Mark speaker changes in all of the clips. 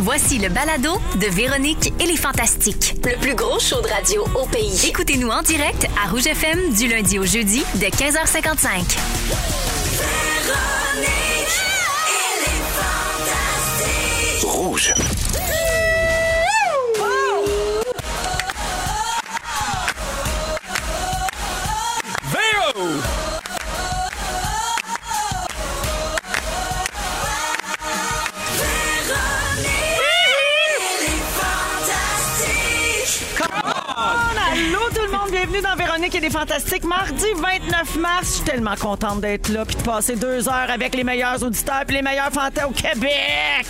Speaker 1: Voici le balado de Véronique et les Fantastiques.
Speaker 2: Le plus gros show de radio au pays.
Speaker 1: Écoutez-nous en direct à Rouge FM du lundi au jeudi de 15h55.
Speaker 3: Rouge.
Speaker 4: Véro!
Speaker 5: Allô tout le monde, bienvenue dans Véronique et les Fantastiques. Mardi 29 mars, je suis tellement contente d'être là puis de passer deux heures avec les meilleurs auditeurs puis les meilleurs fantas au Québec.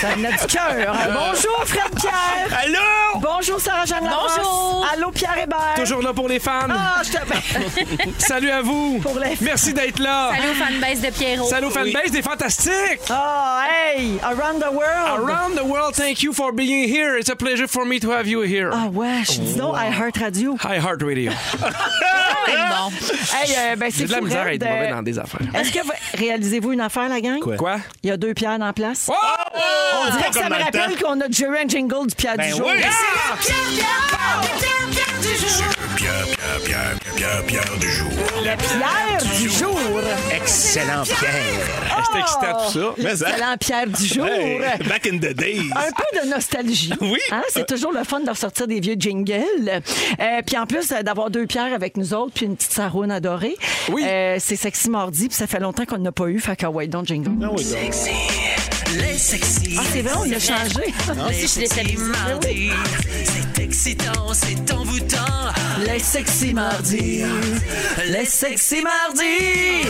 Speaker 5: Ça venait du cœur. hein?
Speaker 4: Euh.
Speaker 5: Bonjour Fred Pierre.
Speaker 4: Allô?
Speaker 5: Bonjour Sarah-Jeanne Larosse.
Speaker 2: Bonjour.
Speaker 5: Allô Pierre Hébert.
Speaker 4: Toujours là pour les fans.
Speaker 5: Ah, je te... ben,
Speaker 4: Salut à vous.
Speaker 5: Pour les fans.
Speaker 4: Merci d'être là.
Speaker 2: Salut aux fanbase de Pierrot.
Speaker 4: Salut, aux fanbase des fantastiques.
Speaker 5: Ah, hey, around the world.
Speaker 4: Around the world, thank you for being here. It's a pleasure for me to have you here.
Speaker 5: Ah ouais, je dis
Speaker 4: Oh.
Speaker 5: donc, I Heart Radio.
Speaker 4: Hi Heart Radio. Ah,
Speaker 5: Hey, euh, ben, c'est
Speaker 4: J'ai de la
Speaker 5: fou,
Speaker 4: misère à
Speaker 5: Fred,
Speaker 4: être mauvais
Speaker 5: euh,
Speaker 4: dans des affaires.
Speaker 5: Est-ce que vous- réalisez-vous une affaire, la gang?
Speaker 4: Quoi?
Speaker 5: Il y a deux pierres en place.
Speaker 4: Oh!
Speaker 5: On dirait que ça me rappelle qu'on a Jerry and Jingle du Pierre du jour.
Speaker 4: Ah!
Speaker 3: Pierre, Pierre, Pierre, Pierre, Pierre du jour.
Speaker 5: Pierre du jour.
Speaker 6: Excellent Pierre.
Speaker 4: J'étais excité à tout ça.
Speaker 6: Oh, Mais ça-
Speaker 5: Oh! Excellent Pierre du jour.
Speaker 6: Hey, back in the days.
Speaker 5: Un peu de nostalgie.
Speaker 6: Oui.
Speaker 5: Hein, C'est toujours le fun de ressortir des vieux jingles. Euh, puis en plus euh, d'avoir deux pierres avec nous autres, puis une petite saroune adorée.
Speaker 4: Oui.
Speaker 5: Euh, c'est sexy mardi, puis ça fait longtemps qu'on n'a pas eu. Fait que ouais, donc jingle.
Speaker 7: Les sexy.
Speaker 5: Ah, c'est vrai, on a changé.
Speaker 2: Si je suis décevue.
Speaker 7: Mardi. C'est excitant, c'est envoûtant.
Speaker 5: Les sexy mardi. Les sexy mardi.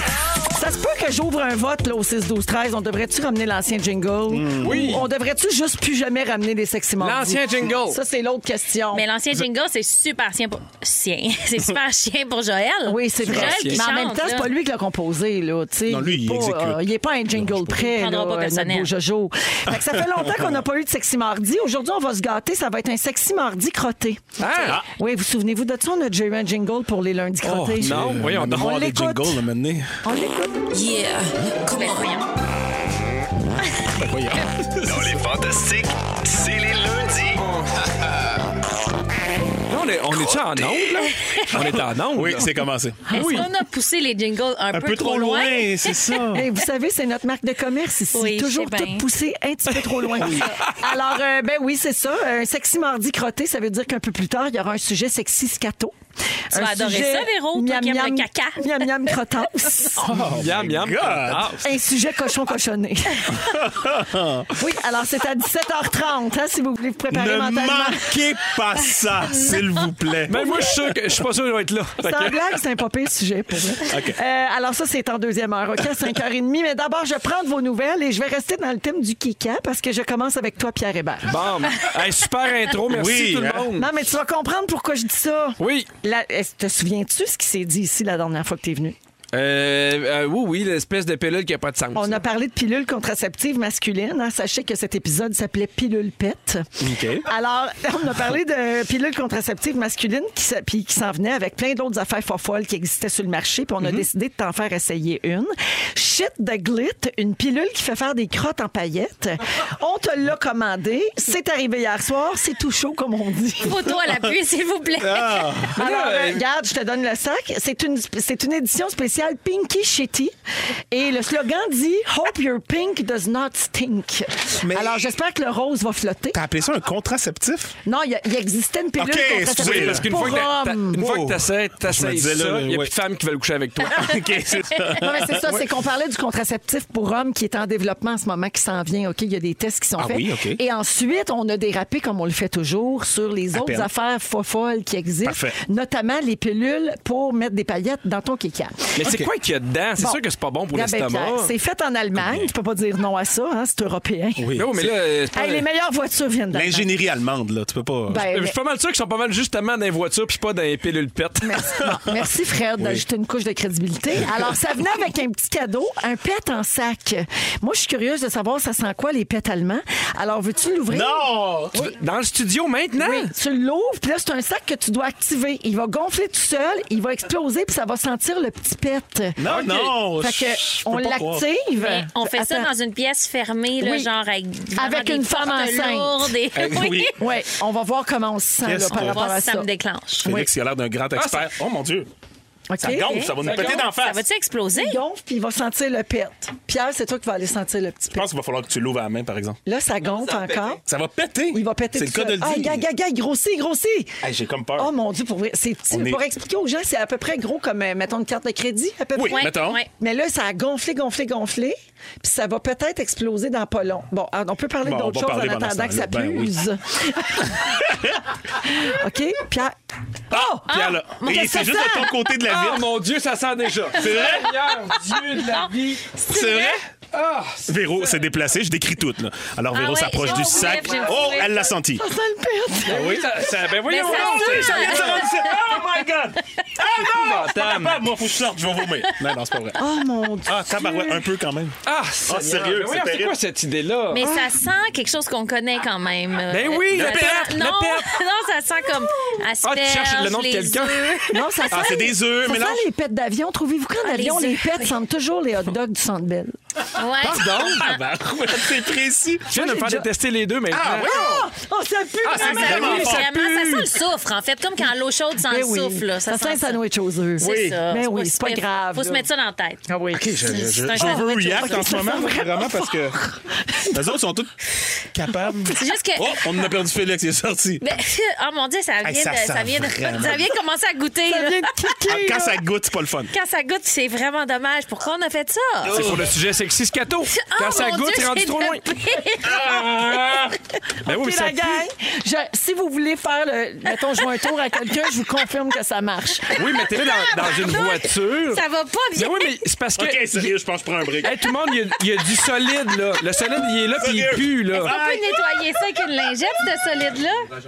Speaker 5: Ça se peut que j'ouvre un vote là, au 6 12 13, on devrait-tu ramener l'ancien jingle Oui. on devrait-tu juste plus jamais ramener les sexy mardi
Speaker 4: L'ancien jingle.
Speaker 5: Ah, Ça c'est l'autre question.
Speaker 2: Mais l'ancien jingle, c'est super chien pour... Chien. C'est super chien pour Joël.
Speaker 5: oui, c'est vrai.
Speaker 2: Joël qui
Speaker 5: Mais en
Speaker 2: chante,
Speaker 5: même temps, c'est
Speaker 2: là.
Speaker 5: pas lui qui l'a composé, là. tu sais.
Speaker 6: Non, lui, il
Speaker 5: est
Speaker 6: exécute.
Speaker 5: pas, euh, il est pas un jingle prêt,
Speaker 2: Il prendra
Speaker 5: là,
Speaker 2: pas
Speaker 5: euh,
Speaker 2: personnel.
Speaker 5: notre beau Jojo. Fait que ça fait longtemps qu'on n'a pas eu de sexy mardi. Aujourd'hui, on va se gâter. Ça va être un sexy mardi crotté.
Speaker 4: Ah!
Speaker 5: Oui, vous souvenez-vous de ça? On a Jerry and Jingle pour les lundis
Speaker 4: Oh,
Speaker 5: crottés.
Speaker 4: non, voyons donc.
Speaker 5: On
Speaker 6: Mémoire des
Speaker 5: l'écoute.
Speaker 6: jingles, à mener.
Speaker 5: On l'écoute.
Speaker 7: Yeah.
Speaker 2: Ben, voyons.
Speaker 3: Dans les fantastiques, c'est les lundis.
Speaker 4: Là, On est, on est en onde, là? On est en onde.
Speaker 6: Oui,
Speaker 4: là.
Speaker 6: c'est commencé.
Speaker 4: Ah
Speaker 2: Est-ce qu'on a poussé les jingles un,
Speaker 6: Un peu trop loin, c'est ça.
Speaker 5: Hey, vous savez, c'est notre marque de commerce ici.
Speaker 2: Oui, je
Speaker 5: Toujours
Speaker 2: sais
Speaker 5: tout
Speaker 2: bien.
Speaker 5: poussé un petit peu trop loin. Alors, euh, ben oui, c'est ça. Un sexy mardi crotté, ça veut dire qu'un peu plus tard, il y aura un sujet sexy scato. Tu
Speaker 2: vas adorer ça, Véro, toi qui aimes le caca.
Speaker 5: Miam, miam, crottance.
Speaker 4: Yam, yam.
Speaker 6: God.
Speaker 4: Ah,
Speaker 5: Un sujet cochon-cochonné. oui, alors c'est à 17h30, hein, si vous voulez vous préparer
Speaker 6: Ne
Speaker 5: mentalement.
Speaker 6: manquez pas ça, s'il vous plaît.
Speaker 5: Ben,
Speaker 4: Même Ben, moi, je suis sûr que je suis pas sûr que je vais être là. Fait
Speaker 5: C'est
Speaker 4: que-
Speaker 5: un blague, c'est un pas pire sujet pour vrai.
Speaker 6: OK.
Speaker 5: Euh, alors ça, c'est en deuxième heure, OK, à 5h30. Mais d'abord, je prends de vos nouvelles et je vais rester dans le thème du kika parce que je commence avec toi, Pierre Hébert.
Speaker 4: Bon, Hey, super intro, merci
Speaker 6: Oui,
Speaker 4: tout le
Speaker 6: hein.
Speaker 4: monde.
Speaker 5: Non, mais tu vas comprendre pourquoi je dis ça.
Speaker 4: Oui.
Speaker 5: La- est-ce- te souviens-tu ce qui s'est dit ici la dernière fois que t'es venu?
Speaker 4: Euh, euh, oui, oui, l'espèce de pilule qui a pas de sens.
Speaker 5: On a parlé de pilules contraceptives masculines. hein. Sachez que cet épisode s'appelait Pilule Pète.
Speaker 4: OK.
Speaker 5: Alors, on a parlé de pilules contraceptives masculines qui, s- puis qui s'en venaient avec plein d'autres affaires fofolles qui existaient sur le marché. Puis on a
Speaker 4: Mm-hmm.
Speaker 5: décidé de t'en faire essayer une. Shit the Glit, une pilule qui fait faire des crottes en paillettes. On te l'a commandé. C'est arrivé hier soir. C'est tout chaud, comme on dit.
Speaker 2: Photo à l'appui, s'il vous plaît.
Speaker 4: Ah.
Speaker 6: Ah.
Speaker 5: Alors,
Speaker 4: là,
Speaker 5: euh,
Speaker 4: euh,
Speaker 5: regarde, je te donne le sac. C'est une, c'est une édition spéciale Pinky Shitty. Et le slogan dit Hope your pink does not stink.
Speaker 6: Mais-
Speaker 5: Alors, j'espère que le rose va flotter.
Speaker 6: T'as appelé ça un contraceptif?
Speaker 5: Non, il y a- il existait une pilule
Speaker 6: Ok,
Speaker 5: contraceptive
Speaker 6: excusez,
Speaker 4: Parce qu'une
Speaker 5: pour
Speaker 4: fois que t'a- t'a-
Speaker 5: hommes.
Speaker 4: une fois que
Speaker 6: Oh.
Speaker 4: t'essaies, t'essayes
Speaker 6: Je me disais,
Speaker 4: ça,
Speaker 6: là,
Speaker 4: il n'y a
Speaker 6: ouais.
Speaker 4: plus de femmes qui veulent coucher avec toi.
Speaker 6: OK, c'est ça.
Speaker 5: Non, mais c'est ça, c'est qu'on parlait du contraceptif pour hommes qui est en développement en ce moment, qui s'en vient, OK? Il y a des tests qui sont
Speaker 6: Ah
Speaker 5: faits.
Speaker 6: oui, OK.
Speaker 5: Et ensuite, on a dérapé, comme on le fait toujours, sur les autres
Speaker 6: peine.
Speaker 5: affaires fofolles qui existent,
Speaker 6: Parfait.
Speaker 5: notamment les pilules pour mettre des paillettes dans ton kékan.
Speaker 4: Mais c'est quoi qu'il y a dedans? C'est
Speaker 5: Bon.
Speaker 4: sûr que c'est pas bon pour
Speaker 5: Gabin Pierre,
Speaker 4: l'estomac.
Speaker 5: C'est fait en Allemagne. Tu peux pas dire non à ça, hein, c'est européen.
Speaker 6: Oui.
Speaker 4: Non, mais là, euh, c'est pas-
Speaker 5: Hey, les meilleures voitures viennent d'Allemagne.
Speaker 6: L'ingénierie allemande, là, tu peux pas.
Speaker 5: Ben,
Speaker 4: je suis pas mal sûr qu'ils sont pas mal justement dans les voitures puis pas dans les pilules pètes.
Speaker 5: Merci, bon, merci Fred d'ajouter une couche de crédibilité. Alors, ça venait avec un petit cadeau un pet en sac. Moi, je suis curieuse de savoir ça sent quoi les pets allemands. Alors, veux-tu l'ouvrir? Oh,
Speaker 6: Non!
Speaker 4: Tu veux- Dans le studio maintenant?
Speaker 5: Oui, tu l'ouvres, puis là, c'est un sac que tu dois activer. Il va gonfler tout seul, il va exploser, puis ça va sentir le petit pet.
Speaker 6: Non, non!
Speaker 5: Fait que,
Speaker 6: je peux
Speaker 5: on
Speaker 6: pas croire.
Speaker 5: l'active.
Speaker 2: Mais Eh, on fait ça
Speaker 5: Attends.
Speaker 2: dans une pièce fermée, là,
Speaker 5: Oui.
Speaker 2: genre avec, vraiment
Speaker 5: Avec
Speaker 2: des
Speaker 5: une femme
Speaker 2: portes
Speaker 5: enceinte.
Speaker 2: lourdes et-
Speaker 6: Euh, oui.
Speaker 5: Oui, on va voir comment on se sent
Speaker 6: Qu'est-ce
Speaker 5: là, par
Speaker 6: que-
Speaker 2: On va
Speaker 5: rapport
Speaker 2: voir
Speaker 5: à
Speaker 2: si ça
Speaker 5: ça.
Speaker 2: me déclenche.
Speaker 6: Félix, il a l'air d'un grand expert. oh mon Dieu!
Speaker 5: OK?
Speaker 6: Ça gonfle, ça va nous
Speaker 4: Ça
Speaker 6: péter
Speaker 4: gonfle,
Speaker 6: d'en
Speaker 2: Ça
Speaker 6: face.
Speaker 2: va-tu exploser?
Speaker 5: Il gonfle, puis il va sentir le pet. Pierre, c'est toi qui vas aller sentir le petit
Speaker 6: Je
Speaker 5: pet.
Speaker 6: pense qu'il va falloir que tu l'ouvres à la main, par exemple.
Speaker 5: Là, ça gonfle encore.
Speaker 6: Ça va péter.
Speaker 5: Il va péter
Speaker 6: C'est le
Speaker 5: tout
Speaker 6: cas de
Speaker 5: seul.
Speaker 6: le dire.
Speaker 5: Ah, gars, gars, gars, il grossit, il grossit.
Speaker 6: Hey, J'ai comme peur.
Speaker 5: Oh mon Dieu, pour vrai, c'est petit.
Speaker 6: On
Speaker 5: Mais
Speaker 6: est-
Speaker 5: Pour expliquer aux gens, c'est à peu près gros comme, euh, mettons, une carte de crédit, à peu
Speaker 6: Oui,
Speaker 5: près.
Speaker 6: mettons.
Speaker 2: ouais.
Speaker 5: Mais là, ça a gonflé, gonflé, gonflé. Puis ça va peut-être exploser dans pas long. Bon, alors, on peut parler
Speaker 6: Bon, on
Speaker 5: d'autre
Speaker 6: va
Speaker 5: chose en
Speaker 6: parler pendant ce
Speaker 5: attendant que ça
Speaker 6: temps-là. Ben oui.
Speaker 5: puse. OK? Pierre.
Speaker 6: Ah! Pierre, là. Et c'est juste de ton côté de la
Speaker 4: Ah,
Speaker 6: vitre.
Speaker 4: mon Dieu, ça sent déjà. C'est
Speaker 6: vrai?
Speaker 4: Seigneur Dieu de la vie.
Speaker 6: C'est vrai?
Speaker 4: Ah,
Speaker 6: Véro s'est déplacé, je décris tout. Là. Alors Véro
Speaker 2: ouais,
Speaker 6: s'approche
Speaker 2: j'ai
Speaker 6: du
Speaker 2: envie,
Speaker 6: sac.
Speaker 2: j'ai envie.
Speaker 6: Oh, elle l'a senti.
Speaker 5: Ça le pète.
Speaker 4: ben oui, ça, ça- ben voyons,
Speaker 2: Mais ça
Speaker 4: donc,
Speaker 2: sent.
Speaker 4: c'est- ça vient de se rendre ici.
Speaker 6: Oh my God! Ah
Speaker 4: C'est épouvantable.
Speaker 6: Moi, faut que je sorte, je vais vomir. Non, non, c'est pas vrai.
Speaker 5: Oh mon Dieu.
Speaker 6: Ah, tabarouette, un peu quand même.
Speaker 4: Ah,
Speaker 6: sérieux,
Speaker 4: sérieux,
Speaker 6: c'est
Speaker 4: c'est
Speaker 6: terrible.
Speaker 4: quoi cette idée-là?
Speaker 2: Mais ça sent quelque chose qu'on connaît quand même.
Speaker 4: Ben oui, le
Speaker 2: ça-
Speaker 4: perte,
Speaker 2: non,
Speaker 4: le perte.
Speaker 2: non, ça sent comme
Speaker 4: Ah,
Speaker 2: asperge,
Speaker 4: tu cherches le nom de
Speaker 2: les
Speaker 4: quelqu'un?
Speaker 2: œufs.
Speaker 5: Non, ça sent.
Speaker 6: Ah, c'est des œufs,
Speaker 5: ça
Speaker 6: mélange.
Speaker 5: sent les pets d'avion. Trouvez-vous qu'en
Speaker 2: Ah, les
Speaker 5: avion, les,
Speaker 2: œufs,
Speaker 5: pets sentent toujours les hot dogs du Centre Bell?
Speaker 2: Ouais.
Speaker 4: Pardon?
Speaker 6: Ah, Tabarouette, c'est précis.
Speaker 4: Tu viens de me faire détester les deux maintenant.
Speaker 6: Ah,
Speaker 5: Ah! Oh, ça pue!
Speaker 4: Ah, c'est
Speaker 2: Ça,
Speaker 4: vraiment
Speaker 2: pue,
Speaker 4: fort.
Speaker 2: vraiment, ça sent le soufre, en fait, comme quand l'eau chaude sent
Speaker 5: Ben
Speaker 2: le
Speaker 5: oui.
Speaker 2: souffle. Là,
Speaker 5: Ça, sent un sandwich aux œufs.
Speaker 2: C'est ça.
Speaker 5: Mais
Speaker 2: Faut
Speaker 5: oui,
Speaker 2: se
Speaker 5: c'est pas
Speaker 2: mettre-
Speaker 5: grave.
Speaker 2: Faut se
Speaker 5: là.
Speaker 2: mettre ça dans la tête.
Speaker 5: Ah oui.
Speaker 6: Ok, je, je, je,
Speaker 2: C'est un
Speaker 6: je veux
Speaker 2: sandwich.
Speaker 6: react en
Speaker 5: Ok,
Speaker 6: ce
Speaker 5: ça
Speaker 6: moment,
Speaker 5: sent vraiment
Speaker 6: vraiment, parce que. Les autres sont tous capables.
Speaker 2: C'est juste que.
Speaker 6: Oh, on en a perdu Félix, il est sorti.
Speaker 2: Ben, oh mon Dieu, ça vient,
Speaker 6: Hey, ça
Speaker 2: de, ça,
Speaker 6: sent
Speaker 2: vient de,
Speaker 6: vraiment.
Speaker 2: ça vient de commencer à goûter.
Speaker 5: Ça
Speaker 2: là.
Speaker 5: vient de
Speaker 6: Ah,
Speaker 5: cliquer,
Speaker 6: Quand
Speaker 5: là.
Speaker 6: ça goûte, c'est pas le fun.
Speaker 2: Quand ça goûte, c'est vraiment dommage. Pourquoi on a fait ça?
Speaker 4: C'est pour le sujet sexy scato. Quand
Speaker 2: Oh,
Speaker 4: ça
Speaker 2: mon
Speaker 4: goûte,
Speaker 2: Dieu,
Speaker 4: c'est rendu trop
Speaker 2: le
Speaker 4: loin.
Speaker 2: pire.
Speaker 4: Ah! Ben oui, mais
Speaker 5: Puis
Speaker 4: ça
Speaker 5: la
Speaker 4: pue.
Speaker 5: gang, je- si vous voulez faire le, mettons, jouer un tour à quelqu'un, je vous confirme que ça marche.
Speaker 4: Oui, mais t'es là dans, dans une voiture.
Speaker 2: Ça va pas bien.
Speaker 4: Ben oui, mais c'est parce que.
Speaker 6: Ok, sérieux, je pense que je prends un break.
Speaker 4: Hey, tout le monde, il y a- il y, a du solide, là. Le solide, il est là, puis il
Speaker 6: Sérieux?
Speaker 4: pue, là.
Speaker 2: On peut nettoyer ça avec une lingette, ce solide-là.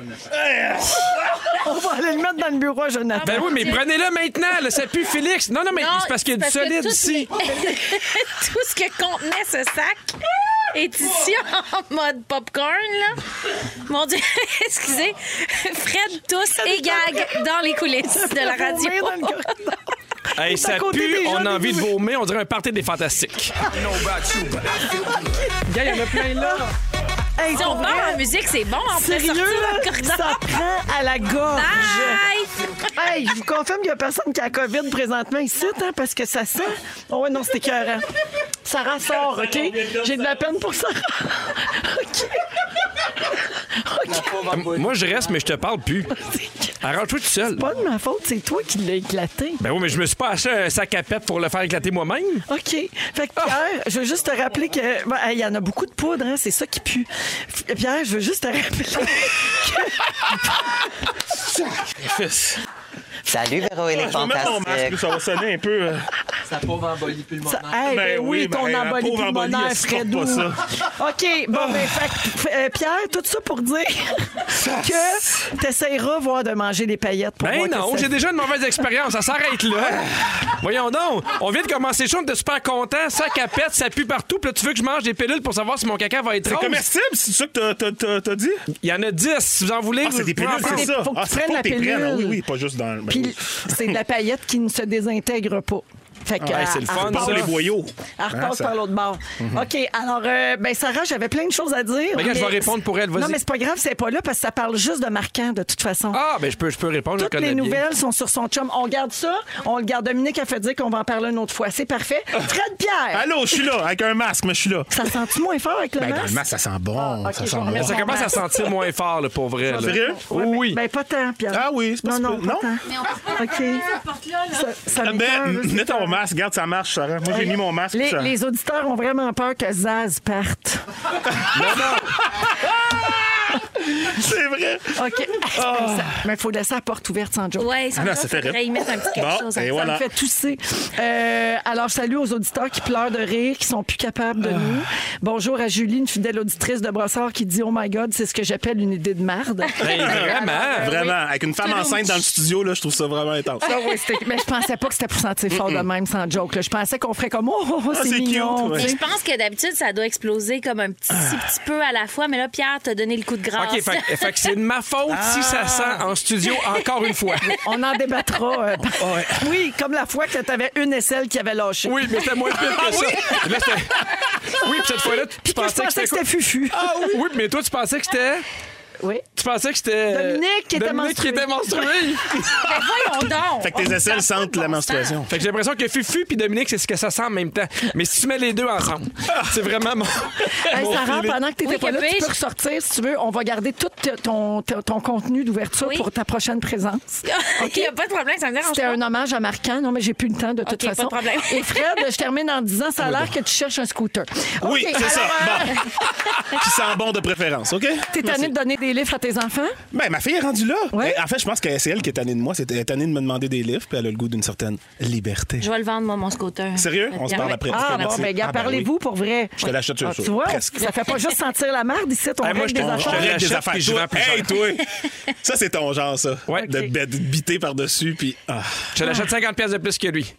Speaker 5: On va aller le mettre dans le bureau à Jonathan.
Speaker 4: Ben oui, mais prenez-le maintenant, là. Ça pue, Félix. Non, non, mais Ben, c'est parce qu'il y a du
Speaker 2: que
Speaker 4: solide
Speaker 2: tout-
Speaker 4: ici.
Speaker 2: tout ce que contenait ce sac est ici en mode popcorn, là. Mon Dieu, excusez. Fred tousse et gag dans les coulisses de
Speaker 5: Ah,
Speaker 2: la radio.
Speaker 5: Vomir dans le corridor.
Speaker 4: Hey,
Speaker 5: à
Speaker 4: ça
Speaker 5: côté
Speaker 4: pue,
Speaker 5: des gens
Speaker 4: on a envie de
Speaker 5: dégoûtés.
Speaker 4: vomir. On dirait un party des fantastiques. Gars, il y en a plein là.
Speaker 5: Hey,
Speaker 2: Si on
Speaker 5: pour vrai,
Speaker 2: part en musique, c'est bon. On peut sortir
Speaker 5: Sérieux,
Speaker 2: dans le
Speaker 5: là,
Speaker 2: corridor.
Speaker 5: ça prend à la gorge. Ah!
Speaker 2: Bye!
Speaker 5: Hey, je vous confirme qu'il n'y a personne qui a COVID présentement ici, hein, parce que ça sent. Oh ouais, non, c'est écœurant. Ça ressort, OK? J'ai de la peine pour ça. OK.
Speaker 4: Moi, je reste, mais je te parle plus. Arrange-toi tout seul.
Speaker 5: Pas de ma faute, c'est toi qui l'as éclaté.
Speaker 4: Ben oui, mais je me suis pas acheté un sac à pète pour le faire éclater moi-même.
Speaker 5: OK. Fait que Pierre, je veux juste te rappeler que. ben, hey, Il y en a beaucoup de poudre, hein, c'est ça qui pue. F- Pierre, je veux juste te rappeler.
Speaker 8: Salut Véro et les
Speaker 6: Je vais mettre mon masque,
Speaker 8: fantastiques.
Speaker 6: ça va sonner un peu. euh,
Speaker 5: Ça- hey, ben
Speaker 6: Ben
Speaker 5: oui,
Speaker 6: oui,
Speaker 5: ton
Speaker 6: ben, la
Speaker 5: embolie
Speaker 6: pauvre embolie,
Speaker 5: pulmonaire,
Speaker 6: elle supporte
Speaker 5: Fredou.
Speaker 6: pas ça.
Speaker 5: OK, bon, ben, fait que, euh, Pierre, tout ça pour dire que t'essayeras, voir, de manger des paillettes pour
Speaker 4: Ben
Speaker 5: voir
Speaker 4: non,
Speaker 5: que ça-
Speaker 4: j'ai déjà une mauvaise expérience. Ça s'arrête là. Voyons donc. On vient de commencer chaud, on était super content. Sac à pète, ça pue partout. Puis là, tu veux que je mange des pilules pour savoir si mon caca va être
Speaker 6: C'est
Speaker 4: rose?
Speaker 6: comestible, c'est ça que t'as- t'as- t'as- t'as dit?
Speaker 4: Il y en a 10, si vous en voulez.
Speaker 6: Ah, c'est des
Speaker 4: Vous pouvez en
Speaker 6: pilules,
Speaker 4: prendre.
Speaker 6: c'est ça.
Speaker 5: Faut que
Speaker 6: Ah,
Speaker 5: tu
Speaker 6: c'est
Speaker 5: prennes
Speaker 6: pas
Speaker 5: la
Speaker 6: que t'es prêt,
Speaker 5: pilule.
Speaker 6: non? Oui, oui, pas juste dans le. ben
Speaker 5: Puis
Speaker 6: oui.
Speaker 5: c'est de la paillette qui ne se désintègre pas. Fait que,
Speaker 4: Hey, c'est le
Speaker 5: elle-
Speaker 4: fun,
Speaker 5: elle
Speaker 4: ça.
Speaker 5: repasse-
Speaker 6: Pas les boyaux.
Speaker 5: Elle Ah, repasse
Speaker 6: Hein, ça- Mhm.
Speaker 5: par l'autre bord. OK, alors, euh, ben Sarah, j'avais plein de choses à dire.
Speaker 4: Mais regarde, je vais répondre pour elle, vas-y.
Speaker 5: Non, mais c'est pas grave, c'est pas là parce que ça parle juste de marquant, de toute façon.
Speaker 4: Ah, ben je peux, je peux répondre, je
Speaker 5: Toutes
Speaker 4: connais
Speaker 5: les
Speaker 4: bien.
Speaker 5: nouvelles sont sur son chum. On garde ça, on le garde. Dominique a fait dire qu'on va en parler une autre fois. C'est parfait. Fred Pierre,
Speaker 6: Ah. Allô, je suis là, avec un masque, mais je suis là.
Speaker 5: ça sent-tu moins fort avec le
Speaker 6: Ben, dans le
Speaker 5: masque?
Speaker 6: masque, ça sent bon.
Speaker 5: Ah, ok,
Speaker 6: ça
Speaker 5: je
Speaker 6: sent
Speaker 5: vais
Speaker 6: bon.
Speaker 5: remettre
Speaker 4: Ça commence à sentir moins fort, là, pour vrai. là.
Speaker 6: Sérieux?
Speaker 4: Oui, oui.
Speaker 5: Ben, pas tant, Pierre.
Speaker 6: Ah oui, c'est pas
Speaker 5: Non,
Speaker 6: si
Speaker 5: non,
Speaker 6: peu.
Speaker 5: pas
Speaker 6: Non?
Speaker 5: tant. OK. Ça, ça
Speaker 6: Ah,
Speaker 5: m'écoeure,
Speaker 6: Ben,
Speaker 5: là, c'est
Speaker 6: mets ton
Speaker 5: ça.
Speaker 6: masque, regarde, ça marche, Sarah. Moi, j'ai mis mon masque.
Speaker 5: Les,
Speaker 6: ça-
Speaker 5: les auditeurs ont vraiment peur que Zaz parte.
Speaker 6: C'est vrai.
Speaker 5: OK. Ça- Mais il faut laisser la porte ouverte sans joke.
Speaker 2: Ouais, ça
Speaker 6: Ah non,
Speaker 2: me
Speaker 6: c'est terrible.
Speaker 2: faudrait y mettre un petit quelque
Speaker 6: Bon,
Speaker 2: chose.
Speaker 6: et
Speaker 5: Ça
Speaker 6: voilà.
Speaker 5: me fait tousser. Euh, alors, salut aux auditeurs qui pleurent de rire, qui sont plus capables de nous. Bonjour à Julie, une fidèle auditrice de Brossard qui dit Oh my God, c'est ce que j'appelle une idée de marde.
Speaker 4: Ben, vraiment.
Speaker 6: Vraiment, avec une femme enceinte dans le studio, là, je trouve ça vraiment intense.
Speaker 5: Ah oui, c'était- mais je pensais pas que c'était pour sentir fort de même sans joke. là. Je pensais qu'on ferait comme oh, oh, oh,
Speaker 6: Ah,
Speaker 5: c'est
Speaker 6: c'est cute,
Speaker 5: mignon.
Speaker 6: ouais.
Speaker 5: tu
Speaker 2: Mais
Speaker 5: sais.
Speaker 2: je pense que d'habitude, ça doit exploser comme un petit, petit peu à la fois. Mais là, Pierre t'a donné le coup de grâce.
Speaker 4: OK, fait, fait que c'est de ma faute si ça sent en studio encore une fois.
Speaker 5: On en débattra. euh, par- Oui, comme la fois que t'avais une aisselle qui avait lâché.
Speaker 4: Oui, mais c'était moins pire que ça. Là, c'était- oui, Ah puis cette fois-là, tu
Speaker 5: Puis que je
Speaker 4: pensais que
Speaker 5: pensais que
Speaker 4: c'était
Speaker 5: c'était fufu.
Speaker 4: Ah oui. oui, mais toi, tu pensais que c'était.
Speaker 5: Oui.
Speaker 4: Tu pensais que c'était. euh,
Speaker 5: Dominique qui était
Speaker 4: Dominique qui
Speaker 5: menstrué.
Speaker 4: était menstrué.
Speaker 2: Mais Ben, voyons donc!
Speaker 6: Fait que tes aisselles sentent la menstruation.
Speaker 4: Fait que j'ai l'impression que Fufu puis Dominique, c'est ce que ça sent en même temps. Mais si tu mets les deux ensemble, c'est vraiment mon.
Speaker 5: Hey,
Speaker 4: mon
Speaker 5: Sarah,
Speaker 4: feeling.
Speaker 5: pendant que tu
Speaker 2: Oui,
Speaker 5: pas là,
Speaker 2: que
Speaker 5: tu peux
Speaker 2: puis-je?
Speaker 5: ressortir si tu veux. On va garder tout te- ton, te- ton contenu d'ouverture
Speaker 2: Oui.
Speaker 5: pour ta prochaine présence.
Speaker 2: Il n'y a pas de problème, ça me dérange
Speaker 5: C'était
Speaker 2: pas.
Speaker 5: un hommage à Marquant. Non, mais j'ai plus le temps de toute
Speaker 2: pas de
Speaker 5: façon.
Speaker 2: problème.
Speaker 5: Et Fred, je termine en disant ça a l'air que tu cherches un scooter.
Speaker 6: Oui,
Speaker 5: Ok,
Speaker 6: c'est ça.
Speaker 5: alors, euh,
Speaker 6: Bon. Qui sent bon de préférence, OK?
Speaker 5: T'es tannée de donner des livres à tes enfants?
Speaker 6: Ben, ma fille est rendue là.
Speaker 5: Ouais.
Speaker 6: Mais En fait, je pense que c'est elle qui est tannée de moi. C'est elle est tannée de me demander des livres, puis elle a le goût d'une certaine liberté.
Speaker 2: Je vais le vendre, moi, mon scooter.
Speaker 6: Sérieux? On se parle après.
Speaker 5: Ah,
Speaker 6: Ok,
Speaker 5: bon,
Speaker 6: merci.
Speaker 5: ben, gars,
Speaker 6: Ah, ben
Speaker 5: parlez-vous pour vrai.
Speaker 6: Je te l'achète, sûr,
Speaker 5: Ah, Tu
Speaker 6: sûr.
Speaker 5: vois,
Speaker 6: Presque.
Speaker 5: ça fait pas juste sentir la merde ici, ton
Speaker 4: Hey, moi,
Speaker 5: règle
Speaker 4: je
Speaker 5: des
Speaker 4: te- je te
Speaker 5: affaires.
Speaker 4: l'ai-
Speaker 6: Règle des
Speaker 4: l'achète,
Speaker 6: affaires.
Speaker 4: puis je
Speaker 6: Toi,
Speaker 4: vends plus
Speaker 6: hey, toi! Ça, c'est ton genre, ça.
Speaker 4: Ouais.
Speaker 6: De
Speaker 4: Ok.
Speaker 6: bet- de biter par-dessus, puis. Ah,
Speaker 4: Je te l'achète 50 pièces de plus que lui.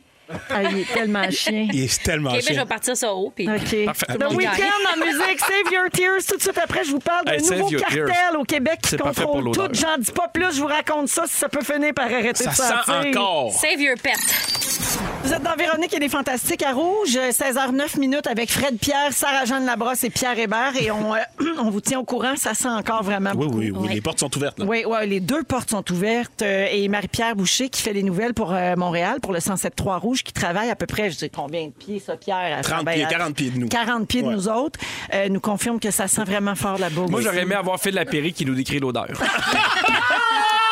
Speaker 5: Ah, il est tellement chien.
Speaker 6: il est tellement
Speaker 2: Ok, ben, je
Speaker 6: chien.
Speaker 2: vais partir ça haut. Puis...
Speaker 5: OK.
Speaker 4: Parfait.
Speaker 5: The
Speaker 2: monde
Speaker 5: Weeknd en musique, Save Your Tears. Tout de suite après, je vous parle d'un
Speaker 4: Hey, Save
Speaker 5: nouveau
Speaker 4: Your
Speaker 5: cartel
Speaker 4: Tears.
Speaker 5: au Québec qui
Speaker 4: C'est parfait pour
Speaker 5: contrôle tout.
Speaker 4: l'odeur.
Speaker 5: J'en dis pas plus, je vous raconte ça si ça peut finir par arrêter
Speaker 6: Ça
Speaker 5: de
Speaker 6: sent
Speaker 5: sentir.
Speaker 6: encore.
Speaker 2: Save your pet. Ah,
Speaker 5: Vous êtes dans Véronique et les Fantastiques à Rouge, euh, 16h09 minutes avec Fred Pierre, Sarah-Jeanne Labrosse et Pierre Hébert. Et on, euh, on vous tient au courant, ça sent encore vraiment
Speaker 6: Oui,
Speaker 5: beaucoup.
Speaker 6: oui, oui.
Speaker 2: Ouais.
Speaker 6: Les portes sont ouvertes, là.
Speaker 5: Oui, ouais, les deux portes sont ouvertes. euh, et Marie-Pierre Boucher qui fait les nouvelles pour euh, Montréal, pour le 107.3 Rouge, qui travaille à peu près, je dis combien de pieds, ça, Pierre? Elle
Speaker 6: 30
Speaker 5: travaille
Speaker 6: pieds,
Speaker 5: à-
Speaker 6: 40 pieds de nous.
Speaker 5: 40 pieds de
Speaker 6: Ouais.
Speaker 5: nous autres. euh, nous confirme que ça sent vraiment fort là-bas.
Speaker 4: Moi,
Speaker 5: aussi.
Speaker 4: j'aurais aimé avoir fait de la péri qui nous décrit l'odeur.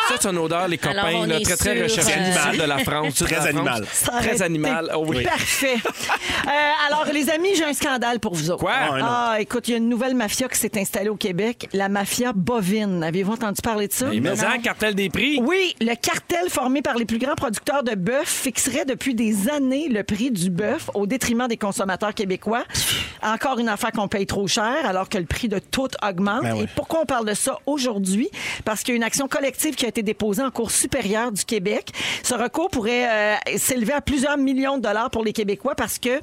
Speaker 4: Ça, c'est une odeur, les copains,
Speaker 2: Alors, on
Speaker 4: là,
Speaker 2: est
Speaker 4: très, très
Speaker 2: sur,
Speaker 4: recherchée
Speaker 2: euh,
Speaker 4: du sud de la France. du sud de
Speaker 6: Très
Speaker 4: la France.
Speaker 6: animal.
Speaker 5: Ça aurait
Speaker 4: Très
Speaker 5: été
Speaker 4: animal, oh oui.
Speaker 5: Parfait. Euh, alors, les amis, j'ai un scandale pour vous autres.
Speaker 4: Quoi?
Speaker 6: Ah, non.
Speaker 5: Ah, écoute, il y a une nouvelle mafia qui s'est installée au Québec, la mafia bovine. Avez-vous entendu parler de ça?
Speaker 4: Et mais en cartel des prix.
Speaker 5: Oui, le cartel formé par les plus grands producteurs de bœuf fixerait depuis des années le prix du bœuf au détriment des consommateurs québécois. Encore une affaire qu'on paye trop cher alors que le prix de tout augmente.
Speaker 6: Ben ouais.
Speaker 5: Et pourquoi on parle de ça aujourd'hui? Parce qu'il y a une action collective qui a été déposée en Cour supérieure du Québec. Ce recours pourrait euh, s'élever à plusieurs millions de dollars pour les Québécois parce que,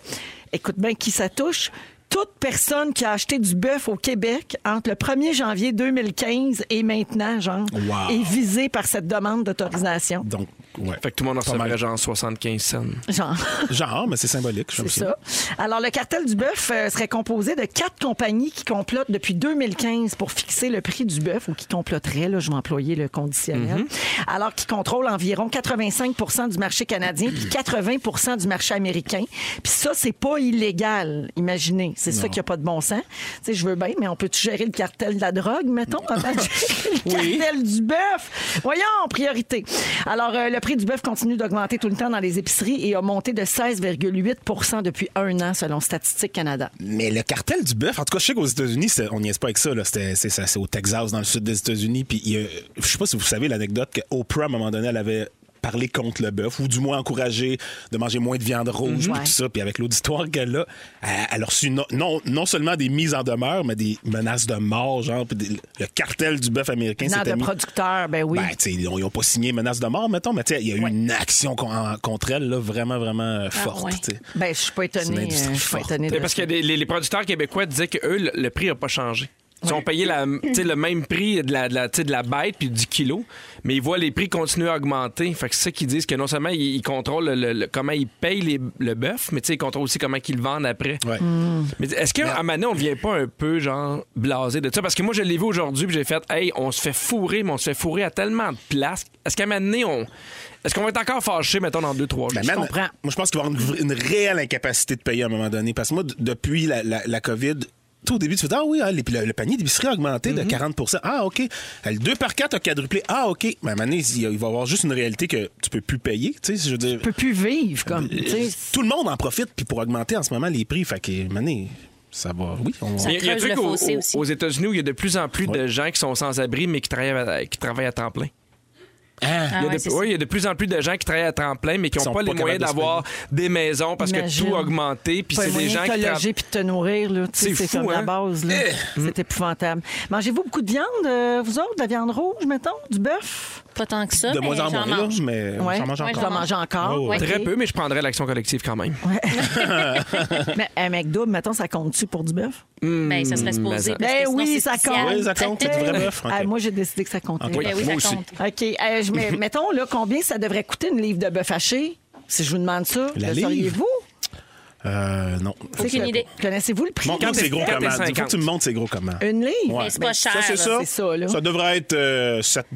Speaker 5: écoute bien qui ça touche, toute personne qui a acheté du bœuf au Québec entre le 1er janvier 2015 et maintenant, genre,
Speaker 6: Wow.
Speaker 5: est visée par cette demande d'autorisation.
Speaker 6: Donc, ouais.
Speaker 4: Fait que tout le monde en
Speaker 6: Pas mal.
Speaker 4: recevrait genre 75 cents.
Speaker 5: Genre,
Speaker 6: Genre, mais c'est symbolique, je
Speaker 5: c'est
Speaker 6: trouve
Speaker 5: ça. Alors, le cartel du bœuf euh, serait composé de quatre compagnies qui complotent depuis 2015 pour fixer le prix du bœuf, ou qui comploteraient, là, je vais employer le conditionnel, alors qui contrôlent environ 85 du marché canadien puis 80 du marché américain. Puis ça, c'est pas illégal, imaginez. C'est ça qui a pas de bon sens. Tu sais, je veux bien, mais on peut gérer le cartel de la drogue, mettons, avant de gérer le cartel du bœuf. Voyons, priorité. Alors, euh, le prix du bœuf continue d'augmenter tout le temps dans les épiceries et a monté de 16,8 depuis un an, selon Statistique Canada.
Speaker 6: Mais le cartel du bœuf, en tout cas, je sais qu'aux États-Unis, c'est- on n'y est pas avec ça. là. C'était- C'est ça, c'est au Texas, dans le sud des États-Unis. Puis il y a- je sais pas si vous savez l'anecdote que Oprah, à un moment donné, elle avait parlé contre le bœuf, ou du moins encouragé de manger moins de viande rouge, puis
Speaker 5: Mhm. Ouais.
Speaker 6: tout ça. Puis avec l'auditoire qu'elle a, elle, elle a reçu no- non, non seulement des mises en demeure, mais des menaces de mort, genre. puis des- le cartel du bœuf américain
Speaker 5: Non,
Speaker 6: s'était
Speaker 5: de
Speaker 6: mis-
Speaker 5: producteurs, ben oui.
Speaker 6: Ben, tu sais, ils n'ont pas signé menace de mort, mettons, mais tu sais, il y a eu une action con- en- contre elle, là, vraiment, vraiment euh, forte.
Speaker 2: ouais.
Speaker 6: tu sais.
Speaker 5: Ben, je suis pas
Speaker 6: C'est une
Speaker 5: étonnée.
Speaker 6: industrie
Speaker 5: euh, Je suis pas
Speaker 6: forte.
Speaker 5: étonnée de
Speaker 4: Parce que
Speaker 5: ça.
Speaker 4: les, les- les producteurs québécois disaient que eux, le, le prix n'a pas changé. Ils ont payé la- tu sais, le même prix de la, de la- tu sais, de la bête puis du kilo, mais ils voient les prix continuer à augmenter. Fait que c'est ça qu'ils disent que non seulement ils, ils contrôlent le- le- comment ils payent les- le bœuf, mais tu sais, ils contrôlent aussi comment ils le vendent après.
Speaker 6: Ouais.
Speaker 5: Hmm.
Speaker 4: Mais est-ce qu'à un moment donné, on devient pas un peu, genre, blasé de ça? Parce que moi, je l'ai vu aujourd'hui, puis j'ai fait, hey, on se fait fourrer, mais on se fait fourrer à tellement de places. Est-ce qu'à un moment donné, on. Est-ce qu'on va être encore fâché, mettons, dans deux, trois jours?
Speaker 6: Ben, man,
Speaker 5: comprends.
Speaker 6: Moi, je pense qu'il va y avoir une, une réelle incapacité de payer à un moment donné. Parce que moi, d- depuis la, la- la COVID, tout au début, tu fais Ah oui, ah, les- le, le panier d'épicerie a augmenté de 40 Ah, OK. Le 2 par 4 a quadruplé. Ah, OK. Mais à un moment donné, il y a- il va y avoir juste une réalité que tu peux plus payer. Tu sais, je veux dire.
Speaker 5: On peut plus vivre comme. tu sais.
Speaker 6: Tout le monde en profite puis pour augmenter en ce moment les prix. Fait que, à un moment donné, ça va. Oui, on va.
Speaker 2: Ça-
Speaker 4: Il y a un
Speaker 2: creuse
Speaker 4: truc
Speaker 2: le
Speaker 4: aux,
Speaker 2: fossé aussi.
Speaker 4: aux États-Unis où il y a de plus en plus de gens qui sont sans abri, mais qui travaillent à, qui travaillent à temps plein.
Speaker 6: Ah,
Speaker 4: Il y, a
Speaker 2: ouais,
Speaker 4: de,
Speaker 2: c'est
Speaker 4: ouais, il y a de plus en plus de gens qui travaillent à temps plein, mais qui
Speaker 6: Ils
Speaker 4: n'ont
Speaker 6: sont
Speaker 4: pas,
Speaker 6: pas
Speaker 4: les moyens
Speaker 6: capables de se
Speaker 4: d'avoir des maisons parce
Speaker 5: Imagine.
Speaker 4: que tout a augmenté. Puis
Speaker 5: Pas
Speaker 4: c'est des
Speaker 5: moyen
Speaker 4: gens
Speaker 5: de
Speaker 4: qui
Speaker 5: te loger
Speaker 4: travaillent.
Speaker 5: puis de te nourrir. là. Tu sais,
Speaker 4: C'est
Speaker 5: C'est
Speaker 4: fou,
Speaker 5: comme la
Speaker 4: hein?
Speaker 5: base. là. C'est épouvantable. Mangez-vous beaucoup de viande, euh, vous autres, de la viande rouge, mettons, du bœuf?
Speaker 2: Pas tant que ça.
Speaker 6: de
Speaker 2: mais
Speaker 6: moins en
Speaker 2: j'en
Speaker 6: moins, là,
Speaker 2: mange.
Speaker 6: mais
Speaker 5: Ouais.
Speaker 6: Euh, j'en mange
Speaker 2: Ouais,
Speaker 5: Je vais
Speaker 6: encore. Oh,
Speaker 5: en manger encore.
Speaker 6: Ouais, ouais.
Speaker 4: Très peu, mais je prendrais l'action collective quand même.
Speaker 5: Mais un McDo, mettons, ça compte-tu pour du bœuf?
Speaker 2: Ben, ça serait supposé.
Speaker 4: mais ça-
Speaker 2: parce que
Speaker 5: Ben
Speaker 2: sinon,
Speaker 5: oui,
Speaker 2: c'est
Speaker 5: ça
Speaker 2: spécial.
Speaker 5: compte.
Speaker 6: Mm. Oui, ça compte, c'est du vrai bœuf. ok.
Speaker 5: Ah, moi, j'ai décidé que ça comptait.
Speaker 6: Ok.
Speaker 2: Ben oui,
Speaker 6: Moi
Speaker 2: ça
Speaker 6: aussi.
Speaker 2: compte.
Speaker 5: OK. Euh, je mets- mettons, là, combien ça devrait coûter une livre de bœuf haché? Si je vous demande ça,
Speaker 6: La
Speaker 5: le
Speaker 6: livre?
Speaker 5: sauriez-vous?
Speaker 6: Euh, non.
Speaker 5: Oh.
Speaker 6: Faut
Speaker 2: Aucune
Speaker 6: que-
Speaker 2: idée.
Speaker 5: Connaissez-vous le prix?
Speaker 6: Montre-nous
Speaker 4: Quatre
Speaker 6: c'est
Speaker 4: et-
Speaker 6: gros
Speaker 4: quatre et
Speaker 6: comment. Faut que
Speaker 4: cinquante.
Speaker 6: tu me montres c'est gros comment.
Speaker 5: Une livre?
Speaker 6: Ouais.
Speaker 2: Mais c'est pas cher,
Speaker 6: Ça, c'est
Speaker 2: là,
Speaker 6: ça.
Speaker 5: c'est ça, là.
Speaker 6: devrait être euh, 7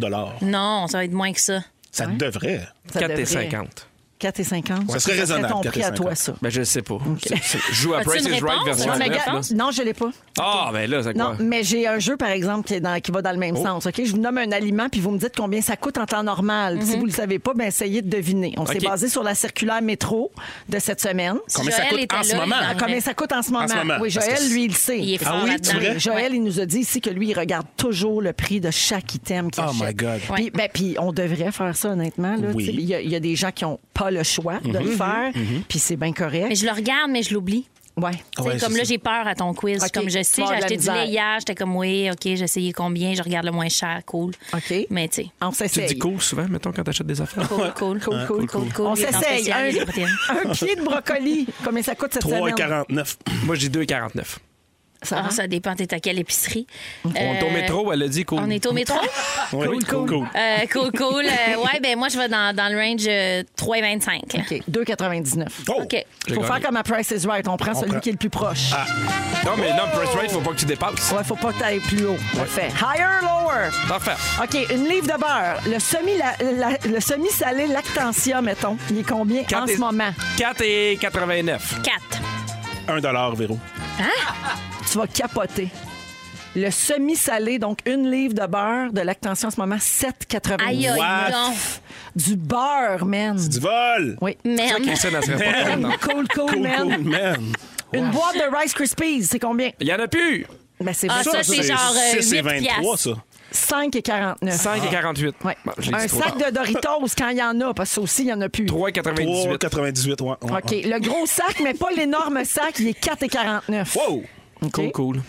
Speaker 2: Non, ça va être moins que ça.
Speaker 6: Ça devrait.
Speaker 4: 4 et 50.
Speaker 5: 4 et 50.
Speaker 6: Ça serait raisonnable,
Speaker 5: ton
Speaker 6: 4,50.
Speaker 5: prix à toi, ça.
Speaker 4: Ben, je sais pas. C'est- c'est- Joue à
Speaker 2: As-tu
Speaker 4: Price
Speaker 2: une
Speaker 4: is Right
Speaker 2: réponse?
Speaker 4: version
Speaker 2: Non,
Speaker 5: Non, mais
Speaker 2: neuf,
Speaker 5: gars,
Speaker 4: là.
Speaker 5: non, je l'ai pas.
Speaker 4: Ah, ben là, c'est
Speaker 5: Non,
Speaker 4: quoi?
Speaker 5: mais j'ai un jeu, par exemple, qui, est dans- qui va dans le
Speaker 6: Oh.
Speaker 5: même sens. OK? Je vous nomme un aliment, puis vous me dites combien ça coûte en temps normal.
Speaker 2: Mhm.
Speaker 5: Si vous ne le savez pas, ben essayez de deviner. On s'est
Speaker 4: OK.
Speaker 5: basé sur la circulaire métro de cette semaine. Euh,
Speaker 2: Si
Speaker 6: Combien ça
Speaker 2: Joël
Speaker 6: coûte
Speaker 2: était
Speaker 6: en ce
Speaker 2: là,
Speaker 6: moment?
Speaker 2: il en
Speaker 6: Ah,
Speaker 5: Combien ça coûte en ce moment?
Speaker 6: En ce moment,
Speaker 5: Oui,
Speaker 6: parce
Speaker 5: Joël,
Speaker 6: que-
Speaker 5: lui, il le sait.
Speaker 2: Il est fort
Speaker 6: Ah oui,
Speaker 2: là-dedans.
Speaker 6: tu dirais?
Speaker 5: Joël,
Speaker 2: Ouais.
Speaker 5: il nous a dit ici que lui, il regarde toujours le prix de chaque item qu'il
Speaker 6: Oh
Speaker 5: achète.
Speaker 6: my God.
Speaker 5: Puis,
Speaker 2: Ouais.
Speaker 5: ben, puis on devrait faire ça, honnêtement. là.
Speaker 6: Oui. Mhm.
Speaker 5: Tu sais, Il y, a- il y a des gens qui n'ont pas le choix de le faire, puis c'est bien
Speaker 2: Mais
Speaker 5: correct.
Speaker 2: je le regarde, mais je l'oublie.
Speaker 5: Ouais.
Speaker 2: Tu sais,
Speaker 6: Ouais,
Speaker 2: comme
Speaker 6: c'est ça.
Speaker 2: là, j'ai peur à ton quiz.
Speaker 5: Ok,
Speaker 2: Comme je
Speaker 5: tu
Speaker 2: sais,
Speaker 5: vas
Speaker 2: j'ai
Speaker 5: avoir de
Speaker 2: acheté
Speaker 5: la
Speaker 2: du
Speaker 5: misère.
Speaker 2: lait hier. J'étais comme, oui, OK, j'ai essayé combien. Je regarde le moins cher. Cool.
Speaker 5: OK.
Speaker 2: Mais tu sais,
Speaker 5: On
Speaker 4: Tu
Speaker 5: s'essaye.
Speaker 4: dis cool souvent, mettons, quand t'achètes des affaires?
Speaker 2: cool, cool, cool, cool, cool, cool.
Speaker 5: On
Speaker 2: Il est en
Speaker 5: s'essaye.
Speaker 2: spécial, il est protéiné.
Speaker 5: Un, un pied de brocoli. Combien ça coûte cette semaine?
Speaker 6: 3,49.
Speaker 4: Moi, j'ai 2,49.
Speaker 5: Ça
Speaker 2: Ah,
Speaker 5: va?
Speaker 2: Ça dépend, t'es à quelle épicerie.
Speaker 4: On est
Speaker 2: Euh,
Speaker 4: au métro, elle a dit cool.
Speaker 2: On est au métro?
Speaker 6: Oui,
Speaker 5: Cool, cool.
Speaker 2: Euh, Ah, cool, cool. Euh, ouais, ben moi, je vais dans, dans le range euh, 3,25.
Speaker 5: OK. 2,99.
Speaker 6: Oh!
Speaker 2: OK.
Speaker 5: Il faut
Speaker 4: J'ai
Speaker 5: faire comme à Price is Right. On prend celui
Speaker 6: prend.
Speaker 5: qui est le plus proche.
Speaker 4: Non, mais non, Price Right, faut pas que tu dépasses.
Speaker 5: Ouais, faut pas que t'ailles plus haut. Parfait. Higher, lower.
Speaker 4: Parfait.
Speaker 5: OK, une livre de beurre. Le semi, la- la- le semi-salé Lactantia, mettons, il est combien en
Speaker 4: Quatre et-
Speaker 5: ce moment?
Speaker 4: 4 et 89.
Speaker 2: 4.
Speaker 6: 1 dollar, Véro.
Speaker 5: Tu vas capoter. Le semi-salé, donc une livre de beurre de Lactantia en ce moment, 7,90.
Speaker 2: Aïe,
Speaker 6: What?
Speaker 2: aïe, non.
Speaker 5: Du beurre, man.
Speaker 6: Du vol!
Speaker 5: Oui.
Speaker 2: Merde.
Speaker 4: Ça, ça serait pas cool, non.
Speaker 5: Cool, cool,
Speaker 6: Cool,
Speaker 5: man.
Speaker 6: cool, man.
Speaker 5: Une boîte de Rice Krispies, c'est combien?
Speaker 4: Il y en a plus!
Speaker 5: Ben, c'est
Speaker 2: Ah, ça, c'est genre, euh,
Speaker 6: 6 et
Speaker 2: 8
Speaker 6: 23, ça.
Speaker 5: 5,49.
Speaker 4: 5 et 48.
Speaker 5: Ouais.
Speaker 4: Bon, je l'ai
Speaker 5: un
Speaker 4: Bah, dit trop
Speaker 5: sac
Speaker 4: tard.
Speaker 5: de Doritos quand il y en a, parce que ça aussi, il n'y en a plus.
Speaker 4: 3,98.
Speaker 6: 3,98, ouais.
Speaker 4: Ah,
Speaker 6: ouais,
Speaker 5: OK.
Speaker 6: ouais.
Speaker 5: Le gros sac, mais pas l'énorme sac, il est 4,49.
Speaker 6: Wow!
Speaker 5: OK.
Speaker 4: Cool, cool.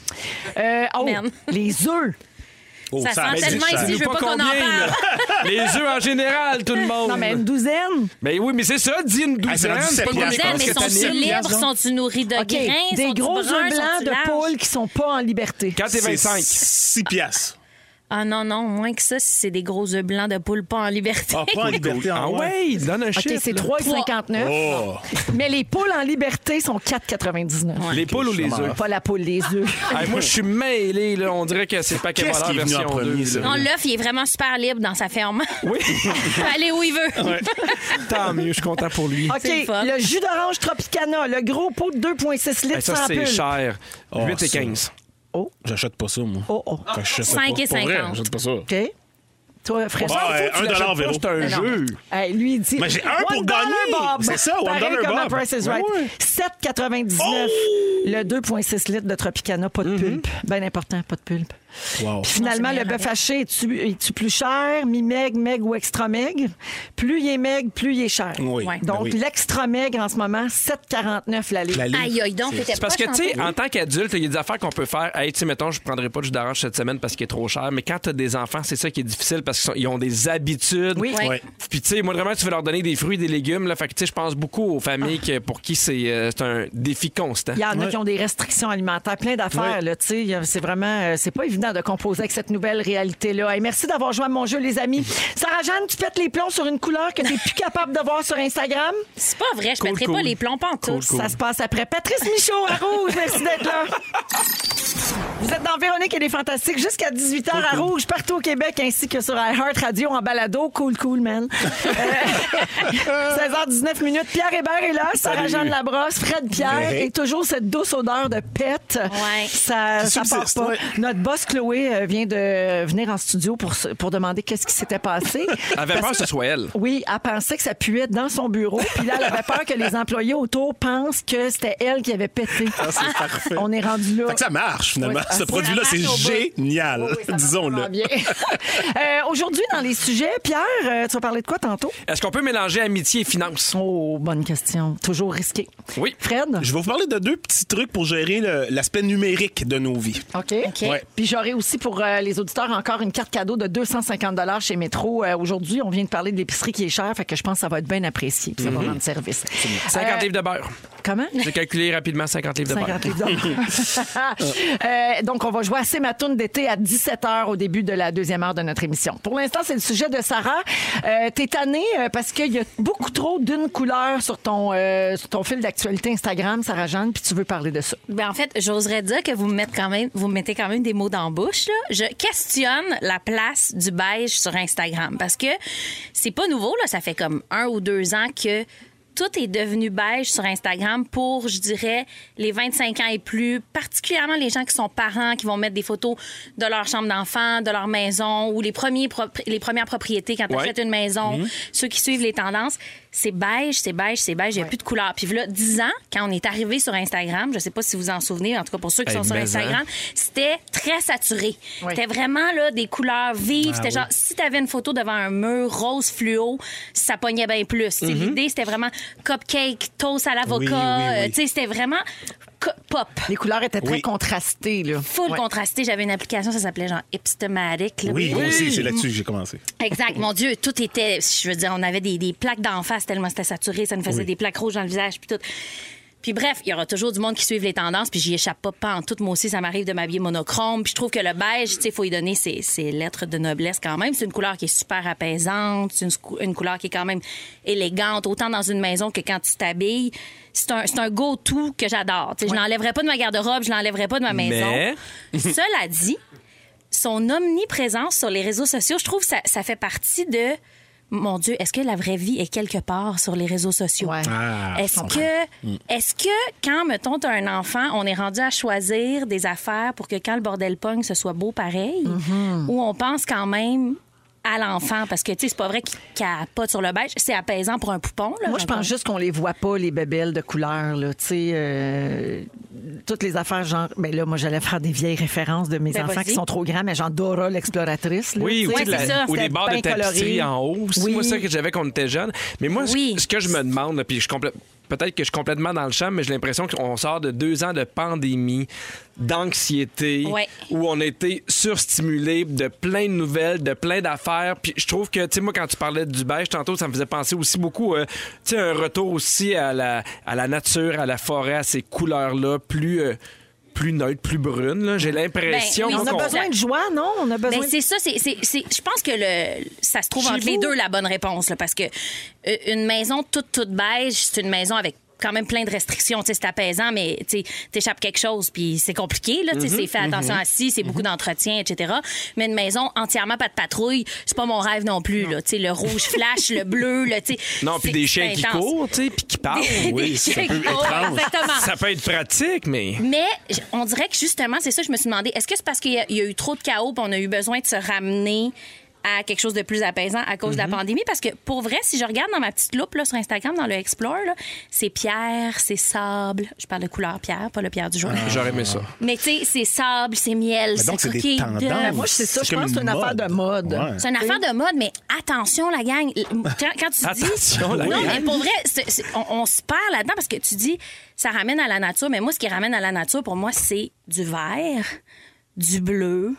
Speaker 5: Euh, oh,
Speaker 2: Man.
Speaker 5: les œufs.
Speaker 6: Oh,
Speaker 2: Ça sent
Speaker 6: reste
Speaker 2: tellement
Speaker 6: cher.
Speaker 2: ici, je veux pas qu'on en parle.
Speaker 4: Les œufs en général, tout le monde.
Speaker 5: Non, mais une douzaine.
Speaker 4: Mais oui, mais c'est ça, dis une
Speaker 6: Ah, c'est
Speaker 4: douzaine.
Speaker 6: rendu
Speaker 4: c'est
Speaker 6: sept
Speaker 4: pas
Speaker 6: piastres,
Speaker 4: qu'on
Speaker 6: je
Speaker 4: est
Speaker 6: pense
Speaker 2: Douzaine, mais
Speaker 6: que
Speaker 4: constamment.
Speaker 6: t'as mis.
Speaker 2: sont-ils libres? Sont-tu nourris de
Speaker 5: OK.
Speaker 2: grains?
Speaker 5: Des
Speaker 2: Sont-tu
Speaker 5: gros
Speaker 2: bruns?
Speaker 5: œufs blancs
Speaker 2: Sont-tu
Speaker 5: de
Speaker 2: larges?
Speaker 5: poule qui sont pas en liberté.
Speaker 4: 4 et
Speaker 6: C'est
Speaker 4: 25.
Speaker 6: 6 piastres.
Speaker 2: Ah non, non, moins que ça, si c'est des gros œufs blancs de poule pas en liberté.
Speaker 6: Ah, pas en liberté
Speaker 4: Ah
Speaker 6: en
Speaker 4: ouais, donne un
Speaker 5: OK,
Speaker 4: chiffre.
Speaker 5: c'est
Speaker 4: là.
Speaker 5: 3,59.
Speaker 6: Oh!
Speaker 5: Mais les poules en liberté sont 4,99.
Speaker 4: Les poules ou les
Speaker 6: je suis
Speaker 4: œufs?
Speaker 5: Pas la poule, les œufs.
Speaker 4: Hey, moi, je suis mêlé. Là. On dirait que c'est le paquet
Speaker 6: Qu'est-ce
Speaker 4: voleur
Speaker 6: qui est venu en
Speaker 4: version
Speaker 6: premier,
Speaker 4: 2.
Speaker 6: ça?
Speaker 4: là.
Speaker 2: Non, l'œuf, il est vraiment super libre dans sa ferme.
Speaker 4: Oui,
Speaker 2: Il peut aller où il veut.
Speaker 4: tant mieux. Je suis content pour lui.
Speaker 5: OK,
Speaker 2: C'est le fun.
Speaker 5: le jus d'orange Tropicana, le gros pot de 2,6 litres
Speaker 4: Hey, ça,
Speaker 5: sans
Speaker 4: c'est
Speaker 5: pulpe.
Speaker 4: cher.
Speaker 6: Oh,
Speaker 4: 8 et
Speaker 6: ça.
Speaker 4: 15.
Speaker 6: J'achète pas ça, moi.
Speaker 5: Oh, oh.
Speaker 6: J'achète ça
Speaker 2: Cinq
Speaker 6: pas.
Speaker 2: et
Speaker 6: Pour vrai,
Speaker 2: cinquante.
Speaker 6: J'achète pas ça.
Speaker 5: OK. Toi, François.
Speaker 6: Ah, euh,
Speaker 4: Tu
Speaker 6: un
Speaker 4: l'achètes
Speaker 6: dollar,
Speaker 4: pas,
Speaker 6: Véro.
Speaker 4: C'est un jeu.
Speaker 5: Hey, lui, il dit.
Speaker 6: Mais j'ai un pour
Speaker 5: One
Speaker 6: gagner.
Speaker 5: dollar, Bob.
Speaker 6: C'est ça, one
Speaker 5: Pareil
Speaker 6: dollar,
Speaker 5: comme à
Speaker 6: Bob.
Speaker 5: Price is
Speaker 6: Ouais,
Speaker 5: right.
Speaker 6: ouais. Oh!
Speaker 5: 7,99. Le 2,6 litres de Tropicana, pas de
Speaker 6: Mm-hmm.
Speaker 5: pulpe. Bien important, pas de pulpe.
Speaker 6: Wow.
Speaker 5: Puis finalement,
Speaker 2: Non,
Speaker 5: le
Speaker 2: c'est
Speaker 5: bœuf haché, es-tu es-tu plus cher, mi-meg, meg ou extra meg? Plus il est meg, plus il est cher.
Speaker 6: Oui,
Speaker 2: Ouais.
Speaker 6: ben
Speaker 5: Donc,
Speaker 6: oui.
Speaker 5: l'extra meg en ce moment, 7,49 la litre.
Speaker 6: La ligne.
Speaker 2: Aïe, aïe, donc, t'étais
Speaker 4: C'est parce que,
Speaker 2: pas
Speaker 4: tu sais, ah,
Speaker 2: chanceuse.
Speaker 4: en tant qu'adulte, il y a des affaires qu'on peut faire. Hey, tu sais, mettons, je prendrai pas de jus d'orange cette semaine parce qu'il est trop cher. Mais quand t'as des enfants, c'est ça qui est difficile parce qu'ils sont- ils ont des habitudes.
Speaker 5: Oui.
Speaker 2: Ouais.
Speaker 6: Ouais.
Speaker 4: Puis, tu sais, moi, vraiment, tu veux leur donner des fruits, des légumes. Là, fait que, tu sais, je pense beaucoup aux familles que- pour qui c'est euh, c'est un défi constant.
Speaker 5: Il y en a
Speaker 6: Ouais.
Speaker 5: qui ont des restrictions alimentaires, plein d'affaires.
Speaker 6: Ouais.
Speaker 5: là, tu sais. Il y a- C'est vraiment, euh, c'est pas évident de composer avec cette nouvelle réalité-là. Et merci d'avoir joué à mon jeu, les amis. Sarah-Jeanne, tu pètes les plombs sur une couleur que tu n'es plus capable de voir sur Instagram.
Speaker 2: C'est pas vrai, je
Speaker 4: Cool,
Speaker 2: mettrais
Speaker 4: cool.
Speaker 2: pas les plombs pantoufles.
Speaker 5: Ça se passe après. Patrice Michaud à Rouge, merci d'être là. Vous êtes dans Véronique et les Fantastiques jusqu'à 18h à Rouge, partout au Québec, ainsi que sur iHeart Radio en balado. Cool, cool, man. Euh, 16h19 minutes. Pierre Hébert est là, Sarah-Jeanne Labrosse, Fred Pierre
Speaker 6: Hey.
Speaker 5: et toujours cette douce odeur de pète.
Speaker 2: Ouais.
Speaker 5: Ça,
Speaker 6: Qui
Speaker 5: ça part
Speaker 6: subsiste,
Speaker 5: pas.
Speaker 6: ouais.
Speaker 5: Notre boss Chloé euh, vient de venir en studio pour, se- pour demander qu'est-ce qui s'était passé.
Speaker 4: Elle avait peur que ce soit elle.
Speaker 5: Oui, elle pensait que ça puait dans son bureau. Puis là, elle avait peur que les employés autour pensent que c'était elle qui avait pété.
Speaker 6: Ah, c'est parfait.
Speaker 5: Ah, On est rendu là.
Speaker 6: Fait que ça marche, finalement.
Speaker 5: Ouais,
Speaker 6: Ce
Speaker 5: ça
Speaker 6: produit-là,
Speaker 2: marche
Speaker 6: c'est
Speaker 2: au bout.
Speaker 6: génial.
Speaker 5: Oui, oui, ça marche
Speaker 6: Disons-le.
Speaker 5: vraiment Ah, bien. Euh, Aujourd'hui, dans les sujets, Pierre, euh, tu vas parler de quoi tantôt?
Speaker 4: Est-ce qu'on peut mélanger amitié et finance?
Speaker 5: Oh, bonne question. Toujours risqué.
Speaker 4: Oui.
Speaker 5: Fred?
Speaker 6: Je vais vous parler de deux petits trucs pour gérer le- l'aspect numérique de nos vies.
Speaker 5: OK.
Speaker 6: Ouais.
Speaker 5: Puis j'aurai aussi pour euh, les auditeurs encore une carte cadeau de 250 chez Métro. Euh, Aujourd'hui, on vient de parler de l'épicerie qui est chère, fait que je pense que ça va être bien apprécié. Puis ça
Speaker 6: Mm-hmm.
Speaker 5: va rendre service.
Speaker 4: 50
Speaker 5: Euh,
Speaker 4: livres de beurre.
Speaker 5: Comment?
Speaker 4: J'ai calculé rapidement 50 livres de beurre.
Speaker 5: 50 Euh, donc, on va jouer à C'est ma toune d'été à 17h au début de la deuxième heure de notre émission. Pour l'instant, c'est le sujet de Sarah. Euh, T'es tannée euh, parce qu'il y a beaucoup trop d'une couleur sur ton, euh, sur ton fil d'actualité Instagram, Sarah-Jeanne, puis tu veux parler de ça.
Speaker 2: Ben, en fait, j'oserais dire que vous me mettez quand même, vous me mettez quand même des mots dans la bouche. là. Je questionne la place du beige sur Instagram parce que c'est pas nouveau. Là. Ça fait comme un ou deux ans que tout est devenu beige sur Instagram pour, je dirais, les 25 ans et plus, particulièrement les gens qui sont parents, qui vont mettre des photos de leur chambre d'enfant, de leur maison ou les, premiers propri- les premières propriétés quand tu
Speaker 4: Ouais.
Speaker 2: achètes une maison, ceux qui suivent les tendances, c'est beige, c'est beige, c'est beige, il n'y a plus de couleur. Puis là, 10 ans, quand on est arrivé sur Instagram, je ne sais pas si vous en souvenez, en tout cas pour ceux qui
Speaker 4: Hey,
Speaker 2: sont sur
Speaker 4: mais
Speaker 2: Instagram,
Speaker 6: hein?
Speaker 2: c'était très saturé.
Speaker 5: Oui.
Speaker 2: C'était vraiment là, des couleurs vives.
Speaker 6: Ben
Speaker 2: c'était genre, si tu avais une photo devant un mur rose fluo, ça pognait bien plus. Tu sais, L'idée, c'était vraiment cupcake, toast à l'avocat.
Speaker 6: Oui, Mm-hmm. oui, oui.
Speaker 2: euh, tu sais, c'était vraiment co- pop.
Speaker 5: Les couleurs étaient très
Speaker 6: Oui.
Speaker 5: contrastées. Là.
Speaker 2: Full
Speaker 5: Ouais.
Speaker 2: contrasté. J'avais une application, ça s'appelait genre Hipstomatic. là.
Speaker 6: Oui, moi aussi, c'est là-dessus que j'ai commencé.
Speaker 2: Exact, mon Dieu, tout était. Je veux dire, on avait des, des plaques d'en face tellement c'était saturé, ça nous faisait des plaques rouges dans le visage, puis tout. Puis bref, il y aura toujours du monde qui suive les tendances, puis j'y échappe pas, pas en tout. Moi aussi, ça m'arrive de m'habiller monochrome. Puis je trouve que le beige, tu sais, faut y donner ses, ses lettres de noblesse quand même. C'est une couleur qui est super apaisante, c'est une, scou- une couleur qui est quand même élégante, autant dans une maison que quand tu t'habilles. C'est un, c'est un go-to que j'adore. Tu sais, Je l'enlèverai pas de ma garde-robe, je l'enlèverai pas de ma maison.
Speaker 4: Mais-
Speaker 2: Cela dit, son omniprésence sur les réseaux sociaux, je trouve que ça, ça fait partie de mon Dieu, est-ce que la vraie vie est quelque part sur les réseaux sociaux?
Speaker 5: Ouais.
Speaker 6: Ah,
Speaker 2: Est-ce que, est-ce que quand, mettons, t'as un enfant, on est rendu à choisir des affaires pour que quand le bordel pogne, ce soit beau pareil?
Speaker 5: Mm-hmm.
Speaker 2: Ou on pense quand même à l'enfant? Parce que, tu sais, c'est pas vrai qu'il capote sur le beige. C'est apaisant pour un poupon, là.
Speaker 5: Moi, je pense juste qu'on les voit pas, les bébelles de couleur. Là. Tu sais, euh, toutes les affaires, genre. Ben là, moi, j'allais faire des vieilles références de mes
Speaker 2: Ben,
Speaker 5: enfants
Speaker 2: vas-y.
Speaker 5: qui sont trop grands, mais genre Dora l'exploratrice. là,
Speaker 4: Oui,
Speaker 5: tu
Speaker 4: ou, tu
Speaker 5: sais.
Speaker 4: sais, de la-
Speaker 2: c'est ça.
Speaker 4: ou des
Speaker 5: C'était
Speaker 4: barres de
Speaker 5: bien
Speaker 4: tapisserie
Speaker 5: coloré.
Speaker 4: en haut. C'est
Speaker 5: Oui.
Speaker 4: moi ça que j'avais quand on était jeune. Mais moi, ce-
Speaker 2: Oui.
Speaker 4: ce, que je me demande, là, puis je complè- peut-être que je suis complètement dans le champ, mais j'ai l'impression qu'on sort de deux ans de pandémie, d'anxiété,
Speaker 2: Ouais.
Speaker 4: où on était surstimulé de plein de nouvelles, de plein d'affaires. Puis je trouve que, tu sais, moi, quand tu parlais du beige tantôt, ça me faisait penser aussi beaucoup, euh, tu sais, un retour aussi à la, à la nature, à la forêt, à ces couleurs-là, plus... euh, plus neutres, plus brunes. là. J'ai l'impression
Speaker 2: oui,
Speaker 5: Ben, Mais on
Speaker 4: qu'on-
Speaker 5: a besoin de joie, non? On a besoin
Speaker 2: Ben, c'est ça, c'est, c'est- c'est- je pense que le, ça se trouve
Speaker 5: Chez
Speaker 2: entre les
Speaker 5: vous?
Speaker 2: deux la bonne réponse, là, parce que euh, une maison toute, toute beige, c'est une maison avec quand même plein de restrictions, tu sais, c'est apaisant, mais tu sais, t'échappes quelque chose, puis c'est compliqué, là, tu sais,
Speaker 5: Mm-hmm,
Speaker 2: c'est fait attention à ci, c'est beaucoup d'entretien, etc. Mais une maison entièrement pas de patrouille, c'est pas mon rêve non plus, là, tu sais, le rouge flash, le bleu, là, tu sais.
Speaker 4: Non, puis
Speaker 2: c'est-
Speaker 4: des
Speaker 2: c'est
Speaker 4: chiens qui
Speaker 2: intense.
Speaker 4: courent, tu sais, puis qui parlent.
Speaker 2: Des-
Speaker 4: oui.
Speaker 2: des
Speaker 6: c'est un
Speaker 2: chiens
Speaker 6: peu
Speaker 2: qui courent,
Speaker 6: étrange.
Speaker 2: Exactement.
Speaker 4: Ça peut être pratique, mais.
Speaker 2: Mais j- on dirait que justement, c'est ça, que je me suis demandé, est-ce que c'est parce qu'il y, a- il y a eu trop de chaos puis on a eu besoin de se ramener à quelque chose de plus apaisant à cause de
Speaker 6: Mhm.
Speaker 2: la pandémie? Parce que pour vrai, si je regarde dans ma petite loupe là, sur Instagram, dans le Explore, là, c'est pierre, c'est sable. Je parle de couleur pierre, pas le pierre du jour.
Speaker 4: J'aurais aimé ça.
Speaker 2: Mais tu sais, c'est sable, c'est miel,
Speaker 6: Ah. Mais donc,
Speaker 2: c'est
Speaker 6: c'est
Speaker 2: coquille
Speaker 6: des
Speaker 2: d'œuf.
Speaker 6: tendances.
Speaker 5: Moi, je- c'est ça,
Speaker 6: comme
Speaker 5: pense que c'est une affaire de mode.
Speaker 6: Ouais.
Speaker 2: C'est une affaire de mode, mais attention, la gang. Quand, quand tu dis.
Speaker 4: Attention, la
Speaker 2: non,
Speaker 4: gang.
Speaker 2: mais pour vrai, c'est- c'est- on, on se perd là-dedans parce que tu dis, ça ramène à la nature. Mais moi, ce qui ramène à la nature, pour moi, c'est du vert, du bleu.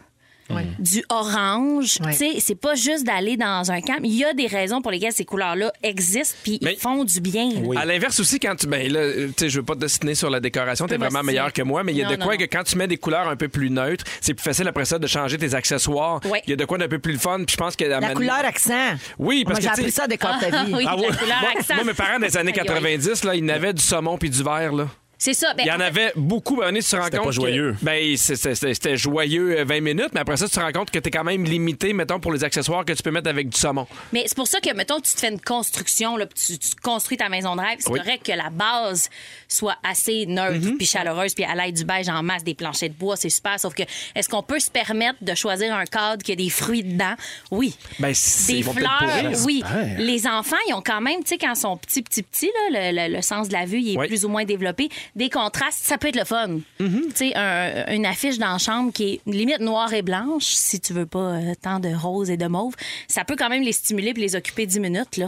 Speaker 2: Du orange,
Speaker 5: Ouais.
Speaker 2: tu sais, c'est pas juste d'aller dans un camp. Il y a des raisons pour lesquelles ces couleurs-là existent puis
Speaker 4: Mais-
Speaker 2: ils font du bien.
Speaker 4: À l'inverse aussi, quand tu. Ben là, euh, tu sais, je veux pas te dessiner sur la décoration, t'es
Speaker 2: Pas
Speaker 4: vraiment
Speaker 2: dessiner.
Speaker 4: meilleur que moi, mais il y a
Speaker 2: Non,
Speaker 4: de
Speaker 2: non,
Speaker 4: quoi
Speaker 2: non.
Speaker 4: que quand tu mets des couleurs un peu plus neutres, c'est plus facile après ça de changer tes accessoires. Il
Speaker 2: Ouais.
Speaker 4: y a de quoi d'un peu plus le fun, puis je pense que.
Speaker 5: La couleur accent.
Speaker 4: Oui, parce que,
Speaker 5: Moi, j'ai
Speaker 4: tu sais-
Speaker 5: appris ça à décor ta vie.
Speaker 2: oui,
Speaker 4: Ah
Speaker 2: la
Speaker 4: ouais.
Speaker 2: couleur
Speaker 4: Moi-
Speaker 2: accent.
Speaker 4: Moi, mes parents des années
Speaker 2: Aïe, aïe.
Speaker 4: 90, là, ils n'avaient du saumon puis du vert, là.
Speaker 2: C'est ça. Ben,
Speaker 4: Il y en
Speaker 2: en fait,
Speaker 4: avait beaucoup, ben, on est sur
Speaker 6: C'était
Speaker 4: rencontre.
Speaker 6: pas joyeux.
Speaker 4: ben, c'est- c'est- c'est- c'était joyeux euh, 20 minutes, mais après ça, tu te rends compte que t'es quand même limité, mettons, pour les accessoires que tu peux mettre avec du saumon.
Speaker 2: Mais c'est pour ça que, mettons, tu te fais une construction, là, puis tu, tu construis ta maison de rêve. C'est
Speaker 4: Oui. Mhm.
Speaker 2: correct que la base soit assez neutre, puis chaleureuse, puis à l'aide du beige en masse, des planchers de bois, c'est super. Sauf que, est-ce qu'on peut se permettre de choisir un cadre qui a des fruits dedans? Oui.
Speaker 4: Ben, c'est-
Speaker 2: des
Speaker 4: ils vont peut-être
Speaker 2: fleurs,
Speaker 4: pourrir.
Speaker 2: oui.
Speaker 6: J'espère.
Speaker 2: Les enfants, ils ont quand même, tu sais, quand ils sont petits, petits, petits, là, le, le- le sens de la vue, il est
Speaker 4: Oui.
Speaker 2: plus ou moins développé. Des contrastes, ça peut être le fun. Tu sais, un- une affiche dans la chambre qui est limite noire et blanche, si tu veux pas euh, tant de rose et de mauve, ça peut quand même les stimuler puis les occuper 10 minutes, là.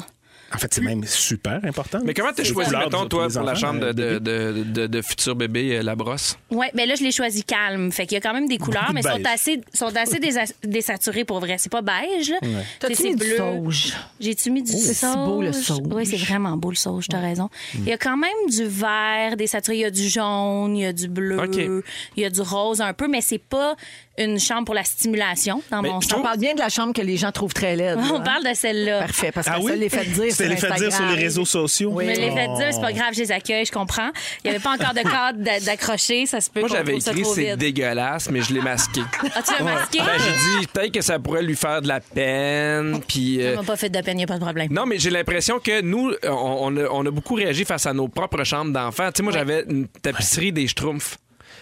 Speaker 6: En fait, c'est même super important.
Speaker 4: Mais comment t'as
Speaker 6: C'est
Speaker 4: choisi,
Speaker 6: couleur
Speaker 4: mettons,
Speaker 6: pour
Speaker 4: toi,
Speaker 6: les
Speaker 4: pour la
Speaker 6: enfants,
Speaker 4: chambre de, de,
Speaker 6: euh, bébé?
Speaker 4: de, de- de futur bébé, euh, la brosse?
Speaker 2: Ouais, ben là, je l'ai choisi calme. Fait qu'il y a quand même des couleurs,
Speaker 6: Beaucoup de
Speaker 2: mais sont
Speaker 6: beige.
Speaker 2: assez, sont assez désa- désaturés pour vrai. C'est pas beige, là. Tu sais,
Speaker 5: T'as-tu
Speaker 2: c'est
Speaker 5: mis du
Speaker 2: bleu.
Speaker 5: sauge? Oh,
Speaker 2: J'ai-tu mis du
Speaker 5: c'est si beau, le sauge.
Speaker 2: Oui, c'est vraiment beau le sauge, t'as raison.
Speaker 4: Mm.
Speaker 2: Il y a quand même du vert, des saturés, il y a du jaune, il y a du bleu,
Speaker 4: OK.
Speaker 2: il y a du rose un peu, mais c'est pas une chambre pour la stimulation, dans
Speaker 4: Mais
Speaker 2: mon
Speaker 4: je
Speaker 2: sens.
Speaker 5: On parle bien de la chambre que les gens trouvent très laide. là,
Speaker 2: On
Speaker 5: hein?
Speaker 2: parle de celle-là.
Speaker 5: Parfait, parce que
Speaker 6: Ah
Speaker 5: ça
Speaker 6: oui?
Speaker 5: les fait dire
Speaker 6: C'était
Speaker 5: sur
Speaker 6: les fait dire sur
Speaker 5: Instagram.
Speaker 6: les réseaux sociaux. Oh.
Speaker 5: Oui.
Speaker 2: Je me l'ai fait dire,
Speaker 4: Oh.
Speaker 2: c'est pas grave, je les accueille, je comprends. Il n'y avait pas encore de cadre d'a- d'accrocher, ça se peut
Speaker 4: Moi,
Speaker 2: qu'on
Speaker 4: j'avais
Speaker 2: trouve ça
Speaker 4: écrit
Speaker 2: trop
Speaker 4: c'est
Speaker 2: vite.
Speaker 4: dégueulasse, mais je l'ai masqué.
Speaker 2: Ah, tu l'as masqué?
Speaker 4: Ben, j'ai dit peut-être que ça pourrait lui faire de la peine, puis. euh,
Speaker 2: Ça m'a pas fait de peine, il n'y a pas de problème.
Speaker 4: Non, mais j'ai l'impression que nous, on, on a, on a beaucoup réagi face à nos propres chambres d'enfants. Tu sais, moi, j'avais une tapisserie des Schtroumpfs.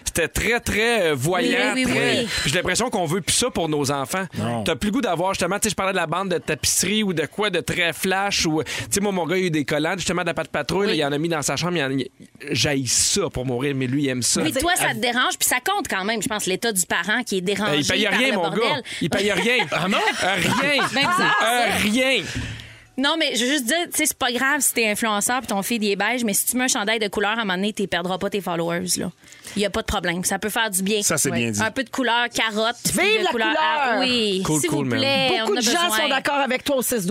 Speaker 4: C'était très, très euh, voyant.
Speaker 2: Oui, oui, oui,
Speaker 4: très-
Speaker 2: oui.
Speaker 4: Puis j'ai l'impression qu'on veut plus ça pour nos enfants.
Speaker 6: Non.
Speaker 4: T'as plus le goût d'avoir, justement, tu sais, je parlais de la bande de tapisserie ou de quoi, de très flash ou, tu sais, moi, mon gars, il a eu des collants, justement, de la patte patrouille.
Speaker 2: Oui.
Speaker 4: là, il en a mis dans sa chambre. il en- il- J'haïs ça pour mourir, mais lui, il aime ça.
Speaker 2: Oui, toi, ça te dérange, puis ça compte quand même, je pense, l'état du parent qui est dérangé.
Speaker 4: Euh, il paye
Speaker 2: par
Speaker 4: rien,
Speaker 2: le
Speaker 4: mon
Speaker 2: bordel.
Speaker 4: gars. Il paye rien. Ah non? Rien.
Speaker 2: Ben, bizarre, ça.
Speaker 4: Euh, rien.
Speaker 2: Non, mais je veux juste dire, tu sais, c'est pas grave si t'es influenceur puis ton feed il est beige, mais si tu mets un chandail de couleur, à un moment donné, t'y perdras pas tes followers, là. Il y a pas de problème. Ça peut faire du bien.
Speaker 6: Ça, c'est bien dit.
Speaker 2: Un peu de couleur carotte. puis
Speaker 5: Vive
Speaker 2: de
Speaker 5: la couleur!
Speaker 2: Ah, oui,
Speaker 4: Cool,
Speaker 2: s'il
Speaker 4: cool,
Speaker 2: vous
Speaker 4: man.
Speaker 2: plaît, Eh, on
Speaker 5: Beaucoup de
Speaker 2: a
Speaker 5: gens
Speaker 2: besoin.
Speaker 5: sont d'accord avec toi au 6-12-13 et,
Speaker 2: On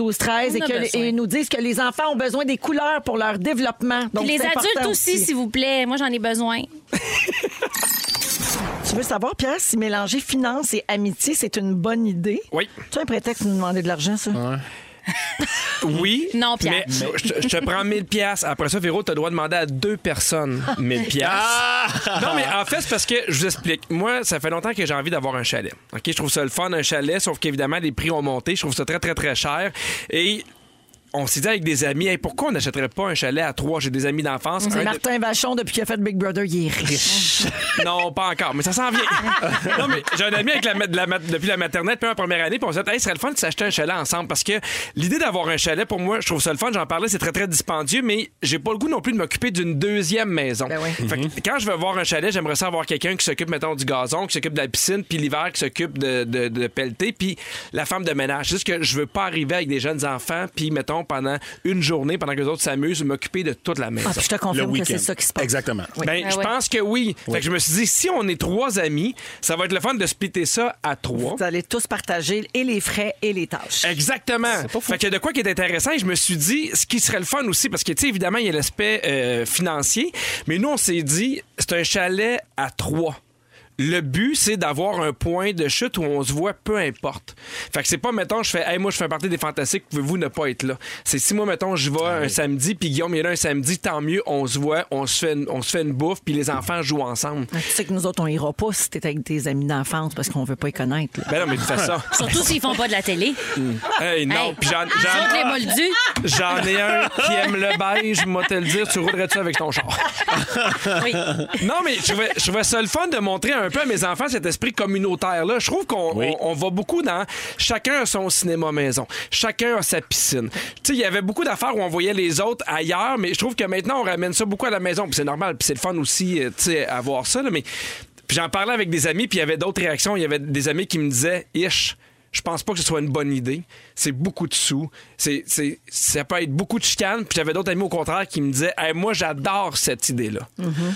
Speaker 2: a
Speaker 5: que-
Speaker 2: besoin.
Speaker 5: et nous disent que les enfants ont besoin des couleurs pour leur développement. Donc,
Speaker 2: Puis les
Speaker 5: c'est important
Speaker 2: adultes aussi, s'il vous plaît. Moi, j'en ai besoin.
Speaker 5: Tu veux savoir, Pierre, si mélanger finance et amitié, c'est une bonne idée?
Speaker 4: Oui.
Speaker 5: Tu as un prétexte de nous demander de l'argent, ça?
Speaker 4: Oui.
Speaker 2: Non, Pierre.
Speaker 4: Mais je, te- je te prends 1000 pièces. Après ça, Véro, tu as le droit de demander à deux personnes 1000 pièces.
Speaker 2: Ah!
Speaker 4: Non, mais en fait, c'est parce que je vous explique. Moi, ça fait longtemps que j'ai envie d'avoir un chalet. OK, je trouve ça le fun un chalet, sauf qu'évidemment les prix ont monté, je trouve ça très très très cher et on s'est dit avec des amis, Hey, pourquoi on n'achèterait pas un chalet à trois? J'ai des amis d'enfance. Un
Speaker 5: C'est
Speaker 4: de-
Speaker 5: Martin Vachon, depuis qu'il a fait Big Brother, il est riche.
Speaker 4: non, pas encore, mais ça s'en vient. non, mais j'ai un ami avec la, ma- de la ma- depuis la maternelle, puis la première année, puis on s'est dit, hey, ce serait le fun de s'acheter un chalet ensemble parce que l'idée d'avoir un chalet, pour moi, je trouve ça le fun. J'en parlais, c'est très, très dispendieux, mais j'ai pas le goût non plus de m'occuper d'une deuxième maison.
Speaker 5: Ben oui.
Speaker 4: Fait que quand je vais voir un chalet, j'aimerais ça avoir quelqu'un qui s'occupe, mettons, du gazon, qui s'occupe de la piscine, puis l'hiver, qui s'occupe de, de, de pelleter, puis la femme de ménage. C'est juste que je veux pas arriver avec des jeunes enfants, puis, mettons, pendant une journée, pendant que les autres s'amusent, m'occuper de toute la maison.
Speaker 5: Ah, puis je te
Speaker 6: Le
Speaker 5: confirme que
Speaker 6: week-end.
Speaker 5: c'est ça qui se passe.
Speaker 6: Exactement.
Speaker 4: Ben,
Speaker 2: Ah
Speaker 4: je
Speaker 2: ouais.
Speaker 4: pense que oui. Fait que je me suis dit, si on est trois amis, ça va être le fun de splitter ça à trois.
Speaker 5: Vous allez tous partager et les frais et les tâches.
Speaker 4: Exactement. Fait que de quoi qui est intéressant, et je me suis dit, ce qui serait le fun aussi, parce que, tu sais, évidemment, il y a l'aspect euh, financier, mais nous, on s'est dit, c'est un chalet à trois. Le but, c'est d'avoir un point de chute où on se voit peu importe. Fait que c'est pas, mettons, je fais, hey, moi, je fais un party des fantastiques, pouvez-vous ne pas être là? C'est si moi, mettons, je vais un samedi, puis Guillaume est là un samedi, tant mieux, on se voit, on se fait, une- on se fait une bouffe, puis les enfants jouent ensemble.
Speaker 6: Eh.
Speaker 5: Tu sais que nous autres, on ira pas si t'es avec tes amis d'enfance parce qu'on veut pas y connaître. là.
Speaker 4: Ben non, mais de toute façon.
Speaker 2: Surtout s'ils font pas de la télé.
Speaker 4: hey, non.
Speaker 2: Hey.
Speaker 4: Puis j'en, Ah!
Speaker 2: Ils
Speaker 4: j'en-
Speaker 2: sont les moldus.
Speaker 4: j'en ai un qui aime le beige, moi te le dire, tu roulerais-tu avec ton char?
Speaker 2: Oui.
Speaker 4: Non, mais je trouvais, je trouvais ça le fun de montrer un peu à mes enfants cet esprit communautaire-là. Je trouve qu'on
Speaker 6: Oui.
Speaker 4: on, on va beaucoup dans chacun a son cinéma maison, chacun a sa piscine. Tu sais, il y avait beaucoup d'affaires où on voyait les autres ailleurs, mais je trouve que maintenant, on ramène ça beaucoup à la maison. Puis c'est normal, puis c'est le fun aussi, euh, tu sais, avoir ça, là, mais. Puis j'en parlais avec des amis, puis il y avait d'autres réactions. Il y avait des amis qui me disaient, ish, je pense pas que ce soit une bonne idée. C'est beaucoup de sous. C'est, c'est- ça peut être beaucoup de chicanes. Puis j'avais d'autres amis au contraire qui me disaient, Hey, moi j'adore cette idée-là.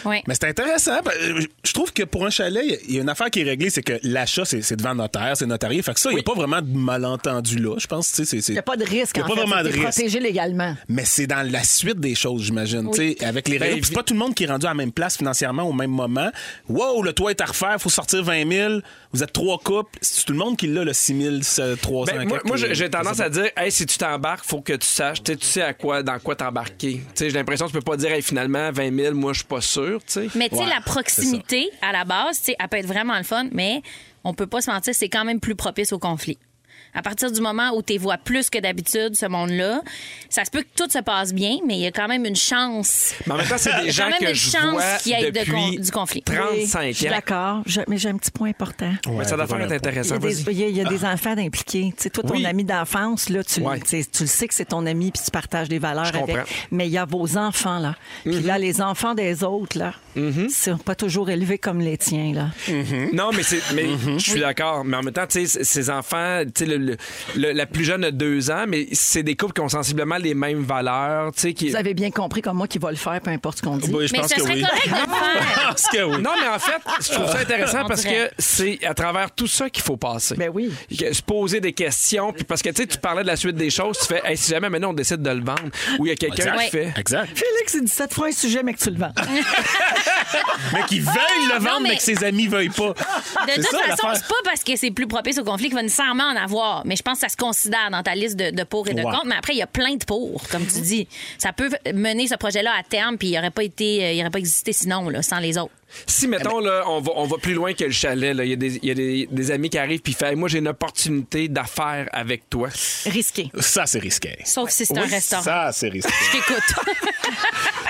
Speaker 2: Oui.
Speaker 6: Mais c'est intéressant. parce que Je trouve que pour un chalet, il y a- il y a une affaire qui est réglée, c'est que l'achat, c'est c'est devant notaire, c'est notarié. Fait que ça, il n'y a pas vraiment de malentendu là. Je pense, tu sais, c'est- c'est-
Speaker 5: Il n'y a pas de risque.
Speaker 6: Il y a
Speaker 5: en
Speaker 6: pas
Speaker 5: fait,
Speaker 6: vraiment
Speaker 5: t'es
Speaker 6: de risque.
Speaker 5: protégé légalement.
Speaker 6: Mais c'est dans la suite des choses, j'imagine. tu sais, Avec les
Speaker 4: Ben,
Speaker 6: règles, puis c'est pas tout le monde qui est rendu à la même place financièrement au même moment. Wow, le toit est à refaire, faut sortir 20 000. Vous êtes trois couples. C'est tout le monde qui l'a, le 6 000. 1300.
Speaker 4: Ben, moi, moi, j'ai j'ai tendance à dire, hey, si tu t'embarques, faut que tu saches, tu sais, tu sais à quoi, dans quoi t'embarquer. Tu sais, j'ai l'impression que tu peux pas dire, hey, finalement, 20 000, moi, je suis pas sûr, tu sais.
Speaker 2: Mais tu sais,
Speaker 6: Ouais,
Speaker 2: la proximité, à la base, tu sais, elle peut être vraiment le fun, mais on peut pas se mentir, c'est quand même plus propice au conflit. À partir du moment où tu vois plus que d'habitude ce monde-là, ça se peut que tout se passe bien, mais il y a quand même une chance.
Speaker 4: Mais en même temps, c'est des
Speaker 2: Quand
Speaker 4: gens
Speaker 2: même
Speaker 4: que
Speaker 2: une
Speaker 4: je
Speaker 2: chance
Speaker 4: vois
Speaker 2: qu'il y ait de
Speaker 4: depuis
Speaker 2: con- du conflit.
Speaker 5: Oui, Je
Speaker 4: 35
Speaker 5: suis
Speaker 4: ans.
Speaker 5: d'accord, Je- mais j'ai un petit point important.
Speaker 4: Mais ça doit faire être
Speaker 5: Il y
Speaker 4: intéressant.
Speaker 5: a des,
Speaker 4: Vas-y.
Speaker 5: il y a- il y a des enfants impliqués. Tu sais, toi, ton
Speaker 4: Oui.
Speaker 5: ami d'enfance, là, tu, le-
Speaker 4: Ouais.
Speaker 5: tu sais, tu le sais que c'est ton ami, puis tu partages des valeurs
Speaker 4: Je comprends. Mm-hmm.
Speaker 5: avec. Mais il y a vos enfants, là. Puis là, les enfants des autres, là, sont pas toujours élevés comme les tiens, là.
Speaker 4: Non, mais c'est, mais je suis d'accord. Mais en même temps, tu sais, c- ces enfants, tu sais, le- le- le- la plus jeune a deux ans, mais c'est des couples qui ont sensiblement les mêmes valeurs, tu sais, qui.
Speaker 5: Vous avez bien compris comme moi qui va le faire, peu importe ce qu'on dit.
Speaker 4: Bah.
Speaker 6: Oui, je
Speaker 2: mais
Speaker 6: pense
Speaker 2: ce
Speaker 6: que
Speaker 2: serait
Speaker 6: oui.
Speaker 2: correct de le
Speaker 6: Je
Speaker 2: faire.
Speaker 6: pense que oui.
Speaker 4: Non, mais en fait, je trouve ça intéressant
Speaker 2: On
Speaker 4: parce que
Speaker 2: dirait.
Speaker 4: c'est à travers tout ça qu'il faut passer.
Speaker 5: Ben oui.
Speaker 4: Que- Se poser des questions, puis parce que tu sais, tu parlais de la suite des choses, tu fais, Hey, si jamais maintenant on décide de le vendre, ou il y a quelqu'un
Speaker 2: Ouais.
Speaker 4: qui fait.
Speaker 6: Exact.
Speaker 5: Félix, il dit cette fois un sujet, mais que tu le vends.
Speaker 4: Ah.
Speaker 6: Mais qui veuille le vendre, mais...
Speaker 2: Ah, mais-
Speaker 6: que ses amis veuillent pas.
Speaker 2: De
Speaker 6: C'est
Speaker 2: toute
Speaker 6: ça,
Speaker 2: façon,
Speaker 6: l'affaire.
Speaker 2: c'est pas parce que c'est plus propice au conflit qu'il va nécessairement en avoir, mais je pense que ça se considère dans ta liste de, de pour et de
Speaker 6: Ouais.
Speaker 2: contre. Mais après, il y a plein de pour, comme tu dis. Ça peut mener ce projet-là à terme, puis il aurait pas été, euh, il aurait pas existé sinon, là, sans les autres.
Speaker 4: Si, mettons, là, on, va, on va plus loin que le chalet, là. il y a des, il y a des- des amis qui arrivent, puis ils font, Hey, moi j'ai une opportunité d'affaires avec toi.
Speaker 5: Risqué.
Speaker 6: Ça, c'est risqué.
Speaker 2: Sauf si c'est un restaurant.
Speaker 6: Ça, c'est risqué.
Speaker 2: Écoute.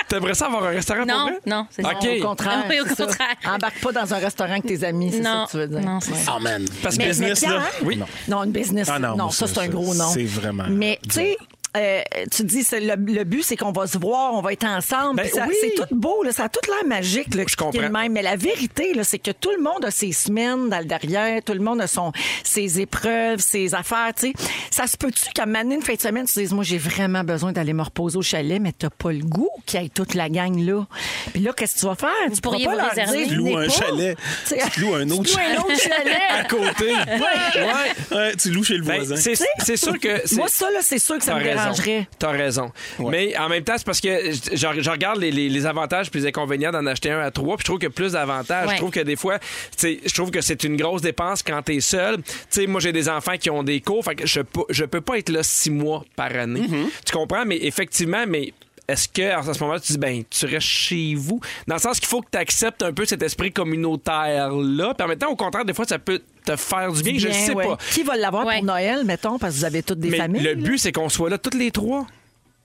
Speaker 4: T'aimerais ça avoir un restaurant
Speaker 2: Non,
Speaker 4: pour vrai?
Speaker 2: non, c'est
Speaker 4: OK.
Speaker 5: Au contraire.
Speaker 2: Oui, au
Speaker 5: c'est ça.
Speaker 2: contraire.
Speaker 5: Embarque pas dans un restaurant avec tes amis, c'est ça
Speaker 2: Non,
Speaker 5: que tu veux dire.
Speaker 2: non, c'est ça.
Speaker 6: Oh, man.
Speaker 4: Parce que
Speaker 6: Mais-
Speaker 5: business,
Speaker 6: business,
Speaker 5: là.
Speaker 6: là.
Speaker 4: Oui.
Speaker 6: Non.
Speaker 5: hein? Non, une business.
Speaker 6: Ah
Speaker 5: non,
Speaker 6: non,
Speaker 5: ça,
Speaker 6: ça,
Speaker 5: c'est un
Speaker 6: ça,
Speaker 5: gros non.
Speaker 6: c'est vraiment
Speaker 5: Mais tu
Speaker 6: dur.
Speaker 5: sais. euh, tu dis, c'est le, le but, c'est qu'on va se voir, on va être ensemble.
Speaker 4: Ben
Speaker 5: puis ça-
Speaker 4: oui.
Speaker 5: C'est tout beau, là, ça a toute l'air magique. Là,
Speaker 4: Je
Speaker 5: qui est le
Speaker 4: comprends.
Speaker 5: Même. Mais la vérité, là, c'est que tout le monde a ses semaines dans le derrière, tout le monde a son, ses épreuves, ses affaires. tu sais. Ça se peut-tu qu'à maner une fin de semaine, tu dises, moi, j'ai vraiment besoin d'aller me reposer au chalet, mais t'as pas le goût qu'il y ait toute la gang là. Puis là, qu'est-ce que tu vas faire? Tu pourras
Speaker 2: pourriez
Speaker 5: pas
Speaker 2: vous
Speaker 5: leur
Speaker 2: réserver.
Speaker 5: dire,
Speaker 6: Tu loues
Speaker 5: venez
Speaker 6: un
Speaker 5: pas.
Speaker 6: chalet.
Speaker 5: Tu sais,
Speaker 6: Tu loues un autre
Speaker 5: tu loues un autre chalet.
Speaker 4: À côté. Ouais.
Speaker 6: Ouais, tu loues chez le
Speaker 4: Ben,
Speaker 6: voisin.
Speaker 4: c'est c'est sûr que. c'est-
Speaker 5: Moi, ça, là, c'est sûr que ça
Speaker 4: T'as
Speaker 5: me
Speaker 4: raison.
Speaker 5: dérangerait.
Speaker 4: T'as raison. Mais en même temps, c'est parce que je, je- je regarde les, les- les avantages puis les inconvénients d'en acheter un à trois, puis je trouve que plus d'avantages.
Speaker 2: Ouais.
Speaker 4: Je trouve que des fois, tu sais, je trouve que c'est une grosse dépense quand t'es seul. Tu sais, moi, j'ai des enfants qui ont des cours, fait que je, peux- je peux pas être là six mois par année. Tu comprends? Mais effectivement, mais. Est-ce que, en ce moment tu dis, ben, tu restes chez vous? Dans le sens qu'il faut que tu acceptes un peu cet esprit communautaire-là. Puis en même temps, au contraire, des fois, ça peut te faire du bien, je
Speaker 5: Bien,
Speaker 4: sais
Speaker 5: ouais.
Speaker 4: pas.
Speaker 5: Qui va l'avoir
Speaker 2: Ouais.
Speaker 5: pour Noël, mettons, parce que vous avez toutes des
Speaker 4: Mais
Speaker 5: familles.
Speaker 4: le
Speaker 5: là.
Speaker 4: but, c'est qu'on soit là toutes les trois.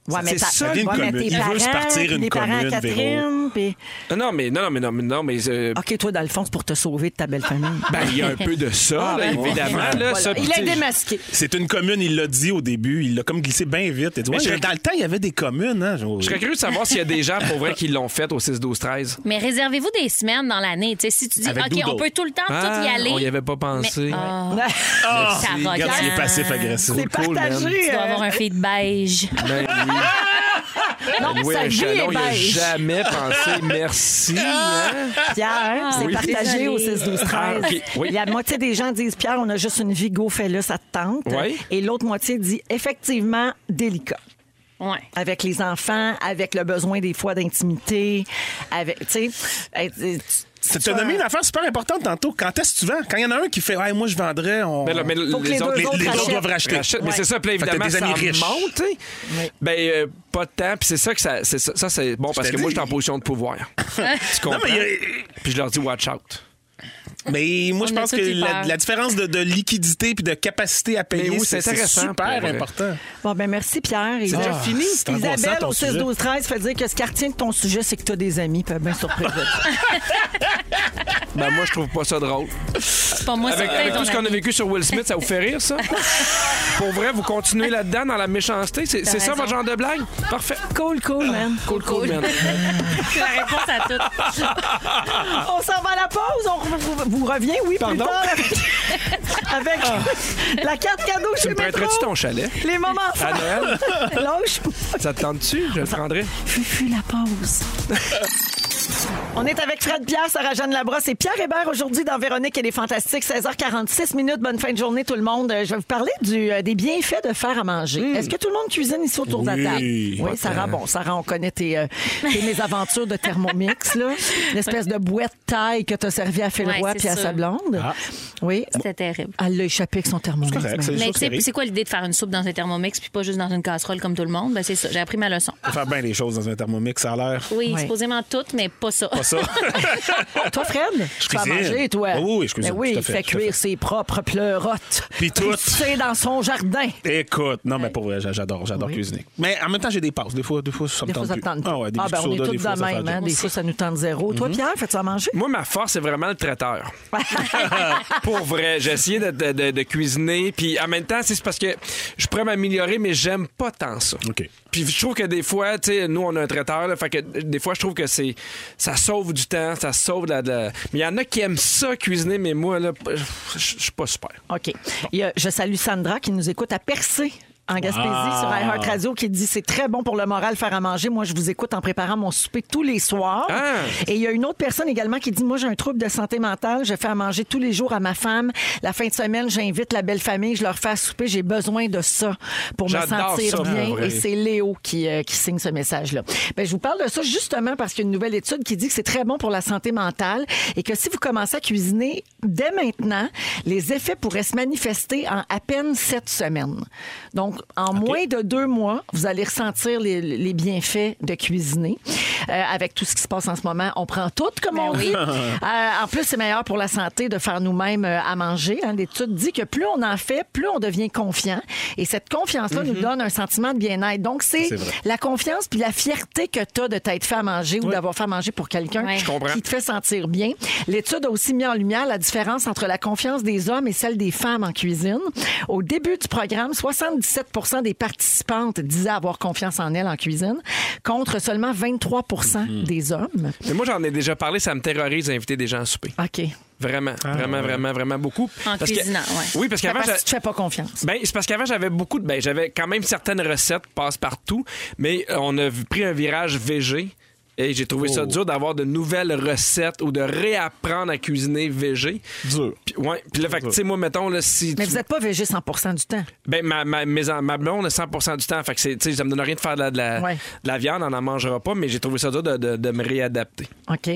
Speaker 5: Ouais, mais
Speaker 4: c'est
Speaker 5: ta-
Speaker 4: ça,
Speaker 5: ouais,
Speaker 6: une
Speaker 5: mais
Speaker 6: commune.
Speaker 5: tes
Speaker 6: Ils veulent se
Speaker 5: parents,
Speaker 6: partir une
Speaker 5: des parents à
Speaker 6: commune, Véro.
Speaker 5: Catherine, puis-
Speaker 4: Non, non, mais non, non, mais non, mais non, mais euh,
Speaker 5: OK, toi, dans le fond, c'est pour te sauver de ta belle famille.
Speaker 4: ben, il y a un peu de ça,
Speaker 5: Ah,
Speaker 4: là,
Speaker 5: ben,
Speaker 4: évidemment.
Speaker 5: voilà.
Speaker 4: Là,
Speaker 5: Voilà.
Speaker 4: ça,
Speaker 5: Il
Speaker 4: tu
Speaker 5: est
Speaker 4: sais,
Speaker 5: démasqué.
Speaker 6: C'est une commune, il l'a dit au début. Il l'a comme glissé bien vite. Il dit, ouais,
Speaker 4: je-
Speaker 6: mais dans le temps, il y avait des communes. Hein, genre-
Speaker 4: Je serais curieux de savoir s'il y a des gens pour vrai qui l'ont fait au 6 12 13.
Speaker 2: Mais réservez-vous des semaines dans l'année. Tu sais, si tu dis,
Speaker 6: Avec
Speaker 2: OK,
Speaker 6: Doodle.
Speaker 2: on peut tout le temps
Speaker 5: Ah,
Speaker 2: tout y aller.
Speaker 4: Ah, on y avait pas pensé.
Speaker 2: Mais- Ah,
Speaker 6: Ah,
Speaker 2: Ça
Speaker 6: regarde,
Speaker 2: regarde.
Speaker 6: il est passif-agressif.
Speaker 5: C'est
Speaker 4: cool, man.
Speaker 5: partagé.
Speaker 2: tu dois
Speaker 5: euh,
Speaker 2: avoir un feed beige.
Speaker 4: Ben oui.
Speaker 5: Non,
Speaker 4: Louer
Speaker 5: sa
Speaker 4: un
Speaker 5: vie
Speaker 4: chalon,
Speaker 5: est
Speaker 4: il a
Speaker 5: beige. Ah.
Speaker 4: jamais pensé merci. hein?
Speaker 5: Pierre, c'est
Speaker 2: oui.
Speaker 5: partagé
Speaker 2: Désolée.
Speaker 5: au 6 12 13.
Speaker 4: Ah, ok, oui.
Speaker 5: La moitié des gens disent Pierre, on a juste une vie go, fais-le, ça te tente.
Speaker 4: Oui.
Speaker 5: Et l'autre moitié dit effectivement délicat.
Speaker 2: Ouais.
Speaker 5: avec les enfants, avec le besoin des fois d'intimité, avec, tu sais, euh, tu-
Speaker 6: C'est tu as nommé une affaire super importante tantôt. Quand est-ce que tu vends? Quand il y en a un qui fait, ouais, moi, je vendrais. On...
Speaker 4: Mais là, mais
Speaker 5: Faut que les deux
Speaker 4: autres,
Speaker 5: autres
Speaker 6: les autres
Speaker 5: rachètent.
Speaker 6: doivent racheter.
Speaker 4: Rachète, Mais
Speaker 5: Ouais.
Speaker 4: c'est ça, puis là,
Speaker 6: Fait que t'as
Speaker 4: évidemment,
Speaker 6: des amis
Speaker 4: ça
Speaker 6: riches.
Speaker 4: monte. tu sais. Ben, euh, pas de temps, puis c'est ça que ça. c'est Ça, ça, c'est bon, parce
Speaker 6: t'ai
Speaker 4: que moi,
Speaker 6: dit.
Speaker 4: je suis en position de pouvoir. tu comprends?
Speaker 6: Non, mais il y a-
Speaker 4: Puis je leur dis, watch out.
Speaker 6: Mais moi,
Speaker 2: On
Speaker 6: je
Speaker 2: a
Speaker 6: pense
Speaker 2: tout
Speaker 6: que
Speaker 2: eu
Speaker 6: la,
Speaker 2: peur.
Speaker 6: la différence de, de liquidité puis de capacité à
Speaker 4: Mais
Speaker 6: payer,
Speaker 4: oui,
Speaker 6: c'est
Speaker 4: c'est
Speaker 6: c'est
Speaker 4: intéressant, pour
Speaker 6: super
Speaker 4: vrai.
Speaker 6: important.
Speaker 5: Bon, ben merci Pierre. Il
Speaker 6: C'est
Speaker 5: est
Speaker 6: déjà fini. C'est angoissant,
Speaker 5: Isabelle,
Speaker 6: ton
Speaker 5: au
Speaker 6: sujet.
Speaker 5: 6-12-13, fait dire que ce quartier de ton sujet, c'est que tu as des amis. Puis elle est bien surprise. de ça.
Speaker 4: Ben, moi, je trouve pas ça drôle.
Speaker 2: C'est pas moi, c'est
Speaker 4: Avec, avec
Speaker 2: peut-être
Speaker 4: tout ce
Speaker 2: ton
Speaker 4: qu'on a
Speaker 2: ami.
Speaker 4: vécu sur Will Smith, ça vous fait rire, ça? Pour vrai, vous continuez là-dedans dans la méchanceté? C'est c'est ça
Speaker 2: raison.
Speaker 4: votre genre de blague? Parfait.
Speaker 5: cool, cool, man.
Speaker 4: Cool, cool, Ben. man.
Speaker 2: la réponse à tout.
Speaker 5: On s'en va à la pause. On re- vous- vous revient, oui, plus
Speaker 4: Pardon? Ah.
Speaker 5: tard. Avec la carte cadeau
Speaker 4: Tu
Speaker 5: chez
Speaker 4: me
Speaker 5: Métro.
Speaker 4: prêterais-tu ton chalet?
Speaker 5: Les moments
Speaker 4: À
Speaker 5: forts.
Speaker 4: Noël?
Speaker 5: Lâche.
Speaker 4: Ça te tente-tu? Je le prendrais.
Speaker 5: Fufu, la pause. On est avec Fred Pierre, Sarah-Jeanne Labrosse et Pierre Hébert aujourd'hui dans Véronique et les Fantastiques, 16h46 minutes. Bonne fin de journée tout le monde. Euh, Je vais vous parler du, euh, des bienfaits de faire à manger.
Speaker 4: Hmm.
Speaker 5: Est-ce que tout le monde cuisine ici autour de
Speaker 6: Oui.
Speaker 5: la table? Oui, Sarah, bon, Sarah, on connaît tes, euh, tes mésaventures de Thermomix, là. L'espèce de boîte taille que tu as servi à Philroy
Speaker 2: Ouais, c'est
Speaker 5: puis à
Speaker 2: sûr.
Speaker 5: sa blonde.
Speaker 6: Ah.
Speaker 5: Oui.
Speaker 2: C'était terrible.
Speaker 5: Elle l'a échappé avec son Thermomix.
Speaker 6: C'est correct,
Speaker 5: mais-
Speaker 6: c'est des
Speaker 2: Mais
Speaker 6: choses
Speaker 2: tu
Speaker 6: qui
Speaker 2: sais,
Speaker 6: arrivent.
Speaker 2: c'est quoi l'idée de faire une soupe dans un thermomix puis pas juste dans une casserole comme tout le monde? Ben, c'est ça. J'ai appris ma leçon.
Speaker 6: Faut Faire bien les choses dans un thermomix, ça a l'air.
Speaker 2: Oui,
Speaker 5: Ouais.
Speaker 2: supposément toutes, mais pas ça.
Speaker 6: Pas ça.
Speaker 5: Toi, Fred, je tu vas
Speaker 6: cuisine.
Speaker 5: manger, toi.
Speaker 6: Ah oui, oui, je cuisine,
Speaker 5: Mais oui,
Speaker 6: tout
Speaker 5: il
Speaker 6: à fait,
Speaker 5: fait
Speaker 6: tout à
Speaker 5: cuire
Speaker 6: fait.
Speaker 5: ses propres pleurotes.
Speaker 6: Puis tout.
Speaker 5: Poussées dans son jardin.
Speaker 6: Écoute, non, mais pour vrai, j'a- j'adore, j'adore
Speaker 5: Oui.
Speaker 6: cuisiner. Mais Mais en même temps, j'ai des pauses. Des fois, des fois ça me
Speaker 5: Des fois,
Speaker 6: tente
Speaker 5: ça
Speaker 6: plus.
Speaker 5: te tente
Speaker 6: Ah ouais, des
Speaker 5: ben,
Speaker 6: petits
Speaker 5: on est
Speaker 6: sodas,
Speaker 5: tous
Speaker 6: des
Speaker 5: de
Speaker 6: fois, ça fait Mhm.
Speaker 5: même. Hein? Des fois, ça nous tente zéro. Toi, Pierre, fais-tu à manger?
Speaker 4: Moi, ma force, c'est vraiment le traiteur. Pour vrai, j'ai essayé de, de- de- de cuisiner. Puis en même temps, c'est parce que je pourrais m'améliorer, mais j'aime pas tant ça.
Speaker 6: OK.
Speaker 4: Puis je trouve que des fois, tu sais, nous, on a un traiteur. Là, fait que des fois, je trouve que c'est ça sauve du temps, ça sauve de la. de la- Mais il y en a qui aiment ça cuisiner, mais moi, là, je je suis pas super.
Speaker 5: OK. Il y a- je salue Sandra qui nous écoute à Percé. En Gaspésie,
Speaker 6: Wow.
Speaker 5: sur iHeartRadio, qui dit c'est très bon pour le moral faire à manger. Moi, je vous écoute en préparant mon souper tous les soirs.
Speaker 4: Ah.
Speaker 5: Et il y a une autre personne également qui dit moi j'ai un trouble de santé mentale. Je fais à manger tous les jours à ma femme. La fin de semaine, j'invite la belle famille, je leur fais à souper. J'ai besoin de ça pour me
Speaker 4: J'adore
Speaker 5: sentir
Speaker 4: ça, pour
Speaker 5: bien.
Speaker 4: vrai.
Speaker 5: Et c'est Léo qui, euh, qui signe ce message-là. Ben, je vous parle de ça justement parce qu'il y a une nouvelle étude qui dit que c'est très bon pour la santé mentale et que si vous commencez à cuisiner dès maintenant, les effets pourraient se manifester en à peine sept semaines. Donc, en moins de deux mois, vous allez ressentir les, les bienfaits de cuisiner. Euh, avec tout ce qui se passe en ce moment, on prend tout, comme on dit. Euh, en plus, c'est meilleur pour la santé de faire nous-mêmes euh, à manger. hein. L'étude dit que plus on en fait, plus on devient confiant. Et cette confiance-là nous donne un sentiment de bien-être. Donc, c'est
Speaker 6: C'est vrai.
Speaker 5: la confiance puis la fierté que tu as de t'être fait à manger ou d'avoir fait à manger pour quelqu'un
Speaker 2: Ouais. Je
Speaker 4: comprends.
Speaker 5: qui te fait sentir bien. L'étude a aussi mis en lumière la différence entre la confiance des hommes et celle des femmes en cuisine. Au début du programme, 77 des participantes disaient avoir confiance en elles en cuisine, contre seulement 23 des hommes.
Speaker 4: Mais moi, j'en ai déjà parlé, ça me terrorise d'inviter des gens à souper.
Speaker 5: OK.
Speaker 4: Vraiment, vraiment, vraiment, vraiment beaucoup.
Speaker 2: En
Speaker 4: Parce que-
Speaker 2: cuisinant, ouais.
Speaker 4: Oui, parce qu'avant,
Speaker 5: Parce que
Speaker 4: j'a-
Speaker 5: tu te fais pas confiance.
Speaker 4: Ben, c'est parce qu'avant, j'avais beaucoup de. Ben, j'avais quand même certaines recettes passe-partout, mais euh, on a vu- pris un virage végé. Et j'ai trouvé ça dur d'avoir de nouvelles recettes ou de réapprendre à cuisiner végé.
Speaker 6: Dur.
Speaker 4: Puis, ouais. Puis là, fait que, tu sais, moi, mettons, là, si.
Speaker 5: Mais
Speaker 4: tu-
Speaker 5: vous n'êtes pas végé 100 du temps.
Speaker 4: Ben, ma, ma, mes, ma blonde, 100 du temps. Fait que, c'est- tu sais, ça me donne rien de faire de la, de la,
Speaker 5: Ouais.
Speaker 4: de la viande, on n'en mangera pas, mais j'ai trouvé ça dur de, de- de me réadapter.
Speaker 5: OK.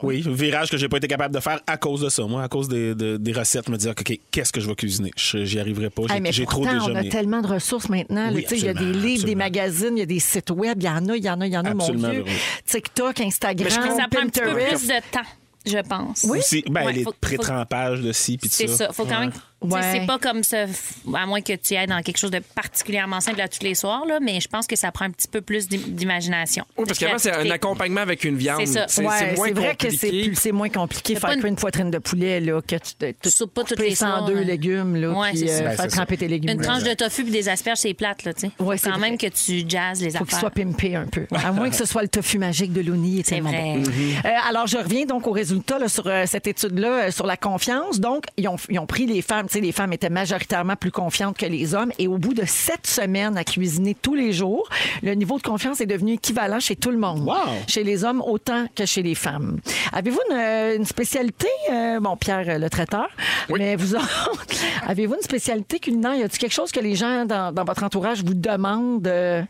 Speaker 6: Oui, virage que j'ai pas été capable de faire à cause de ça. Moi, à cause des, de- des recettes, je me dire, OK, qu'est-ce que je vais cuisiner? Je- J'y arriverai pas. J'ai
Speaker 5: Ah, mais
Speaker 6: j'ai trop
Speaker 5: pourtant,
Speaker 6: déjà
Speaker 5: on a
Speaker 6: mes-
Speaker 5: tellement de ressources maintenant. là.
Speaker 6: Oui,
Speaker 5: Tu sais, il y a des
Speaker 6: absolument,
Speaker 5: livres, des
Speaker 6: absolument.
Speaker 5: magazines, il y a des sites web, il y en a, il y en a, il y en a, mon
Speaker 6: Absolument,
Speaker 5: Dieu.
Speaker 6: oui.
Speaker 5: TikTok,
Speaker 2: Mais je
Speaker 5: Instagram,
Speaker 2: pense que ça prend un petit peu
Speaker 5: Pinterest.
Speaker 2: plus de temps, je pense.
Speaker 6: Aussi, ben,
Speaker 2: Ouais,
Speaker 6: les
Speaker 2: faut- faut-
Speaker 6: pré-trempages de ci, puis tout ça.
Speaker 2: C'est ça. Faut quand même. tu sais,
Speaker 5: Ouais.
Speaker 2: C'est pas comme ça, f- à moins que tu ailles dans quelque chose de particulièrement simple à tous les soirs, là, mais je pense que ça prend un petit peu plus d'im- d'imagination.
Speaker 4: Oui, parce
Speaker 2: De
Speaker 4: qu'avant, c'est un
Speaker 2: créativité.
Speaker 4: accompagnement avec une viande.
Speaker 2: C'est ça.
Speaker 5: Ouais,
Speaker 4: c'est moins
Speaker 5: c'est vrai que c'est
Speaker 4: compliqué.
Speaker 5: plus- c'est moins compliqué
Speaker 2: pas
Speaker 5: faire
Speaker 2: une-
Speaker 5: cuire une poitrine de poulet là, que tu te-
Speaker 2: Tu soupes pas toutes
Speaker 5: couper
Speaker 2: les
Speaker 5: ça en
Speaker 2: soirs,
Speaker 5: deux
Speaker 2: hein.
Speaker 5: légumes là,
Speaker 2: Ouais,
Speaker 5: puis
Speaker 2: c'est ça.
Speaker 5: euh,
Speaker 6: Ben,
Speaker 5: faire
Speaker 6: c'est ça.
Speaker 5: tremper tes légumes.
Speaker 2: Une
Speaker 5: Ouais.
Speaker 2: tranche de tofu puis des asperges, c'est plate, là, tu sais.
Speaker 5: Ouais, c'est
Speaker 2: Quand
Speaker 5: vrai.
Speaker 2: même que tu jazzes les
Speaker 5: faut qu'il
Speaker 2: affaires.
Speaker 5: soit pimpé un peu. À moins que ce soit le tofu magique de Louni. il est
Speaker 2: C'est
Speaker 5: tellement
Speaker 2: vrai. Mm-hmm.
Speaker 5: bon. Euh, alors, je reviens donc au résultat là, sur euh, cette étude-là, euh, sur la confiance. Donc, ils ont, ils ont pris les femmes. Tu sais, les femmes étaient majoritairement plus confiantes que les hommes. Et au bout de sept semaines à cuisiner tous les jours, le niveau de confiance est devenu équivalent chez tout le monde.
Speaker 6: Wow.
Speaker 5: Chez les hommes autant que chez les femmes. Avez-vous une, euh, une spécialité? euh, bon, Pierre, euh, le traiteur. Mais vous autres, avez-vous une spécialité culinaire? Y a-t-il quelque chose que les gens dans, dans votre entourage vous demandent euh,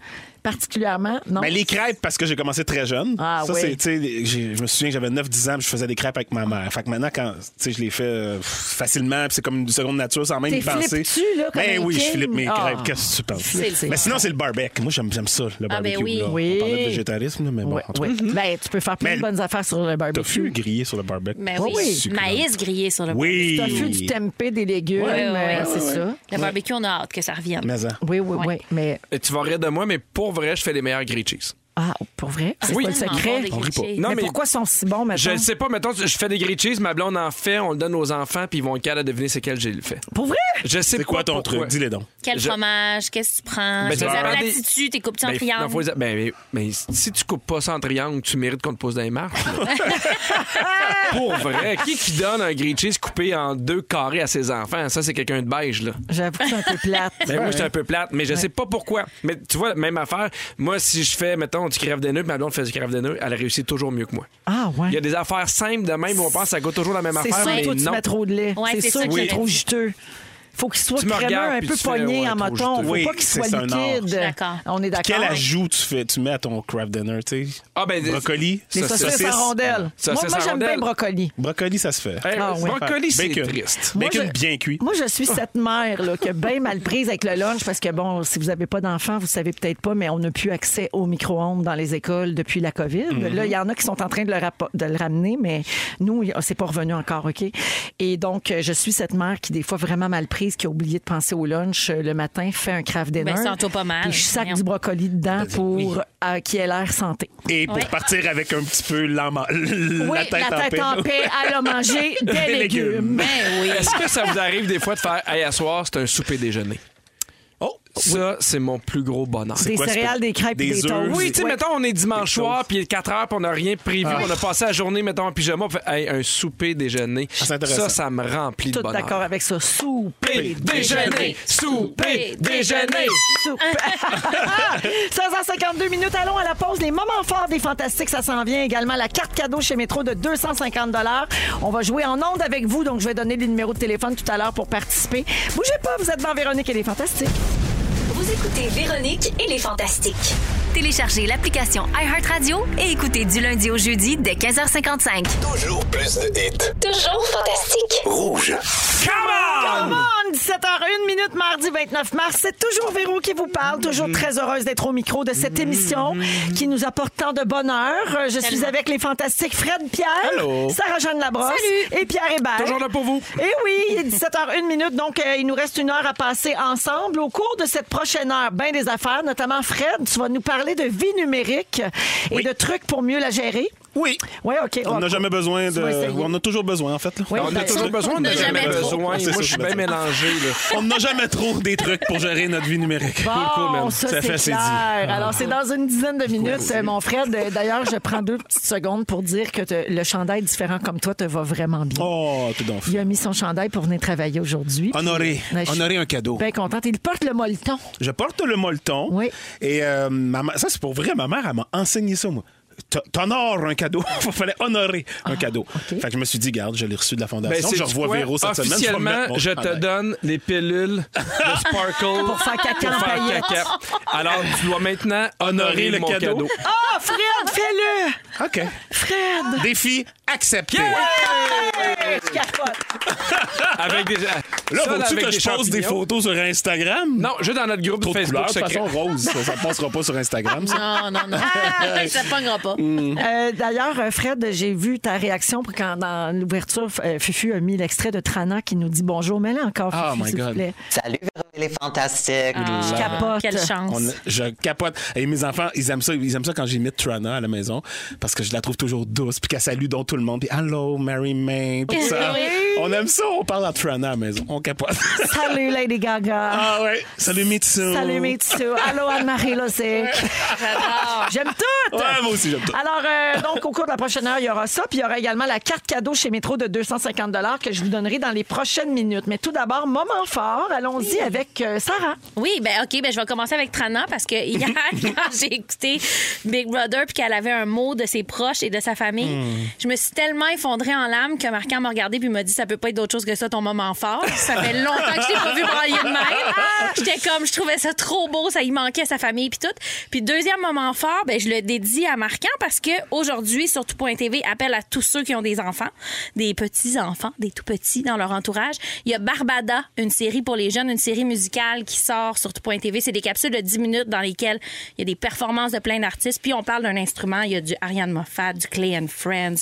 Speaker 5: particulièrement? Non?
Speaker 6: Mais Ben, les crêpes, parce que j'ai commencé très jeune.
Speaker 5: Ah,
Speaker 6: ça,
Speaker 5: oui.
Speaker 6: c'est, tu sais, j'ai- je me souviens que j'avais 9-10 ans, puis je faisais des crêpes avec ma mère. Fait que maintenant, quand tu sais, je les fais euh, facilement, puis c'est comme une seconde nature sans même
Speaker 5: T'es
Speaker 6: y penser.
Speaker 5: flippes-tu, là, comme
Speaker 6: ben
Speaker 5: un
Speaker 6: oui,
Speaker 5: king?
Speaker 6: je flippe mes
Speaker 5: Ah.
Speaker 6: crêpes. Qu'est-ce que tu penses?
Speaker 5: C'est le
Speaker 6: Mais sinon, c'est le barbecue. Moi, j'aime, j'aime ça, le
Speaker 2: Ah, ben
Speaker 6: barbecue.
Speaker 2: oui.
Speaker 6: là.
Speaker 5: Oui.
Speaker 6: On parlait de végétarisme, là, mais bon,
Speaker 5: Ouais,
Speaker 6: en tout
Speaker 5: ouais.
Speaker 6: cas.
Speaker 5: Ben, tu peux faire plein
Speaker 6: Mais
Speaker 5: de
Speaker 6: le
Speaker 5: bonnes affaires sur le
Speaker 6: Tofu
Speaker 5: barbecue.
Speaker 6: grillé sur le barbecue.
Speaker 5: Oui,
Speaker 2: Mais
Speaker 5: Ah oui.
Speaker 2: Ben oui,
Speaker 6: Succulent.
Speaker 2: maïs grillé sur le
Speaker 6: Oui.
Speaker 5: T'as fait du tempeh, des légumes,
Speaker 2: barbecue. Ouais,
Speaker 5: euh,
Speaker 2: ouais, ouais.
Speaker 5: c'est ça.
Speaker 2: Le barbecue, on a hâte que ça revienne.
Speaker 6: Mais hein.
Speaker 5: Oui, oui, oui,
Speaker 2: Ouais.
Speaker 5: Mais,
Speaker 4: Et tu vas rire de moi, mais pour vrai, je fais les meilleurs grilled cheese.
Speaker 5: ah, pour vrai, c'est
Speaker 4: oui.
Speaker 5: pas le secret.
Speaker 2: Tellement bon, des
Speaker 6: On rit pas.
Speaker 2: grilled cheese.
Speaker 4: Non,
Speaker 5: mais,
Speaker 4: mais-
Speaker 5: pourquoi ils sont si bons
Speaker 4: Je
Speaker 5: maintenant?
Speaker 4: ne sais pas, mettons, je fais des grilled cheese, ma blonde en fait, on le donne aux enfants, puis ils vont être capables de deviner c'est quel j'ai le fait.
Speaker 5: Pour vrai?
Speaker 4: Je sais
Speaker 6: C'est quoi
Speaker 4: pas
Speaker 6: ton
Speaker 4: pourquoi.
Speaker 6: truc? Dis-les donc.
Speaker 2: Quel
Speaker 4: Je-
Speaker 2: fromage? Qu'est-ce que tu prends?
Speaker 4: Ben,
Speaker 2: Tu les
Speaker 4: ça dépend des-
Speaker 2: aplatis-tu? T'es coupes-tu en
Speaker 4: Ben, non,
Speaker 2: triangle?
Speaker 4: faut les- ben, mais, mais si tu coupes pas ça en triangle, tu mérites qu'on te pose dans les marches. là. Pour vrai, qui qui donne un grilled cheese coupé en deux carrés à ses enfants? Ça, c'est quelqu'un de beige, là.
Speaker 5: J'avoue que c'est un peu plate.
Speaker 4: Ben, moi, j'étais un peu plate, mais je sais pas pourquoi. Mais tu vois, même affaire, moi, si je fais, mettons, on dit crève des nœuds, puis ma blonde faisait crève des nœuds, elle réussit toujours mieux que moi.
Speaker 5: Ah, ouais.
Speaker 4: Il y a des affaires simples de même où on pense que ça goûte toujours la même
Speaker 5: C'est
Speaker 4: affaire,
Speaker 5: sûr
Speaker 4: mais
Speaker 5: que toi, tu
Speaker 4: non.
Speaker 5: mets trop de lait.
Speaker 2: Ouais,
Speaker 5: c'est
Speaker 2: c'est
Speaker 5: sûr
Speaker 2: ça
Speaker 5: qu'il
Speaker 2: que
Speaker 5: est
Speaker 2: j'allais
Speaker 5: trop
Speaker 2: dire.
Speaker 5: juteux. Faut qu'il soit
Speaker 4: Tu me
Speaker 5: crémeux,
Speaker 4: regardes,
Speaker 5: un
Speaker 4: puis
Speaker 5: peu
Speaker 4: tu fais,
Speaker 5: pogné
Speaker 4: ouais,
Speaker 5: en
Speaker 4: trop
Speaker 5: mouton. Faut
Speaker 4: juteux.
Speaker 6: Oui,
Speaker 5: pas qu'il
Speaker 6: c'est
Speaker 5: soit
Speaker 6: ça, non.
Speaker 5: liquide.
Speaker 2: Je suis d'accord.
Speaker 5: On est d'accord.
Speaker 6: Quel ajout tu, fais, tu mets à ton craft dinner, tu sais?
Speaker 4: Ah, ben, des-
Speaker 6: Brocoli?
Speaker 5: Les
Speaker 4: Ça,
Speaker 5: saucisses,
Speaker 4: saucisses.
Speaker 5: en rondelles.
Speaker 4: Saucisses
Speaker 5: moi, moi
Speaker 4: en
Speaker 5: j'aime bien
Speaker 4: rondelles.
Speaker 5: le brocoli.
Speaker 6: Brocoli, ça se fait.
Speaker 4: Hey,
Speaker 5: Ah ouais.
Speaker 4: Brocoli, c'est
Speaker 6: Bacon.
Speaker 4: triste.
Speaker 5: Moi,
Speaker 6: Bacon
Speaker 5: je-
Speaker 6: bien Ah. cuit.
Speaker 5: Moi, je suis cette mère là, que bien mal prise avec le lunch parce que, bon, si vous n'avez pas d'enfants, vous savez peut-être pas, mais on n'a plus accès au micro-ondes dans les écoles depuis la COVID.
Speaker 6: Mhm.
Speaker 5: Là, il y en a qui sont en train de le, rappo- de le ramener, mais nous, y- c'est pas revenu encore, OK? Et donc, euh, je suis cette mère qui, des fois, vraiment mal prise, qui a oublié de penser au lunch euh, le matin, fait un craft dinner.
Speaker 2: Ben, sens-toi pas mal.
Speaker 5: Puis je sac
Speaker 2: Voyons.
Speaker 5: du brocoli dedans pour euh, qu'il ait l'air santé.
Speaker 6: Et pour
Speaker 2: Ouais.
Speaker 6: partir avec un petit peu l'en- la
Speaker 5: oui,
Speaker 6: tête
Speaker 5: la tête en paix, elle a mangé des,
Speaker 6: Des
Speaker 5: légumes.
Speaker 6: légumes.
Speaker 2: Ben oui.
Speaker 4: Est-ce que ça vous arrive des fois de faire Hey, à soir, c'est un souper déjeuner? Oh, ça, c'est mon plus gros bonheur.
Speaker 5: Des
Speaker 6: quoi, c'est
Speaker 5: céréales,
Speaker 6: pas-
Speaker 5: des crêpes, et
Speaker 6: des
Speaker 5: des toasts.
Speaker 6: œufs,
Speaker 4: Oui, tu sais,
Speaker 5: Ouais.
Speaker 4: mettons, on est dimanche
Speaker 6: Quelque chose.
Speaker 4: soir, puis il est 4 heures, puis on n'a rien prévu. On a passé la journée, mettons, en pyjama, on fait, hey, un souper déjeuner.
Speaker 6: c'est intéressant.
Speaker 4: ça, ça me remplit de
Speaker 5: Tout
Speaker 4: bonheur.
Speaker 5: d'accord avec ça. Souper,
Speaker 4: déjeuner, souper, déjeuner.
Speaker 5: souper. 16h52 minutes, allons à la pause. Les moments forts des Fantastiques, ça s'en vient également. La carte cadeau chez Métro de 250 On va jouer en ondes avec vous, donc je vais donner les numéros de téléphone tout à l'heure pour participer. Bougez pas, vous êtes devant Véronique et les Fantastiques.
Speaker 1: Vous écoutez Véronique et les Fantastiques. Téléchargez l'application iHeartRadio et écoutez du lundi au jeudi dès 15h55.
Speaker 3: Toujours plus de hits.
Speaker 1: Toujours fantastique.
Speaker 3: Rouge.
Speaker 5: Come on! 17h01 minute, mardi 29 mars. C'est toujours Véro qui vous parle.
Speaker 4: Mm-hmm.
Speaker 5: Toujours très heureuse d'être au micro de cette émission qui nous apporte tant de bonheur. Euh, Je suis avec les fantastiques Fred Pierre,
Speaker 4: Hello.
Speaker 5: Sarah-Jeanne Labrosse et Pierre Hébert.
Speaker 4: Toujours là pour vous.
Speaker 5: Eh oui, il est 17h01 minute, donc euh, il nous reste une heure à passer ensemble. Au cours de cette prochaine heure, ben des affaires, notamment Fred, tu vas nous parler de vie numérique et de trucs pour mieux la gérer.
Speaker 6: Oui.
Speaker 5: Oui, OK.
Speaker 6: On n'a jamais besoin
Speaker 5: Oh, vas essayer.
Speaker 6: de. On a toujours besoin, en fait. là.
Speaker 5: Oui,
Speaker 4: On a
Speaker 5: ben,
Speaker 4: toujours besoin, on n'a jamais,
Speaker 2: jamais trop.
Speaker 4: besoin.
Speaker 6: C'est
Speaker 4: Moi,
Speaker 6: ça,
Speaker 4: je suis
Speaker 6: c'est
Speaker 4: bien
Speaker 6: ça.
Speaker 4: mélangé. là.
Speaker 6: On n'a jamais trop des trucs pour gérer notre vie numérique.
Speaker 5: Bon,
Speaker 4: man.
Speaker 5: Oh, ça,
Speaker 6: Ça
Speaker 5: c'est
Speaker 6: fait,
Speaker 5: clair.
Speaker 6: c'est Ah.
Speaker 5: Alors, c'est dans une dizaine de minutes, euh, mon Fred. Euh, D'ailleurs, je prends deux petites secondes pour dire que te- le chandail différent comme toi te va vraiment bien.
Speaker 6: Oh, tout donc.
Speaker 5: Il a mis son chandail pour venir travailler aujourd'hui. puis-
Speaker 6: Honoré.
Speaker 5: Ouais, je suis
Speaker 6: Honoré un cadeau.
Speaker 5: Bien contente. Il porte le molleton.
Speaker 6: Je porte le molleton.
Speaker 5: Oui.
Speaker 6: Et euh, ma ma- ça, c'est pour vrai. Ma mère, elle m'a enseigné ça, moi. T- T'honores un cadeau. Il fallait honorer un cadeau.
Speaker 5: Ah, OK.
Speaker 6: Fait que je me suis dit, garde, je l'ai reçu de la
Speaker 4: Ben,
Speaker 6: fondation.
Speaker 4: c'est
Speaker 6: je
Speaker 4: du
Speaker 6: revois
Speaker 4: quoi?
Speaker 6: Véro cette semaine. vais
Speaker 4: Officiellement,
Speaker 6: remettre mon
Speaker 4: je te
Speaker 6: chandail.
Speaker 4: donne les pilules de Sparkle
Speaker 5: Pour faire caca
Speaker 4: pour
Speaker 5: en
Speaker 4: faire
Speaker 5: paillettes.
Speaker 4: caca. Alors, tu dois maintenant honorer
Speaker 6: Honorer le
Speaker 4: mon
Speaker 6: cadeau.
Speaker 4: cadeau.
Speaker 5: Ah, Fred, fais-le!
Speaker 6: OK.
Speaker 5: Fred!
Speaker 6: Défi accepté.
Speaker 5: Hey, je capote.
Speaker 4: Avec des. ça,
Speaker 6: Là, faut-tu
Speaker 4: avec
Speaker 6: que je pose des
Speaker 4: champignons.
Speaker 6: photos sur Instagram?
Speaker 4: Non, juste dans notre groupe
Speaker 6: Trop de
Speaker 4: Facebook
Speaker 6: couleurs, de toute
Speaker 4: secret.
Speaker 6: façon rose. Ça, ça passera pas sur Instagram, ça.
Speaker 2: Non, non, non.
Speaker 5: Ah,
Speaker 2: ça ne pognera pas.
Speaker 6: Mm.
Speaker 5: Euh, D'ailleurs, euh, Fred, j'ai vu ta réaction pour quand dans l'ouverture, F- euh, Fufu a mis l'extrait de Trana qui nous dit bonjour. Mais là encore,
Speaker 6: Oh
Speaker 5: Fufu,
Speaker 6: my
Speaker 5: s'il vous
Speaker 6: God.
Speaker 5: plaît.
Speaker 8: Salut, Véronique, les fantastiques.
Speaker 2: Ah,
Speaker 5: capote.
Speaker 2: Quelle chance.
Speaker 6: On- je capote. Et mes enfants, ils aiment ça. Ils aiment ça quand j'imite Trana à la maison parce que je la trouve toujours douce puis qu'elle salue donc tout le monde. Puis hello, Mary May. Tout ça.
Speaker 2: Oui.
Speaker 6: On aime ça. On parle à Trana à la maison. On capote.
Speaker 5: Salut, Lady Gaga.
Speaker 6: ah ouais. Salut Mitsu.
Speaker 5: Salut, Mitsu. Allô, Anne-Marie Lozic. J'aime tout.
Speaker 6: Ouais, moi aussi, j'aime tout.
Speaker 5: Alors, euh, donc, au cours de la prochaine heure, il y aura ça. Puis, il y aura également la carte cadeau chez Métro de 250 que je vous donnerai dans les prochaines minutes. Mais tout d'abord, moment fort. Allons-y avec euh, Sarah.
Speaker 2: Oui, ben OK, ben je vais commencer avec Trana parce que hier, quand j'ai écouté Big Brother puis qu'elle avait un mot de ses proches et de sa famille, je me suis tellement effondrée en larmes que Marquand m'a regardé puis m'a dit ça peut pas être d'autre chose que ça ton moment fort. Ça fait longtemps que je t'ai pas vu brailler de même. J'étais comme je trouvais ça trop beau, ça y manquait à sa famille puis tout. Puis deuxième moment fort, ben je le dédie à Marquand parce que aujourd'hui sur tout.tv appelle à tous ceux qui ont des enfants, des petits-enfants, des tout-petits dans leur entourage. Il y a Barbada, une série pour les jeunes, une série musicale qui sort sur tout.tv. C'est des capsules de 10 minutes dans lesquelles il y a des performances de plein d'artistes. Puis on parle d'un instrument. Il y a du Ariane Moffat, du Clay and Friends.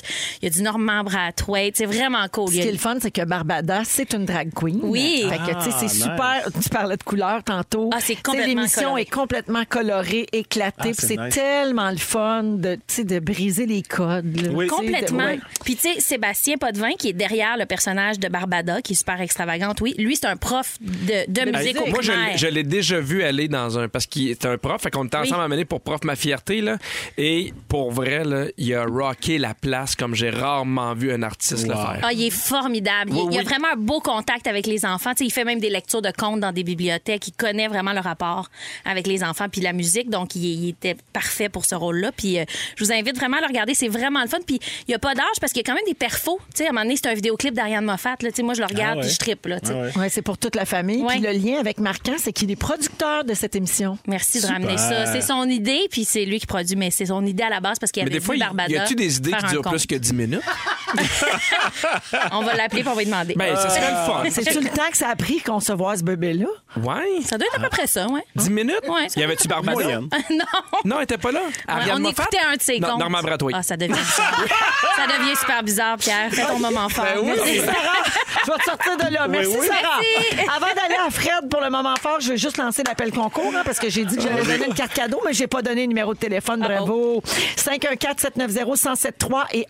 Speaker 2: Il y a du Norman Brathwaite. C'est vraiment cool.
Speaker 5: Ce
Speaker 2: Il y
Speaker 5: qui
Speaker 2: a-
Speaker 5: est le fun, c'est que Barbada, c'est une drag queen.
Speaker 2: Oui.
Speaker 5: Fait que, tu sais, c'est
Speaker 6: Ah,
Speaker 5: super. Tu parlais de couleurs tantôt.
Speaker 2: Ah, c'est
Speaker 5: Tu sais,
Speaker 2: complètement
Speaker 5: L'émission
Speaker 2: coloré.
Speaker 5: est complètement colorée, éclatée.
Speaker 6: Ah,
Speaker 5: puis
Speaker 6: c'est
Speaker 5: c'est
Speaker 6: nice.
Speaker 5: tellement le fun de, tu sais, de briser les codes. là.
Speaker 6: Oui.
Speaker 5: Tu sais, de-
Speaker 2: Complètement.
Speaker 5: ouais.
Speaker 2: Puis, tu sais, Sébastien Potvin, qui est derrière le personnage de Barbada, qui est super extravagante, oui, lui, c'est un prof de, de musique
Speaker 5: musique.
Speaker 2: au
Speaker 4: Moi, je,
Speaker 2: primaire.
Speaker 4: je l'ai déjà vu aller dans un. Parce qu'il était un prof, fait qu'on était ensemble à mener pour prof ma fierté, là. Et pour vrai, là, il a rocké la place comme j'ai rarement vu un artiste le faire.
Speaker 2: Ah, il est formidable. Il,
Speaker 4: Oui,
Speaker 2: il y a
Speaker 4: oui.
Speaker 2: vraiment un beau contact avec les enfants. Tu sais, il fait même des lectures de contes dans des bibliothèques. Il connaît vraiment le rapport avec les enfants puis la musique. Donc, il, il était parfait pour ce rôle-là. Puis, euh, je vous invite vraiment à le regarder. C'est vraiment le fun. Puis, il n'y a pas d'âge parce qu'il y a quand même des perfos. Tu sais, à un moment donné, c'est un vidéoclip d'Ariane Moffat. Là. Tu sais, moi, je le regarde
Speaker 6: Ah ouais.
Speaker 2: puis je trippe. Là, tu sais.
Speaker 6: Ah ouais.
Speaker 5: Ouais, c'est pour toute la famille.
Speaker 2: Ouais.
Speaker 5: Puis le lien avec Marquant, c'est qu'il est producteur de cette émission.
Speaker 2: Merci de
Speaker 6: Super.
Speaker 2: ramener ça. C'est son idée, puis c'est lui qui produit, mais c'est son idée à la base parce qu'il
Speaker 4: Mais
Speaker 2: avait
Speaker 4: des fois,
Speaker 2: vu
Speaker 4: y
Speaker 2: Barbada.
Speaker 4: y a-tu des idées
Speaker 2: faire
Speaker 4: qui
Speaker 2: un
Speaker 4: durent plus
Speaker 2: conte.
Speaker 4: que 10 minutes?
Speaker 2: On va l'appeler puis on va lui demander.
Speaker 4: Ben, ça serait le fun.
Speaker 5: C'est-tu le temps que ça a pris qu'on se voit ce bébé-là?
Speaker 4: Ouais.
Speaker 2: Euh, Ça doit être à peu près ça, ouais.
Speaker 4: 10 minutes?
Speaker 2: Ouais.
Speaker 4: Y avait-tu Barbada?
Speaker 6: Moyenne.
Speaker 2: non.
Speaker 4: Non, elle était pas là.
Speaker 2: Ouais,
Speaker 4: Ariane
Speaker 2: on
Speaker 4: Moffat?
Speaker 2: écoutait un de ses
Speaker 4: Non,
Speaker 2: contes.
Speaker 4: Normand Bratois.
Speaker 2: Ah, ça devient bizarre. ça devient super bizarre, Pierre. Fais ton moment fort.
Speaker 4: Ben oui.
Speaker 2: Merci.
Speaker 5: Sarah, je vais te sortir de là. Merci,
Speaker 6: oui.
Speaker 5: Sarah. Avant d'aller à Fred pour le moment fort, je vais juste lancer l'appel concours hein, parce que j'ai dit que j'allais donner une carte cadeau, mais j'ai pas donné le numéro de téléphone. Bravo. 514-790-1073 et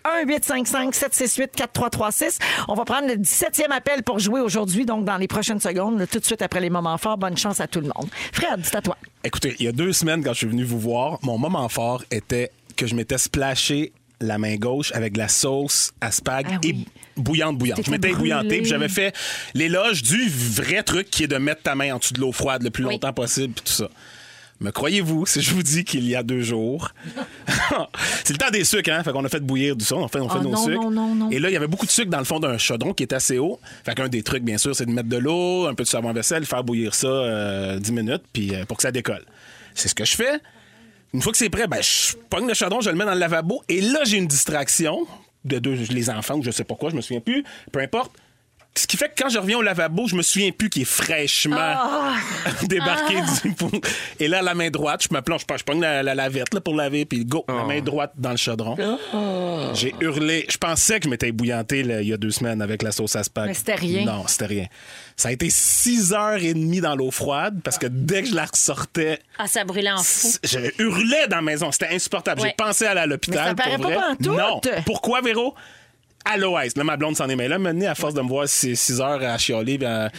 Speaker 5: 1-855-768-4336. On va prendre le 17e appel pour jouer aujourd'hui, donc dans les prochaines secondes, tout de suite après les moments forts. Bonne chance à tout le monde. Fred, c'est à toi.
Speaker 6: Écoutez, il y a deux semaines, quand je suis venu vous voir, mon moment fort était que je m'étais splashé la main gauche avec de la sauce à spag
Speaker 5: Ah oui.
Speaker 6: et bouillante, bouillante. Je m'étais
Speaker 5: T'étais brûlé.
Speaker 6: ébouillanté, puis j'avais fait l'éloge du vrai truc qui est de mettre ta main en dessous de l'eau froide le plus
Speaker 2: Oui.
Speaker 6: longtemps possible, puis tout ça. Me croyez-vous si je vous dis qu'il y a deux jours, c'est le temps des sucres, hein? Fait qu'on a fait bouillir du son, on fait, on fait
Speaker 5: Oh
Speaker 6: nos
Speaker 5: non,
Speaker 6: sucres.
Speaker 5: non, non, non.
Speaker 6: Et là, il y avait beaucoup de sucre dans le fond d'un chaudron qui est assez haut. Fait qu'un des trucs, bien sûr, c'est de mettre de l'eau, un peu de savon à vaisselle, faire bouillir ça euh, 10 minutes puis euh, pour que ça décolle. C'est ce que je fais. Une fois que c'est prêt, ben, je pogne le chaudron, je le mets dans le lavabo. Et là, j'ai une distraction de deux, les enfants ou je sais pas quoi, je me souviens plus. Peu importe. Ce qui fait que quand je reviens au lavabo, je me souviens plus qu'il est fraîchement
Speaker 5: Ah.
Speaker 6: débarqué du pont. Et là, la main droite, je me plonge, je pogne la, la lavette là, pour laver, puis go, la main droite dans le chaudron.
Speaker 5: Oh.
Speaker 6: J'ai hurlé. Je pensais que je m'étais ébouillanté là, il y a deux semaines avec la sauce à spag.
Speaker 5: Mais c'était rien.
Speaker 6: Non, c'était rien. Ça a été six heures et demie dans l'eau froide parce que dès que je la ressortais,
Speaker 2: Ah, ça brûlait en fou.
Speaker 6: c- je hurlais dans la maison. C'était insupportable.
Speaker 2: Ouais.
Speaker 6: J'ai pensé à aller à l'hôpital.
Speaker 5: Mais ça paraît
Speaker 6: pour
Speaker 5: pas
Speaker 6: vrai.
Speaker 5: pantoute.
Speaker 6: Non. Pourquoi, Véro? Aloès. Là, ma blonde s'en est mêlée. Elle m'a donné à force de me voir 6 heures à chialer. puis à-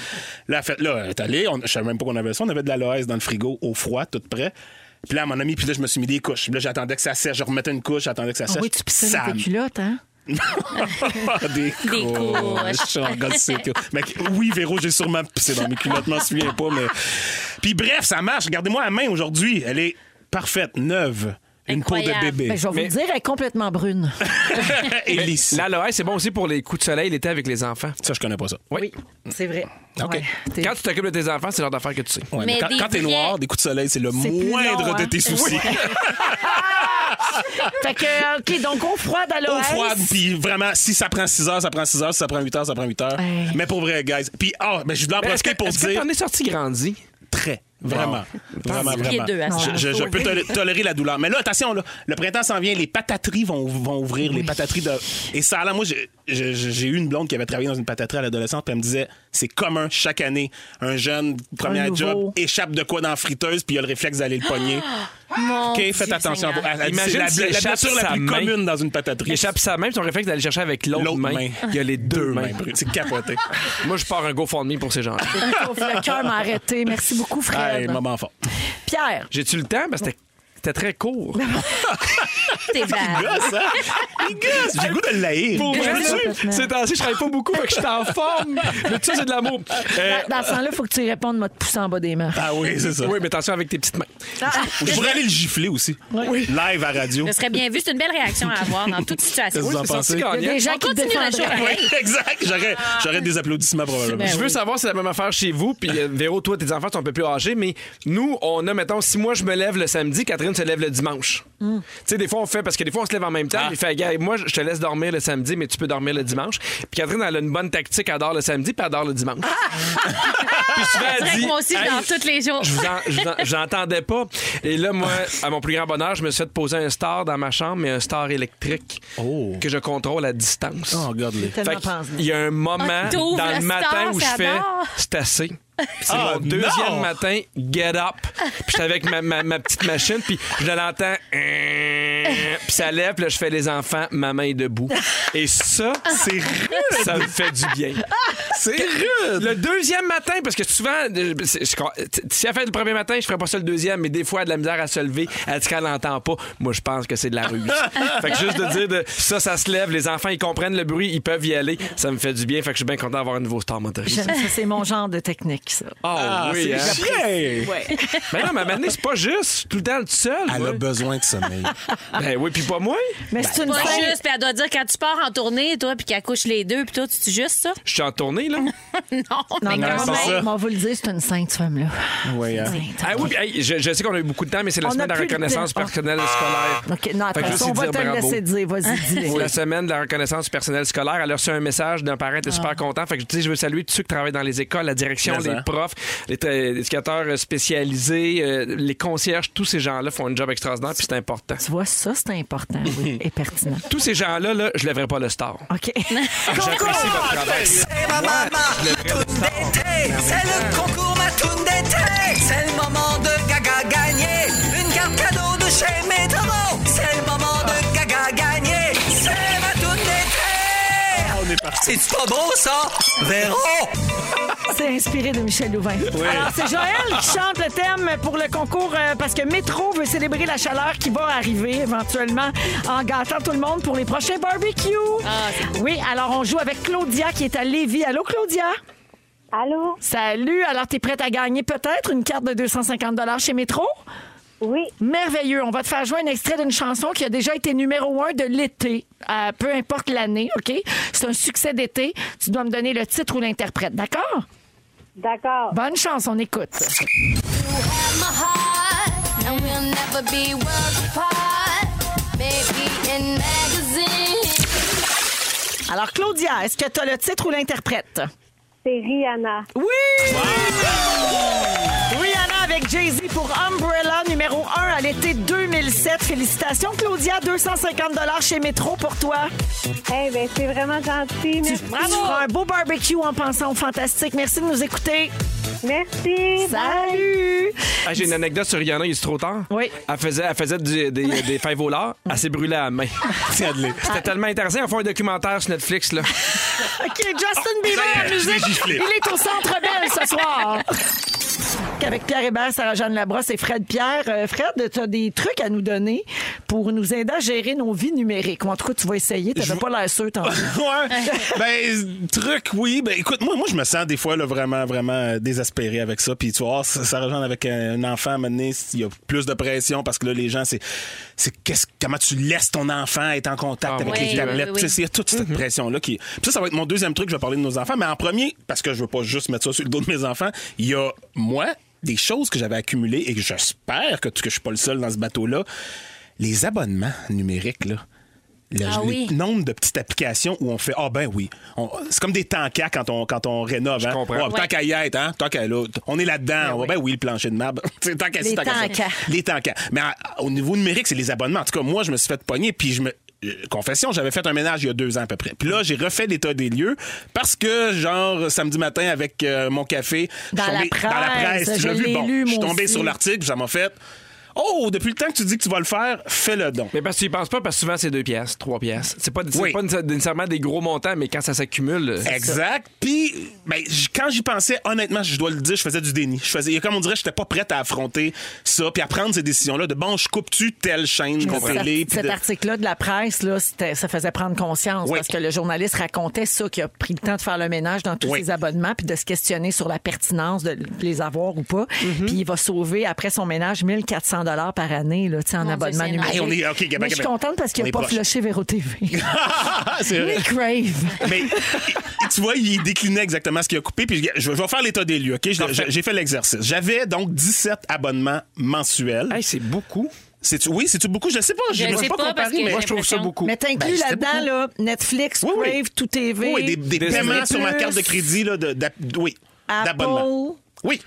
Speaker 6: Là, elle fait, là, elle est allée. On... Je savais même pas qu'on avait ça. On avait de l'aloès dans le frigo, au froid, tout près. Puis là, mon ami, puis là, je me suis mis des couches. Puis là, j'attendais que ça sèche. Je remettais une couche, j'attendais que ça
Speaker 5: Ah
Speaker 6: sèche.
Speaker 5: oui, tu pissais
Speaker 6: Ça
Speaker 5: dans tes culottes, hein?
Speaker 6: des
Speaker 2: Des couches.
Speaker 6: couches. Je suis en gars de sécu. Mais oui, Véro, j'ai sûrement pissé dans mes culottes, je m'en souviens pas. Mais... Puis bref, ça marche. Regardez-moi la main aujourd'hui. Elle est parfaite, neuve. Une peau de
Speaker 2: Incroyable.
Speaker 6: bébé.
Speaker 5: Ben, je vais
Speaker 4: Mais-
Speaker 5: vous le dire, elle est complètement brune.
Speaker 6: Et lisse.
Speaker 4: Là, L'aloès, c'est bon aussi pour les coups de soleil l'été avec les enfants.
Speaker 6: Ça, je connais pas ça.
Speaker 4: Oui.
Speaker 5: C'est vrai.
Speaker 6: OK.
Speaker 5: Ouais. T'es-
Speaker 4: Quand tu t'occupes de tes enfants, c'est l'heure d'affaire que tu sais.
Speaker 6: Ouais,
Speaker 2: Mais
Speaker 6: mais quand
Speaker 2: des
Speaker 6: quand t'es
Speaker 2: vrais-
Speaker 6: noir, des coups de soleil, c'est le
Speaker 5: C'est plus
Speaker 6: moindre
Speaker 5: long, hein?
Speaker 6: de tes soucis.
Speaker 5: Fait que, OK, donc au froid d'aloès.
Speaker 6: Au froid, puis vraiment, si ça prend 6 heures, ça prend 6 heures, si ça prend 8 heures, ça prend 8 heures.
Speaker 5: Hey.
Speaker 6: Mais pour vrai, guys. Puis, ah, ben, je voulais en
Speaker 4: Mais Est-ce que
Speaker 6: profiter pour
Speaker 4: est-ce que
Speaker 6: dire.
Speaker 4: t'en es sorti grandi?
Speaker 6: Très. Vraiment. Vraiment,
Speaker 2: qu'il y a
Speaker 6: vraiment.
Speaker 2: deux à ça.
Speaker 6: Je, je- je peux tol- tolérer la douleur. Mais là, attention, là, le printemps s'en vient, les patateries vont, vont ouvrir, les patateries de. Et ça, là, moi, j'ai- j'ai j'ai eu une blonde qui avait travaillé dans une pataterie à l'adolescence, puis elle me disait, c'est commun chaque année, un jeune, premier
Speaker 5: nouveau.
Speaker 6: job, échappe de quoi dans la friteuse, puis il a le réflexe d'aller le pogner.
Speaker 2: Mon
Speaker 6: OK,
Speaker 2: Dieu
Speaker 6: faites attention. à vous.
Speaker 2: Seigneur.
Speaker 6: Elle- elle dit,
Speaker 4: Imagine s'il
Speaker 6: C'est la, la,
Speaker 4: échappe
Speaker 6: blessure la
Speaker 4: sa
Speaker 6: plus
Speaker 4: main.
Speaker 6: commune dans une pataterie.
Speaker 4: Il échappe sa main, puis son réflexe d'aller chercher avec l'autre
Speaker 6: L'autre
Speaker 4: main.
Speaker 6: main.
Speaker 4: Il y a les deux, mains.
Speaker 6: Main brûlée. C'est capoté.
Speaker 4: Moi, je pars un GoFundMe pour ces gens-là.
Speaker 5: Sauf le cœur m'a arrêté. Merci beaucoup, Fred.
Speaker 6: Hey, maman fort.
Speaker 5: Pierre.
Speaker 4: J'ai-tu le temps? Parce que c'était- c'était très court.
Speaker 2: T'es bad.
Speaker 6: Gosse, hein? Les gosses, j'ai le goût de l'haïr.
Speaker 4: Pour vrai,
Speaker 5: complètement.
Speaker 4: c'est temps-ci, je travaille pas beaucoup, fait que je suis en forme. Mais tu sais, c'est de l'amour. Euh,
Speaker 5: Dans ce sens-là, il faut que tu y répondes, moi, te pousser en bas des mains.
Speaker 6: Ah oui, c'est ça.
Speaker 4: oui, mais attention avec tes petites mains.
Speaker 6: Ou Je pourrais aller le gifler aussi. Live à radio.
Speaker 2: Ce serait bien vu. C'est une belle réaction à avoir dans toute situation.
Speaker 6: Qu'est-ce que vous en
Speaker 4: C'est sorti
Speaker 6: pensez?
Speaker 5: Il y a
Speaker 4: gagnant.
Speaker 5: des gens
Speaker 2: On
Speaker 5: qui te
Speaker 2: continue la
Speaker 5: défendraient.
Speaker 2: chose.
Speaker 6: Oui, exact. J'aurais, j'aurais des applaudissements probablement.
Speaker 2: Ben
Speaker 4: Je veux savoir si c'est la même affaire chez vous. Puis euh, Véro, toi, tes enfants sont un peu plus âgés, mais nous, on a, mettons, si moi je me lève le samedi, Catherine se lève le dimanche.
Speaker 2: Mm.
Speaker 4: Tu sais, des fois, on fait, parce que des fois, on se lève en même temps.
Speaker 6: Ah.
Speaker 4: Il fait, Gars, moi, je te laisse dormir le samedi, mais tu peux dormir le dimanche. Puis Catherine, elle a une bonne tactique, elle dort le samedi, puis elle dort le dimanche. puis souvent,
Speaker 2: Ah! C'est
Speaker 4: elle
Speaker 2: vrai que
Speaker 4: dit,
Speaker 2: moi aussi, je
Speaker 4: Hey,
Speaker 2: dors tous les jours.
Speaker 4: je vous en- je vous en- j'entendais pas. Et là, moi, à mon plus grand bonheur, je me suis fait poser un star dans ma chambre, mais un star électrique
Speaker 6: Oh.
Speaker 4: que je contrôle à distance.
Speaker 6: Oh, regarde-les.
Speaker 4: Fait
Speaker 5: Tellement
Speaker 4: qu'il-
Speaker 5: pense.
Speaker 4: il y a un moment
Speaker 2: Ah,
Speaker 4: dans
Speaker 2: t'ouvres
Speaker 4: le
Speaker 2: le
Speaker 4: matin
Speaker 2: store,
Speaker 4: où je
Speaker 2: ça
Speaker 4: fais
Speaker 2: dort.
Speaker 4: c'est assez. Puis C'est
Speaker 6: Ah,
Speaker 4: mon deuxième
Speaker 6: non!
Speaker 4: matin, get up. Puis j'étais avec ma, ma- ma petite machine, puis je l'entends. euh, Puis ça lève, puis là, je fais les enfants, maman est debout. Et ça,
Speaker 6: C'est rude.
Speaker 4: ça me fait du bien.
Speaker 6: C'est rude.
Speaker 4: Le deuxième matin, parce que souvent, euh, c'est- je crois- t- si elle fait le premier matin, je ferais pas ça le deuxième, mais des fois, elle a de la misère à se lever, elle dit qu'elle l'entend pas. Moi, je pense que c'est de la ruse. fait que juste de dire de, ça, ça se lève, les enfants, ils comprennent le bruit, ils peuvent y aller, ça me fait du bien. Fait que je suis bien content d'avoir un nouveau star motorisé.
Speaker 5: J'aime ça, c'est mon genre de technique, ça.
Speaker 4: Oh
Speaker 6: Ah,
Speaker 4: oui, hein?
Speaker 6: Chien.
Speaker 4: Mais non, mais à un moment donné, c'est pas juste, je suis tout le temps le seul.
Speaker 6: Elle
Speaker 4: moi.
Speaker 6: a besoin de sommeil.
Speaker 4: Ben oui, puis pas moi.
Speaker 5: Mais c'est une
Speaker 2: Pas
Speaker 5: scène-
Speaker 2: juste, puis elle doit dire quand tu pars en tournée, toi, puis qu'elle couche les deux, puis toi, tu juste ça?
Speaker 4: Je suis en tournée, là.
Speaker 2: Non,
Speaker 5: Non,
Speaker 2: mais
Speaker 5: non,
Speaker 2: quand
Speaker 6: c'est
Speaker 2: même.
Speaker 6: ça.
Speaker 5: mais on va vous le dire, c'est une sainte, ce femme-là.
Speaker 6: Oui, hein.
Speaker 4: Ah oui, puis, hey, je, je sais qu'on a eu beaucoup de temps, mais c'est la
Speaker 5: On a
Speaker 4: semaine de la
Speaker 5: plus le
Speaker 4: reconnaissance
Speaker 5: temps. Ah.
Speaker 4: personnelle scolaire.
Speaker 5: OK, non,
Speaker 4: Fait que
Speaker 5: attends,
Speaker 4: juste
Speaker 5: on va
Speaker 4: dire
Speaker 5: te le
Speaker 4: bravo.
Speaker 5: laisser dire. Vas-y, dis-le.
Speaker 4: Pour la semaine de la reconnaissance personnelle scolaire, elle a reçu un message d'un parent, elle
Speaker 5: Ah.
Speaker 4: était super content. Fait que je dis, je veux saluer tous ceux qui travaillent dans les écoles, la direction,
Speaker 6: Mais
Speaker 4: les
Speaker 6: hein.
Speaker 4: profs, les tra- les éducateurs euh, spécialisés, euh, les concierges, tous ces gens-là font un job extraordinaire, puis c'est important.
Speaker 5: Tu vois, ça, c'est important oui, et pertinent.
Speaker 4: Tous ces gens-là, là, je lèverai pas le star.
Speaker 5: OK.
Speaker 4: J'apprécie votre travail.
Speaker 7: C'est ma maman, toute d'été. C'est le concours ma toune d'été. C'est le moment de gaga gagner. Une carte cadeau de chez Métro. C'est le moment de gaga gagner. C'est ma toune d'été.
Speaker 6: On est parti.
Speaker 7: C'est pas beau ça, Véro?
Speaker 5: C'est inspiré de Michel Louvain. Alors, c'est Joël qui chante le thème pour le concours euh, parce que Métro veut célébrer la chaleur qui va arriver éventuellement en gâtant tout le monde pour les prochains barbecues. oui, alors on joue avec Claudia qui est à Lévis. Allô, Claudia?
Speaker 9: Allô?
Speaker 5: Salut. Alors, t'es prête à gagner peut-être une carte de 250 chez Métro?
Speaker 9: Oui.
Speaker 5: Merveilleux. On va te faire jouer un extrait d'une chanson qui a déjà été numéro un de l'été, euh, peu importe l'année, OK? C'est un succès d'été. Tu dois me donner le titre ou l'interprète, d'accord?
Speaker 9: D'accord.
Speaker 5: Bonne chance, on écoute.
Speaker 10: my heart, and we'll never be worlds apart. Maybe in magazines.
Speaker 5: Alors, Claudia, est-ce que tu as le titre ou l'interprète?
Speaker 9: C'est Rihanna.
Speaker 5: Oui! Rihanna avec Jay-Z pour Umbrella numéro 1 à l'été 2007. Félicitations, Claudia. 250 chez Métro pour toi.
Speaker 9: Eh ben, c'est vraiment gentil. Merci.
Speaker 5: Tu feras un beau barbecue en pensant au fantastique. Merci de nous écouter.
Speaker 9: Merci.
Speaker 5: Salut!
Speaker 4: Ah, J'ai une anecdote sur Rihanna, il est trop tard.
Speaker 5: Oui.
Speaker 4: Elle faisait, elle faisait du- des, des fèves au lard, elle s'est brûlée à la main.
Speaker 6: Tiens-le.
Speaker 4: C'était tellement intéressant, ils font un documentaire sur Netflix, là.
Speaker 5: OK, Justin Bieber en musique. Il est au Centre Bell ce soir. Avec Pierre Hébert, Sarah-Jeanne Labrosse et Fred Pierre. Euh, Fred, tu as des trucs à nous donner pour nous aider à gérer nos vies numériques. Ou en tout cas, tu vas essayer. Tu pas l'air sûr, tantôt.
Speaker 6: Ouais. ben, truc, oui. Ben, écoute, moi, moi, je me sens des fois là, vraiment, vraiment euh, désespéré avec ça. Puis tu vois, ça, ça rejoint avec un enfant à un moment donné, il y a plus de pression parce que là, les gens, c'est c'est qu'est-ce comment tu laisses ton enfant être en contact
Speaker 4: Ah, oui,
Speaker 6: avec les
Speaker 4: oui, Mm-hmm.
Speaker 6: tablettes.
Speaker 2: oui,
Speaker 6: Tu
Speaker 2: oui.
Speaker 6: sais, il y a toute cette pression-là qui. Puis ça, ça va être mon deuxième truc, je vais parler de nos enfants. Mais en premier, parce que je veux pas juste mettre ça sur le dos de mes enfants, il y a moi, des choses que j'avais accumulées et que j'espère que, que je suis pas le seul dans ce bateau-là. Les abonnements numériques, là. Le,
Speaker 2: Ah
Speaker 6: les
Speaker 2: oui.
Speaker 6: nombre de petites applications où on fait Ah ben oui. On- C'est comme des tankas quand on, quand on rénove. hein.
Speaker 4: comprends.
Speaker 6: Ouais, Tant qu'à y être, hein? tant qu'à là. On est là-dedans. Ouais, Ben oui, le plancher de marbre. Tu sais, tant qu'à ci,
Speaker 5: Les
Speaker 6: tant qu'à ça.
Speaker 5: tankas.
Speaker 6: Les tankas. Mais à- au niveau numérique, c'est les abonnements. En tout cas, moi, je me suis fait pogner, puis je me. euh, Confession, j'avais fait un ménage il y a deux ans à peu près. Puis là, j'ai refait l'état des lieux parce que, genre, samedi matin, avec euh, mon café, je suis
Speaker 5: Dans la
Speaker 6: tombé- dans la
Speaker 5: presse,
Speaker 6: presse,
Speaker 5: je
Speaker 6: l'ai vu,
Speaker 5: l'ai
Speaker 6: bon,
Speaker 5: lu,
Speaker 6: je suis
Speaker 5: moi
Speaker 6: tombé
Speaker 5: aussi.
Speaker 6: sur l'article, puis ça m'a fait Oh, depuis le temps que tu dis que tu vas le faire, fais le don.
Speaker 4: Mais parce que tu y penses pas, parce que souvent c'est deux pièces, trois pièces. C'est pas, c'est
Speaker 6: Oui. Eh.
Speaker 4: pas nécessaire- nécessairement des gros montants, mais quand ça s'accumule.
Speaker 6: Exact. Puis, ben, j- quand j'y pensais, honnêtement, je dois le dire, je faisais du déni. Je faisais, comme on dirait, j'étais pas prête à affronter ça, puis à prendre ces décisions-là de bon, je coupe-tu telle chaîne de télé.
Speaker 5: Cet,
Speaker 6: puis
Speaker 5: cet
Speaker 6: de-
Speaker 5: article-là de la presse, là, c'était- ça faisait prendre conscience
Speaker 6: Oui.
Speaker 5: parce que le journaliste racontait ça, qui a pris le temps de faire le ménage dans tous
Speaker 6: Oui.
Speaker 5: ses abonnements puis de se questionner sur la pertinence de les avoir ou pas.
Speaker 6: Mm-hmm.
Speaker 5: Puis il va sauver, après son ménage, 1400 dollars par année là, tu sais, en
Speaker 2: Mon Dieu,
Speaker 5: abonnement
Speaker 2: c'est
Speaker 5: numérique.
Speaker 6: énorme. Hey, on est- OK, Gabin,
Speaker 5: Mais je suis
Speaker 6: Gabin.
Speaker 5: contente parce qu'il
Speaker 6: On
Speaker 5: n'a
Speaker 6: est
Speaker 5: pas
Speaker 6: proche.
Speaker 5: flushé Véro TV.
Speaker 6: C'est vrai.
Speaker 5: Mais crave.
Speaker 6: Mais tu vois, il déclinait exactement ce qu'il a coupé. Puis je, je vais faire l'état des lieux, OK? Je- je- J'ai fait l'exercice. J'avais donc 17 abonnements mensuels.
Speaker 4: euh, Hey, c'est beaucoup.
Speaker 6: C'est-tu- Oui, c'est-tu beaucoup? Je sais pas. Je,
Speaker 2: Je
Speaker 6: me suis
Speaker 2: sais
Speaker 6: pas,
Speaker 2: pas, parce
Speaker 6: comparé,
Speaker 2: que
Speaker 6: mais
Speaker 4: Moi, je trouve ça
Speaker 2: l'impression-
Speaker 4: beaucoup.
Speaker 5: Mais
Speaker 6: Ben,
Speaker 5: t'inclus
Speaker 6: c'était
Speaker 5: là-dedans,
Speaker 6: beaucoup.
Speaker 5: là, Netflix,
Speaker 6: Oui, oui.
Speaker 5: Crave, Tout TV.
Speaker 6: Oui, des, des
Speaker 4: Disney
Speaker 6: paiements sur ma carte de crédit là, de- d'app- oui,
Speaker 5: Apple,
Speaker 6: d'abonnement. Oui,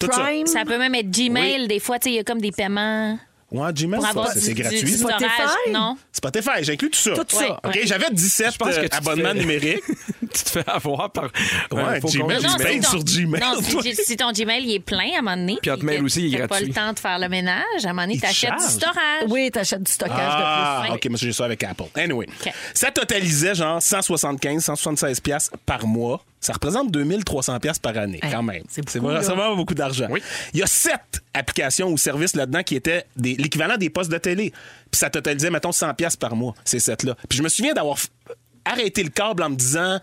Speaker 6: tout
Speaker 5: Prime.
Speaker 2: Ça peut même être Gmail, des fois, tu sais, il y a comme des paiements
Speaker 6: ça. Ouais, Gmail,
Speaker 2: pour
Speaker 6: c'est
Speaker 2: avoir
Speaker 6: pas-
Speaker 2: du,
Speaker 6: c'est
Speaker 2: du-
Speaker 6: gratuit.
Speaker 2: du
Speaker 6: ça.
Speaker 2: storage,
Speaker 5: Spotify?
Speaker 2: non?
Speaker 6: Spotify, j'inclus tout ça.
Speaker 5: Tout ça.
Speaker 6: OK,
Speaker 2: Ouais.
Speaker 6: j'avais 17
Speaker 4: Je pense que
Speaker 6: euh,
Speaker 4: tu te
Speaker 6: abonnements
Speaker 4: fais-
Speaker 6: numériques.
Speaker 4: tu te fais avoir par euh, un
Speaker 6: Ouais,
Speaker 4: faux
Speaker 6: Gmail,
Speaker 4: compte
Speaker 6: Non,
Speaker 4: Gmail.
Speaker 6: c'est sur Gmail,
Speaker 2: Non, si,
Speaker 6: toi.
Speaker 2: G- si ton Gmail il est plein à un moment donné.
Speaker 4: Puis Hotmail
Speaker 2: que
Speaker 4: aussi, il est
Speaker 2: t'as
Speaker 4: gratuit.
Speaker 2: pas le temps de faire le ménage. À un moment donné,
Speaker 6: Il
Speaker 2: t'achètes du
Speaker 6: charge.
Speaker 2: storage.
Speaker 5: Oui, t'achètes du stockage
Speaker 6: Ah,
Speaker 5: de plus.
Speaker 6: OK, mais j'ai ça avec Apple. Anyway, ça totalisait genre 175, 176 piastres par mois. Ça représente 2300 piastres par année, quand même. C'est vraiment, c'est vraiment beaucoup d'argent. Il y a sept applications ou services là-dedans qui étaient des- l'équivalent des postes de télé. Puis ça totalisait, mettons, 100 piastres par mois, ces sept-là. Puis je me souviens d'avoir f- euh, arrêté le câble en me disant...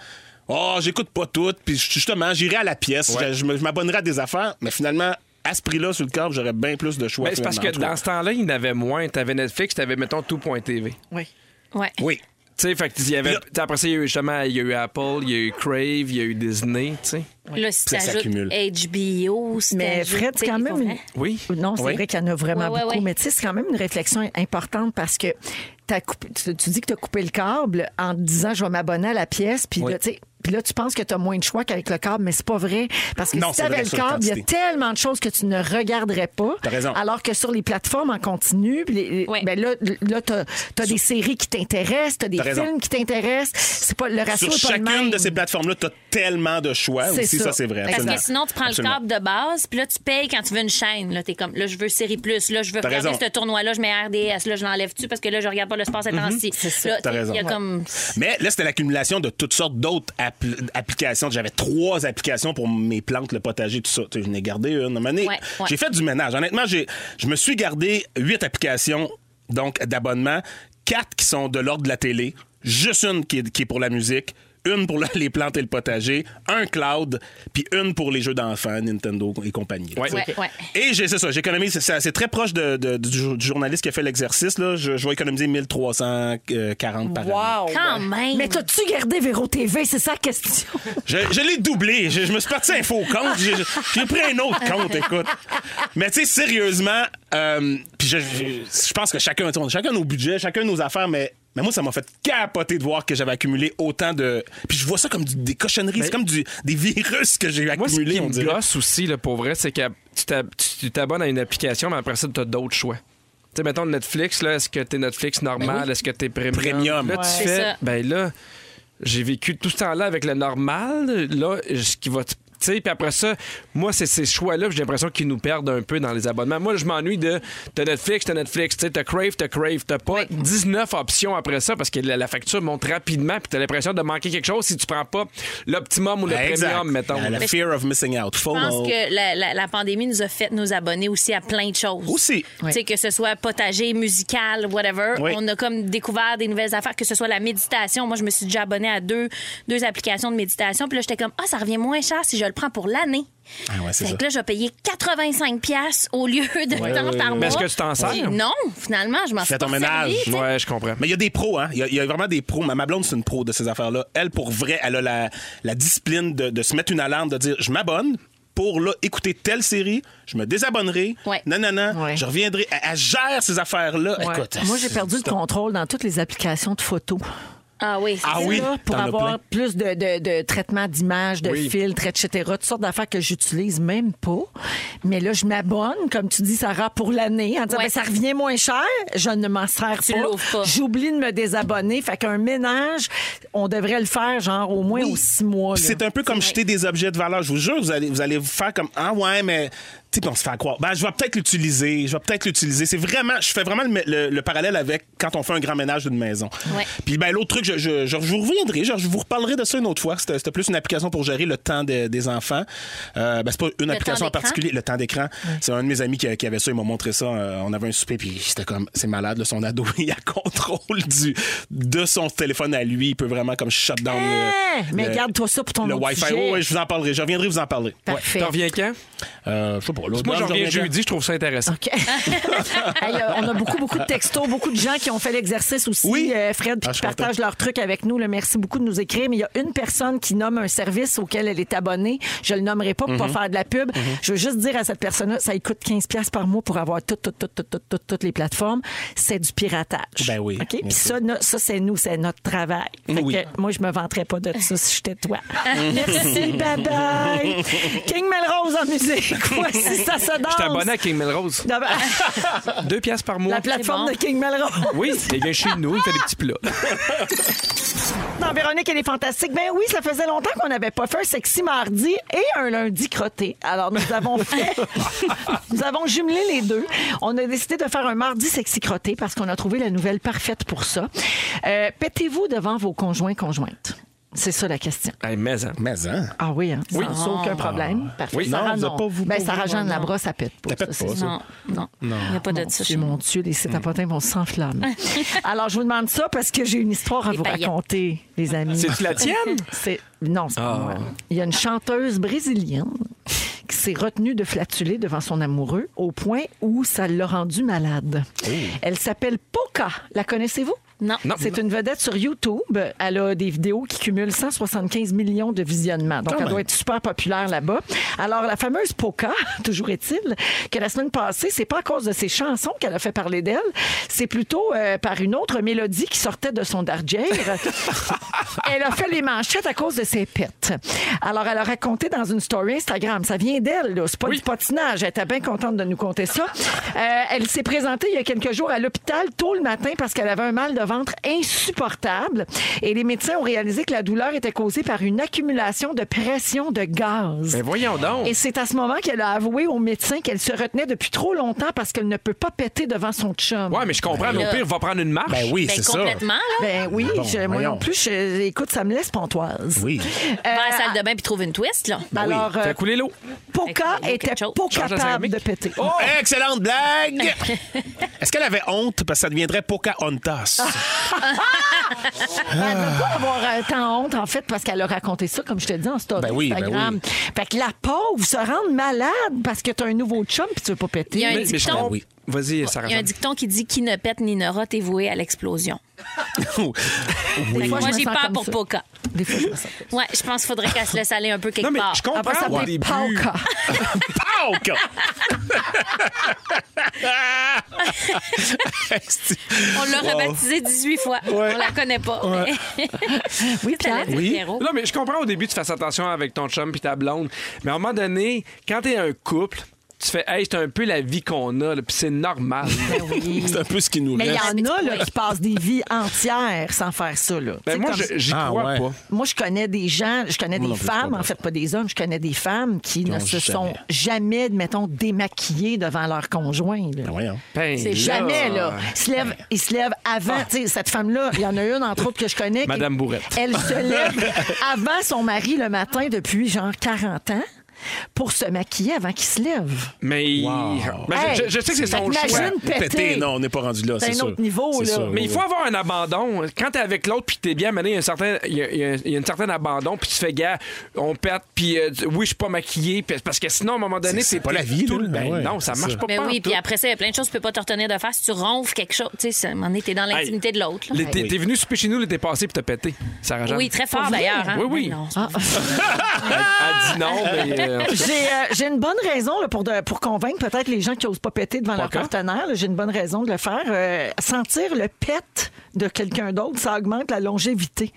Speaker 6: Oh, j'écoute pas tout, puis justement, j'irai à la pièce, je, je me- je m'abonnerai à des affaires, mais finalement, à ce prix-là, sur le câble, j'aurais bien plus de choix.
Speaker 4: Ben, c'est parce que
Speaker 6: finalement, en
Speaker 4: dans
Speaker 6: tout
Speaker 4: ce temps-là, il y en avait moins. T'avais Netflix, t'avais, mettons, tout.tv.
Speaker 5: Oui.
Speaker 2: Ouais.
Speaker 6: cas. Oui.
Speaker 4: Tu sais, fait que il y avait. t'sais, Après ça, il y a eu justement, il y a eu Apple, il y a eu Crave, il y a eu Disney, tu sais.
Speaker 2: Là, si
Speaker 6: Ça
Speaker 2: t'ajoutes
Speaker 6: s'accumule.
Speaker 2: HBO, si
Speaker 5: Mais
Speaker 2: t'ajoutes,
Speaker 5: Fred, c'est
Speaker 2: t'sais,
Speaker 5: quand
Speaker 2: il
Speaker 5: même.
Speaker 2: faut
Speaker 5: une-
Speaker 2: vraiment-
Speaker 4: Oui.
Speaker 5: Non, c'est
Speaker 6: Oui.
Speaker 5: vrai qu'il y en a vraiment
Speaker 2: Ouais, ouais,
Speaker 5: beaucoup,
Speaker 2: ouais.
Speaker 5: mais tu sais, c'est quand même une réflexion importante parce que t'as coupé- tu, tu dis que tu as coupé le câble en te disant je vais m'abonner à la pièce, puis
Speaker 6: Oui.
Speaker 5: là, tu sais, puis là, tu penses que tu as moins de choix qu'avec le câble, mais c'est pas vrai. Parce que
Speaker 6: Non,
Speaker 5: si tu
Speaker 6: c'est
Speaker 5: avais
Speaker 6: vrai
Speaker 5: le
Speaker 6: sur la
Speaker 5: câble, il y a
Speaker 6: quantité.
Speaker 5: tellement de choses que tu ne regarderais pas.
Speaker 6: T'as raison.
Speaker 5: Alors que sur les plateformes en continu, puis les- les-
Speaker 2: Ouais.
Speaker 5: ben là, là tu as, des séries qui t'intéressent, tu as des
Speaker 6: T'as raison.
Speaker 5: films qui t'intéressent. C'est pas, le ratio
Speaker 6: Sur
Speaker 5: est pas le
Speaker 6: chacune
Speaker 5: même.
Speaker 6: de ces plateformes-là, tu as tellement de choix
Speaker 5: C'est
Speaker 6: aussi,
Speaker 5: ça.
Speaker 6: ça, c'est vrai.
Speaker 2: Parce
Speaker 6: absolument.
Speaker 2: que sinon, tu prends
Speaker 6: Absolument.
Speaker 2: le câble de base, puis là, tu payes quand tu veux une chaîne. Là, t'es comme, là, je veux Série Plus, là, je veux
Speaker 6: T'as
Speaker 2: regarder
Speaker 6: raison.
Speaker 2: ce tournoi-là, je mets RDS, là, je l'enlève-tu parce que là, je regarde pas le sport ces
Speaker 5: Mhm.
Speaker 2: temps-ci. Là,
Speaker 6: T'as
Speaker 2: t'sais,
Speaker 6: raison.
Speaker 2: Il y a
Speaker 6: Ouais.
Speaker 2: comme.
Speaker 6: Mais là, c'était l'accumulation de toutes sortes d'autres appli- applications. J'avais trois applications pour mes plantes, le potager, tout ça. Tu sais, Je n'ai gardé une. À un moment donné,
Speaker 2: Ouais, ouais.
Speaker 6: J'ai fait du ménage. Honnêtement, j'ai- je me suis gardé huit applications donc d'abonnement, quatre qui sont de l'ordre de la télé, juste une qui est, qui est pour la musique. Une pour la- les plantes et le potager, un cloud, puis une pour les jeux d'enfants, Nintendo et compagnie.
Speaker 4: Ouais.
Speaker 2: Ouais, ouais.
Speaker 6: Et j'ai- c'est ça, j'économise. C'est c'est très proche de- de- du, jour- du journaliste qui a fait l'exercice. là. Je, je vais économiser 1340 euh, par année.
Speaker 2: Quand même.
Speaker 5: Mais t'as-tu gardé Véro TV? C'est ça la question.
Speaker 6: Je, je l'ai doublé. Je, je me suis parti un faux compte. J'ai j'ai pris un autre compte, écoute. Mais tu sais, sérieusement, euh, puis je, je- je pense que chacun, on a chacun nos budgets, chacun nos affaires, mais. Mais moi, ça m'a fait capoter de voir que j'avais accumulé autant de. Puis je vois ça comme du- des cochonneries, c'est comme du- des virus que j'ai
Speaker 4: Moi, ce
Speaker 6: accumulés,
Speaker 4: qui
Speaker 6: on
Speaker 4: me
Speaker 6: dirait.
Speaker 4: gosse aussi, là, pour vrai, c'est que tu t'ab- tu- tu t'abonnes à une application, mais après ça, tu as d'autres choix. Tu sais, mettons Netflix, là, est-ce que t'es Netflix normal, est-ce que t'es premium?
Speaker 6: Premium.
Speaker 4: Là,
Speaker 6: Ouais.
Speaker 4: tu
Speaker 2: Ben C'est
Speaker 4: fais,
Speaker 2: ça.
Speaker 4: ben là, j'ai vécu tout ce temps-là avec le normal, là, ce qui va... Tu sais, puis après ça, moi, c'est ces choix-là, puis j'ai l'impression qu'ils nous perdent un peu dans les abonnements. Moi, je m'ennuie de t'as Netflix, t'as Netflix, tu sais, t'as Crave, t'as Crave, t'as pas 19 options après ça parce que la, la facture monte rapidement, puis t'as l'impression de manquer quelque chose si tu prends pas l'optimum ou le
Speaker 6: Ouais, Ben, exact.
Speaker 4: premium, mettons.
Speaker 6: La, la
Speaker 4: là.
Speaker 6: fear of missing out.
Speaker 2: Je pense
Speaker 6: FOMO.
Speaker 2: que la, la- la pandémie nous a fait nous abonner aussi à plein de choses.
Speaker 6: Aussi.
Speaker 2: Tu sais, que ce soit potager, musical, whatever.
Speaker 6: Oui.
Speaker 2: On a comme découvert des nouvelles affaires, que ce soit la méditation. Moi, je me suis déjà abonnée à deux, deux applications de méditation. Puis là, j'étais comme, ah, ça revient moins cher si je le prends pour l'année.
Speaker 6: Ah ouais, c'est
Speaker 2: Fait
Speaker 6: ça.
Speaker 2: que là, je vais payer 85$ piastres au lieu de tant par mois.
Speaker 4: Mais est-ce que tu t'en sers?
Speaker 2: Puis Non, finalement, je m'en suis
Speaker 6: Fais
Speaker 2: pas
Speaker 6: ton ménage.
Speaker 2: servi, tu sais.
Speaker 4: Ouais, je comprends.
Speaker 6: Mais il y a des pros, hein. Il y a- il y, a vraiment des pros. Ma, ma blonde, c'est une pro de ces affaires-là. Elle, pour vrai, elle a la, la discipline de, de se mettre une alarme, de dire je m'abonne pour là, écouter telle série, je me désabonnerai.
Speaker 2: Ouais.
Speaker 6: Non, non, non.
Speaker 5: Ouais.
Speaker 6: Je reviendrai. Elle, elle gère ces affaires-là. Écoute,
Speaker 5: Moi, j'ai perdu le contrôle dans toutes les applications de photos.
Speaker 2: Ah oui, c'est
Speaker 6: Ah
Speaker 2: ça.
Speaker 6: oui,
Speaker 5: Là, pour
Speaker 6: t'en as
Speaker 5: avoir
Speaker 6: plein.
Speaker 5: plus de, de, de traitement d'images, de
Speaker 4: Oui.
Speaker 5: filtres, etc. Toutes sortes d'affaires que j'utilise même pas. Mais là, je m'abonne, comme tu dis, Sarah, pour l'année, en disant,
Speaker 2: Ouais.
Speaker 5: ben, ça revient moins cher, je ne m'en sers
Speaker 2: Tu
Speaker 5: pas.
Speaker 2: l'ouvres pas.
Speaker 5: J'oublie de me désabonner. Fait qu'un ménage, on devrait le faire, genre, au moins
Speaker 6: Oui.
Speaker 5: aux six mois.
Speaker 6: Puis
Speaker 5: là.
Speaker 6: C'est un peu comme jeter des objets de valeur. Je vous jure, vous allez vous allez vous faire comme ah ouais, mais tu sais, puis on se fait croire. Ben, je vais peut-être l'utiliser. Je vais peut-être l'utiliser. C'est vraiment, je fais vraiment le, mé- le- le parallèle avec quand on fait un grand ménage d'une maison.
Speaker 2: Ouais.
Speaker 6: Puis ben l'autre truc, je, je- je vous reviendrai, je, je vous reparlerai de ça une autre fois. C'était c'était plus une application pour gérer le temps de- des enfants. Euh, ben, c'est pas une application en
Speaker 2: d'écran?
Speaker 6: particulier, le temps d'écran. C'est un de mes amis qui, qui avait ça. Il m'a montré ça. Euh, on avait un souper puis c'était comme c'est malade. là, son ado, il a contrôle du de son téléphone à lui. Il peut vraiment comme shut down.
Speaker 5: Hein?
Speaker 6: le-
Speaker 5: mais
Speaker 6: le-
Speaker 5: garde-toi ça pour ton
Speaker 6: le
Speaker 5: autre
Speaker 6: Wi-Fi.
Speaker 5: sujet.
Speaker 6: Oh, ouais, je vous en parlerai. Je reviendrai vous en parler.
Speaker 5: Parfait.
Speaker 4: T'en reviens quand?
Speaker 6: Euh, je sais pas. l'autre
Speaker 4: Moi,
Speaker 6: dame,
Speaker 4: j'en
Speaker 6: je
Speaker 4: reviens
Speaker 6: reviens
Speaker 4: jeudi, je trouve ça intéressant.
Speaker 5: OK. Hey, euh, on a beaucoup, beaucoup de textos, beaucoup de gens qui ont fait l'exercice aussi,
Speaker 6: Oui.
Speaker 5: euh, Fred, puis
Speaker 6: Ah, je
Speaker 5: qui
Speaker 6: suis content.
Speaker 5: partagent leurs trucs avec nous. là. merci beaucoup de nous écrire. Mais il y a une personne qui nomme un service auquel elle est abonnée. Je le nommerai pas pour
Speaker 6: Mhm.
Speaker 5: pas faire de la pub. Je veux juste dire à cette personne-là, ça lui coûte 15$ piastres par mois pour avoir toutes, toutes, toutes, toutes, toutes, toutes, toutes les plateformes. C'est du piratage.
Speaker 6: Ben oui,
Speaker 5: OK?
Speaker 6: bien
Speaker 5: Puis
Speaker 6: sûr.
Speaker 5: ça, no- ça c'est nous, c'est notre travail. Fait
Speaker 6: Oui.
Speaker 5: que moi, je me vanterais pas de ça si j'étais toi. merci, bye-bye. King Melrose en musique. Voici ça se danse.
Speaker 4: Je t'abonne à King Melrose.
Speaker 5: Non, ben-
Speaker 4: Deux piastres par mois.
Speaker 5: La plateforme
Speaker 2: bon.
Speaker 5: de King Melrose.
Speaker 4: Oui, il vient chez nous, il fait des petits plats.
Speaker 5: dans Véronique, elle est fantastique. Ben oui, ça faisait longtemps qu'on n'avait pas fait un sexy mardi et un lundi crotté. Alors, nous avons fait. nous avons jumelé les deux. On a décidé de faire un mardi sexy crotté parce qu'on a trouvé la nouvelle parfaite pour ça. Euh, Pétez-vous devant vos conjoints, conjointes? C'est ça la question.
Speaker 4: Hey, mais, hein.
Speaker 6: Mais hein? Ah.
Speaker 5: Ah oui, hein?
Speaker 4: Oui.
Speaker 5: Sans aucun problème. Parfait.
Speaker 4: Oui.
Speaker 5: Sarah,
Speaker 6: Non, vous avez pas- vous-
Speaker 5: ben,
Speaker 6: pas-
Speaker 5: Sarah
Speaker 6: vous-
Speaker 5: Jeanne
Speaker 2: non.
Speaker 5: Labra, ça pète pas.
Speaker 6: Ça pète
Speaker 5: c'est
Speaker 6: pas,
Speaker 5: sûr.
Speaker 2: Non, non. Il n'y a pas de ça.
Speaker 5: Dieu,
Speaker 2: chez nous. Mm.
Speaker 5: mon Dieu, les sites à potins vont s'enflammer. Alors, je vous demande ça parce que j'ai une histoire à
Speaker 2: Les
Speaker 5: vous
Speaker 2: paillettes.
Speaker 5: raconter, les amis.
Speaker 4: C'est-tu la tienne?
Speaker 5: C'est- Non, c'est pas
Speaker 4: Ah.
Speaker 5: moi. Il y a une chanteuse brésilienne qui s'est retenue de flatuler devant son amoureux au point où ça l'a rendue malade.
Speaker 6: Oh.
Speaker 5: Elle s'appelle Poca. La connaissez-vous?
Speaker 2: Non.
Speaker 4: Non.
Speaker 5: C'est une vedette sur YouTube. Elle a des vidéos qui cumulent 175 millions de visionnements. Donc,
Speaker 6: Quand
Speaker 5: elle
Speaker 6: même.
Speaker 5: doit être super populaire là-bas. Alors, la fameuse Poca, toujours est-il, que la semaine passée, c'est pas à cause de ses chansons qu'elle a fait parler d'elle, c'est plutôt euh, par une autre mélodie qui sortait de son dardière. elle a fait les manchettes à cause de ses pets. Alors, elle a raconté dans une story Instagram. Ça vient d'elle, là. C'est pas du patinage. Elle était bien contente de nous conter ça. Euh, elle s'est présentée il y a quelques jours à l'hôpital tôt le matin parce qu'elle avait un mal de ventre insupportable. Et les médecins ont réalisé que la douleur était causée par une accumulation de pression de gaz.
Speaker 4: Ben voyons donc.
Speaker 5: Et c'est à ce moment qu'elle a avoué au médecin qu'elle se retenait depuis trop longtemps parce qu'elle ne peut pas péter devant son chum.
Speaker 4: Ouais, mais je comprends. Au pire, va prendre une marche.
Speaker 6: Ben oui,
Speaker 2: Ben,
Speaker 6: c'est ça.
Speaker 2: complètement, là.
Speaker 5: Ben oui,
Speaker 6: Ah Bon,
Speaker 5: je- moi
Speaker 6: voyons.
Speaker 5: non plus, je- écoute, ça me laisse pantoise.
Speaker 6: Oui.
Speaker 5: Euh,
Speaker 6: Ben
Speaker 2: Va à la
Speaker 5: ah.
Speaker 2: salle de bain puis trouve une twist, là.
Speaker 5: Alors, euh,
Speaker 4: Fait couler l'eau.
Speaker 5: Poca
Speaker 2: Écoute, il y a
Speaker 5: était
Speaker 2: quelque chose.
Speaker 5: pas
Speaker 4: Change la
Speaker 5: capable
Speaker 4: céramique.
Speaker 5: de péter.
Speaker 6: Oh, excellente blague! Est-ce qu'elle avait honte parce que ça deviendrait Pocahontas?
Speaker 5: Elle ne pas avoir euh, tant honte, en fait, parce qu'elle a raconté ça, comme je te dis, en story
Speaker 6: Ben oui, ben
Speaker 5: Instagram. Fait que la pauvre se rend malade parce que t'as un nouveau chum puis tu veux pas péter.
Speaker 2: Il y a un
Speaker 4: Mais, mais je
Speaker 2: dicton.
Speaker 4: comprends. Vas-y, Sarah.
Speaker 2: Il y a un dicton qui dit qui ne pète ni ne rote est voué à l'explosion. Fait que
Speaker 5: fois,
Speaker 2: Moi,
Speaker 5: je me sens
Speaker 2: j'ai peur
Speaker 5: comme
Speaker 2: pour
Speaker 5: ça.
Speaker 2: Poca.
Speaker 5: Des fois, je me sens comme
Speaker 2: Ouais, je pense qu'il faudrait qu'elle se laisse aller un peu quelque
Speaker 4: Non, mais
Speaker 2: part.
Speaker 4: je
Speaker 5: Elle va
Speaker 4: comprends au
Speaker 5: s'appeler
Speaker 4: début.
Speaker 5: Pauca.
Speaker 6: Pauca! Esti.
Speaker 2: On l'a rebaptisée 18 fois.
Speaker 6: Ouais.
Speaker 2: On la connaît pas.
Speaker 5: Oui,
Speaker 2: Ça
Speaker 5: Pierre.
Speaker 2: l'a dit
Speaker 6: Oui.
Speaker 2: Pierrot.
Speaker 4: Non, mais je comprends au début, tu fasses attention avec ton chum puis ta blonde. Mais à un moment donné, quand t'es un couple, tu fais, hey, c'est un peu la vie qu'on a, là, puis c'est normal. Ben,
Speaker 6: C'est un peu ce qui nous
Speaker 5: Mais il y
Speaker 6: reste.
Speaker 5: en a là, qui passent des vies entières sans faire ça. Là. Tu
Speaker 4: Ben
Speaker 5: sais,
Speaker 4: moi,
Speaker 5: comme-
Speaker 4: je- j'y
Speaker 6: Ah,
Speaker 4: crois
Speaker 6: ouais.
Speaker 4: pas.
Speaker 5: Moi, je connais des gens, je connais des
Speaker 6: non plus, je
Speaker 5: femmes,
Speaker 6: comprends.
Speaker 5: en fait, pas des hommes, je connais des femmes qui ne
Speaker 6: ont
Speaker 5: se
Speaker 6: jamais.
Speaker 5: sont jamais, mettons, démaquillées devant leur conjoint. là.
Speaker 6: Ben voyons.
Speaker 4: Ben, là,
Speaker 5: Jamais, là. Il se lève, il se lève avant. Tu sais, Cette femme-là, il y en a une, entre autres, que je connais. qui-
Speaker 4: Madame Bourrette.
Speaker 5: Elle se lève avant son mari le matin depuis genre 40 ans pour se maquiller avant qu'il se lève.
Speaker 4: Mais Ben, je-
Speaker 5: Hey,
Speaker 4: je, je sais que c'est son
Speaker 5: imagine
Speaker 4: choix.
Speaker 5: péter.
Speaker 6: non, on n'est pas rendu là,
Speaker 5: C'est
Speaker 6: c'est
Speaker 5: un
Speaker 6: sûr.
Speaker 5: autre niveau,
Speaker 6: C'est
Speaker 5: là.
Speaker 6: sûr,
Speaker 4: Mais il
Speaker 6: oui,
Speaker 4: faut
Speaker 6: oui.
Speaker 4: avoir un abandon. Quand t'es avec l'autre puis t'es bien mené, il y a un certain, il y a, il y a- il y a une certaine abandon puis tu fais gars, on pète puis euh, tu- oui, je suis pas maquillée puis- parce que sinon à un moment donné,
Speaker 6: C'est- c'est
Speaker 4: c'est
Speaker 6: pas la vie,
Speaker 4: tout
Speaker 6: là.
Speaker 4: le- Ben,
Speaker 6: Ouais,
Speaker 4: non, ça
Speaker 6: c'est
Speaker 4: marche
Speaker 6: ça.
Speaker 4: pas.
Speaker 2: Ben
Speaker 4: pas en
Speaker 2: oui,
Speaker 4: tout.
Speaker 2: puis après ça, il y a plein de choses que tu peux pas te retenir de faire. Si tu ronfles quelque chose, tu sais, ça, à un moment donné, t'es dans l'intimité de l'autre. là.
Speaker 4: L'été- T'es venu souper chez nous l'été passé puis t'as pété, Sarah Jeanne.
Speaker 2: Oui, très fort d'ailleurs. hein.
Speaker 4: Oui, oui.
Speaker 2: Mais non, c'est
Speaker 5: Ah.
Speaker 4: Elle, elle dit non, mais euh,
Speaker 5: J'ai euh, j'ai une bonne raison là, pour, de- pour convaincre peut-être les gens qui n'osent pas péter devant leur
Speaker 4: Pourquoi?
Speaker 5: partenaire. là, J'ai une bonne raison de le faire. Euh, sentir le pet de quelqu'un d'autre, ça augmente la longévité.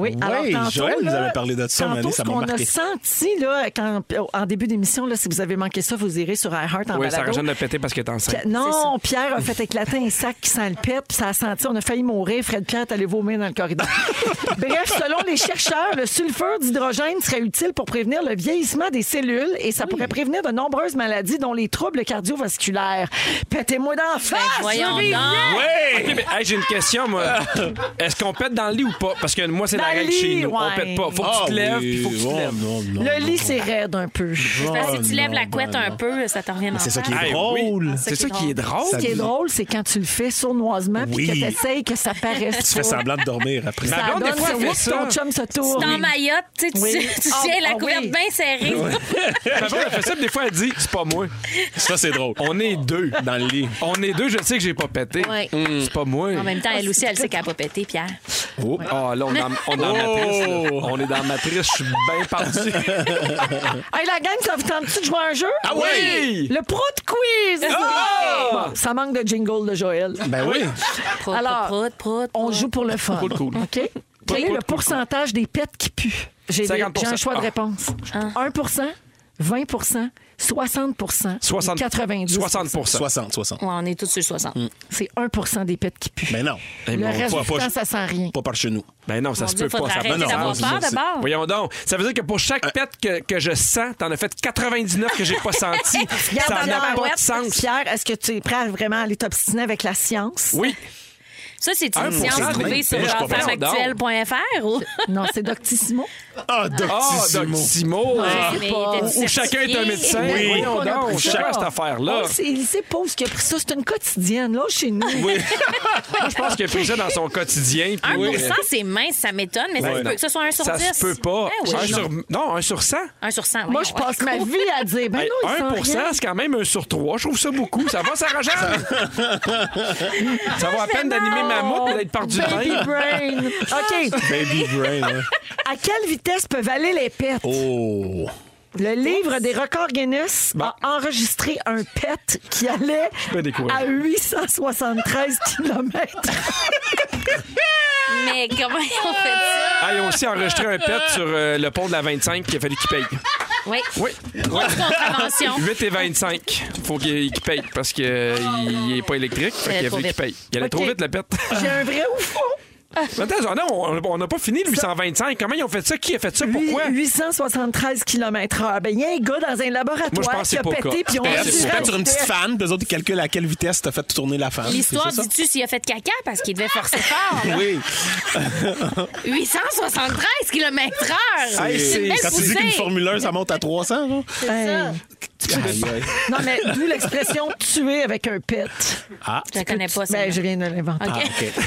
Speaker 5: Oui,
Speaker 6: Ouais,
Speaker 5: alors tantôt,
Speaker 6: Joël nous
Speaker 5: là,
Speaker 6: avait parlé de ça,
Speaker 5: tantôt,
Speaker 6: Mané, ça
Speaker 5: ce
Speaker 6: m'a
Speaker 5: qu'on a
Speaker 6: marqué.
Speaker 5: senti là, quand- en début d'émission, là, si vous avez manqué ça, vous irez sur iHeart en
Speaker 4: ouais, Sarah
Speaker 5: balado.
Speaker 4: Jeanne l'a pété parce qu'elle est enceinte.
Speaker 5: Pierre- Non, Pierre a fait éclater un sac qui sent le pet, puis ça a senti, on a failli mourir. Fred Pierre est allé vomir dans le corridor. Bref, selon les chercheurs, le sulfure d'hydrogène serait utile pour prévenir le vieillissement des cellules et ça pourrait prévenir de nombreuses maladies, dont les troubles cardiovasculaires. Pétez-moi d'en face!
Speaker 2: voyons
Speaker 5: je vais
Speaker 2: donc.
Speaker 5: bien!
Speaker 4: Ouais! OK, mais, hey, j'ai une question, moi. Est-ce qu'on pète dans le lit ou pas? Parce que moi, c'est la
Speaker 5: Dans le
Speaker 4: règle
Speaker 5: lit,
Speaker 4: chez nous.
Speaker 5: ouais.
Speaker 4: On pète pas. Faut que
Speaker 6: Ah
Speaker 4: tu te lèves,
Speaker 6: oui,
Speaker 4: puis faut que tu te
Speaker 6: oh
Speaker 4: lèves.
Speaker 6: non, non,
Speaker 5: Le
Speaker 6: non,
Speaker 5: lit,
Speaker 6: non.
Speaker 5: c'est raide un peu. Ce
Speaker 2: parce que si
Speaker 6: Oh
Speaker 2: tu lèves
Speaker 6: non,
Speaker 2: la couette
Speaker 6: ben
Speaker 2: un
Speaker 6: non.
Speaker 2: peu, ça te revient dans
Speaker 6: c'est Ah, ça qui est
Speaker 4: Hey, Ah, oui.
Speaker 6: drôle.
Speaker 4: C'est ça qui est drôle.
Speaker 5: qui est drôle, c'est quand tu le fais sournoisement puis
Speaker 6: Oui.
Speaker 5: que t'essayes que ça paraisse
Speaker 6: Tu fais
Speaker 5: pas.
Speaker 6: semblant de dormir après.
Speaker 4: Ma
Speaker 5: Ça
Speaker 4: blonde, des
Speaker 5: donne
Speaker 4: fois,
Speaker 5: que
Speaker 4: elle fait
Speaker 5: whoop,
Speaker 4: ça.
Speaker 5: ton chum se tourne.
Speaker 2: Dans Mayotte, tu sais, tu-
Speaker 5: Oui.
Speaker 2: tu
Speaker 5: Ah,
Speaker 2: tiens
Speaker 5: ah
Speaker 2: la couverte
Speaker 5: oui.
Speaker 2: bien serrée.
Speaker 4: Ma blonde, elle fait ça, puis des fois, elle dit, c'est pas moi.
Speaker 6: Ça, c'est drôle.
Speaker 4: On est deux.
Speaker 6: Dans le lit.
Speaker 4: On est deux, je sais que j'ai pas pété.
Speaker 2: Ouais.
Speaker 4: Mm. C'est pas moi.
Speaker 2: En même temps, elle aussi, elle sait qu'elle a pas pété, Pierre.
Speaker 4: Oh, Ah, là, on est dans, on est dans la matrice. là. On est dans la matrice, je suis bien parti.
Speaker 5: Hey, la gang, ça vous tente-tu de jouer à un jeu?
Speaker 4: Ah oui!
Speaker 5: Le pro de quiz!
Speaker 4: Ah!
Speaker 5: Bon, ça manque de jingle de Joël.
Speaker 6: Ben oui.
Speaker 2: Prout,
Speaker 5: Alors,
Speaker 2: prout, prout, prout.
Speaker 5: On joue pour le fun.
Speaker 4: Cool, cool.
Speaker 5: OK? Quel est le
Speaker 4: Ah.
Speaker 5: pourcentage des pets qui puent? J'ai des-
Speaker 4: 50%.
Speaker 5: j'ai un choix de
Speaker 4: Ah.
Speaker 5: réponse. 1 20 60
Speaker 4: 60,
Speaker 5: 92
Speaker 4: 60
Speaker 6: 60, 60.
Speaker 2: Ouais, on est tous sur 60.
Speaker 4: Hmm,
Speaker 5: C'est 1 des pets qui puent.
Speaker 6: Mais non,
Speaker 4: Eh,
Speaker 5: le
Speaker 4: mon
Speaker 5: reste
Speaker 6: pas-
Speaker 5: du
Speaker 6: pas-
Speaker 5: temps, ça sent rien.
Speaker 6: pas par chez nous.
Speaker 4: Ben non, ça
Speaker 2: Mon
Speaker 4: se
Speaker 2: Dieu,
Speaker 4: peut pas.
Speaker 2: faudrait
Speaker 4: Ça
Speaker 2: arrêter
Speaker 4: n'a pas de
Speaker 2: d'avoir
Speaker 4: sens.
Speaker 2: peur
Speaker 6: c'est-
Speaker 2: d'abord.
Speaker 4: Voyons donc. Ça veut dire que pour chaque pète que, que je sens, t'en as fait 99 que j'ai pas senti. ça
Speaker 5: Regarde,
Speaker 4: n'a
Speaker 5: Pierre,
Speaker 4: pas de sens.
Speaker 5: Pierre, est-ce que tu es prêt à vraiment aller t'obstiner avec la science?
Speaker 4: Oui.
Speaker 2: Ça, c'est une
Speaker 4: Un pour
Speaker 2: science
Speaker 4: cent,
Speaker 2: trouvée
Speaker 4: oui.
Speaker 2: sur
Speaker 4: Moi, je suis pas
Speaker 2: femmeactuelle.fr ou...
Speaker 5: Non, c'est Doctissimo.
Speaker 6: Ah,
Speaker 4: Ah,
Speaker 6: Doctissimo.
Speaker 4: Doctimo.
Speaker 2: Ouais, mais il était
Speaker 4: Où hein. chacun est un
Speaker 2: certifié.
Speaker 4: médecin.
Speaker 5: Ben,
Speaker 4: Oui,
Speaker 5: on
Speaker 4: voyons
Speaker 5: a
Speaker 4: donc.
Speaker 5: pris ça.
Speaker 4: Chacun a cette affaire-là.
Speaker 5: On sait- Il sait pas où ce qu'il a pris ça. C'est une quotidienne, là, chez nous.
Speaker 4: Oui. Moi, je pense qu'il a pris ça dans son quotidien. puis
Speaker 2: 1
Speaker 4: oui.
Speaker 2: c'est mince, ça m'étonne, mais ça
Speaker 4: Ouais,
Speaker 2: se peut
Speaker 4: non.
Speaker 2: que ce soit 1 sur 10.
Speaker 4: Ça se peut pas.
Speaker 2: Eh oui.
Speaker 4: un sur, non, un sur 100.
Speaker 2: 1 sur 100.
Speaker 5: Moi, je passe ma vie à dire, ben
Speaker 4: Hey,
Speaker 5: non, ils
Speaker 4: 1
Speaker 5: sont rien.
Speaker 4: c'est quand même un sur 3. Je trouve ça beaucoup. Ça va, Sarah Jeanne? ça va à peine d'animer ma moutre et d'être par du
Speaker 5: Baby
Speaker 4: train.
Speaker 5: brain. OK.
Speaker 6: Baby brain, hein.
Speaker 5: À quelle vitesse peuvent aller les pets?
Speaker 6: Oh.
Speaker 5: Le livre des records Guinness a enregistré un pet qui allait
Speaker 4: peux découvrir.
Speaker 5: à 873 km.
Speaker 2: Mais comment on fait ça?
Speaker 4: Ah, ils ont aussi enregistré un pet sur euh, le pont de la 25 qu'il a fallu qu'il paye.
Speaker 2: Oui.
Speaker 4: Oui.
Speaker 2: Contravention.
Speaker 4: 8 et 25. Faut qu'il qu'il paye parce qu'il n'est pas électrique. Fait qu'il a
Speaker 2: allait trop
Speaker 4: fallu qu'il
Speaker 2: vite.
Speaker 4: paye. Il allait
Speaker 5: OK.
Speaker 4: trop vite, le pet.
Speaker 5: J'ai un vrai ou faux?
Speaker 4: Attends, non, on- on n'a pas fini le 825. Comment ils ont fait ça? Qui a fait ça?
Speaker 5: Lui,
Speaker 4: Pourquoi?
Speaker 5: 873 km/h. Ben, il y a un gars dans un
Speaker 4: Moi, je
Speaker 5: laboratoire
Speaker 4: pense
Speaker 5: qui
Speaker 4: que c'est
Speaker 5: a
Speaker 4: pas
Speaker 5: pété,
Speaker 4: le cas.
Speaker 5: puis on
Speaker 4: Je
Speaker 5: a
Speaker 4: pense
Speaker 5: dit
Speaker 4: que c'est pas
Speaker 6: Ah, C'est
Speaker 4: le
Speaker 6: sur une petite fan, puis eux autres, ils calculent à quelle vitesse t'as fait tourner
Speaker 4: Ah,
Speaker 6: la fan.
Speaker 2: L'histoire
Speaker 6: C'est ça, ça?
Speaker 2: dit-tu s'il a fait caca parce qu'il devait forcer fort? là?
Speaker 6: Oui.
Speaker 2: 873 km/h!
Speaker 4: Hey, c'est-
Speaker 2: une belle
Speaker 6: Quand tu dis
Speaker 2: poussée.
Speaker 6: qu'une Formule 1, ça monte à 300, là.
Speaker 5: Hey.
Speaker 6: Aïe, aïe.
Speaker 5: Non, mais d'où l'expression tuer avec un pet.
Speaker 2: Je la connais pas, ça. Ah,
Speaker 5: Ben, je viens de
Speaker 4: Ah,
Speaker 5: l'inventer.
Speaker 2: OK.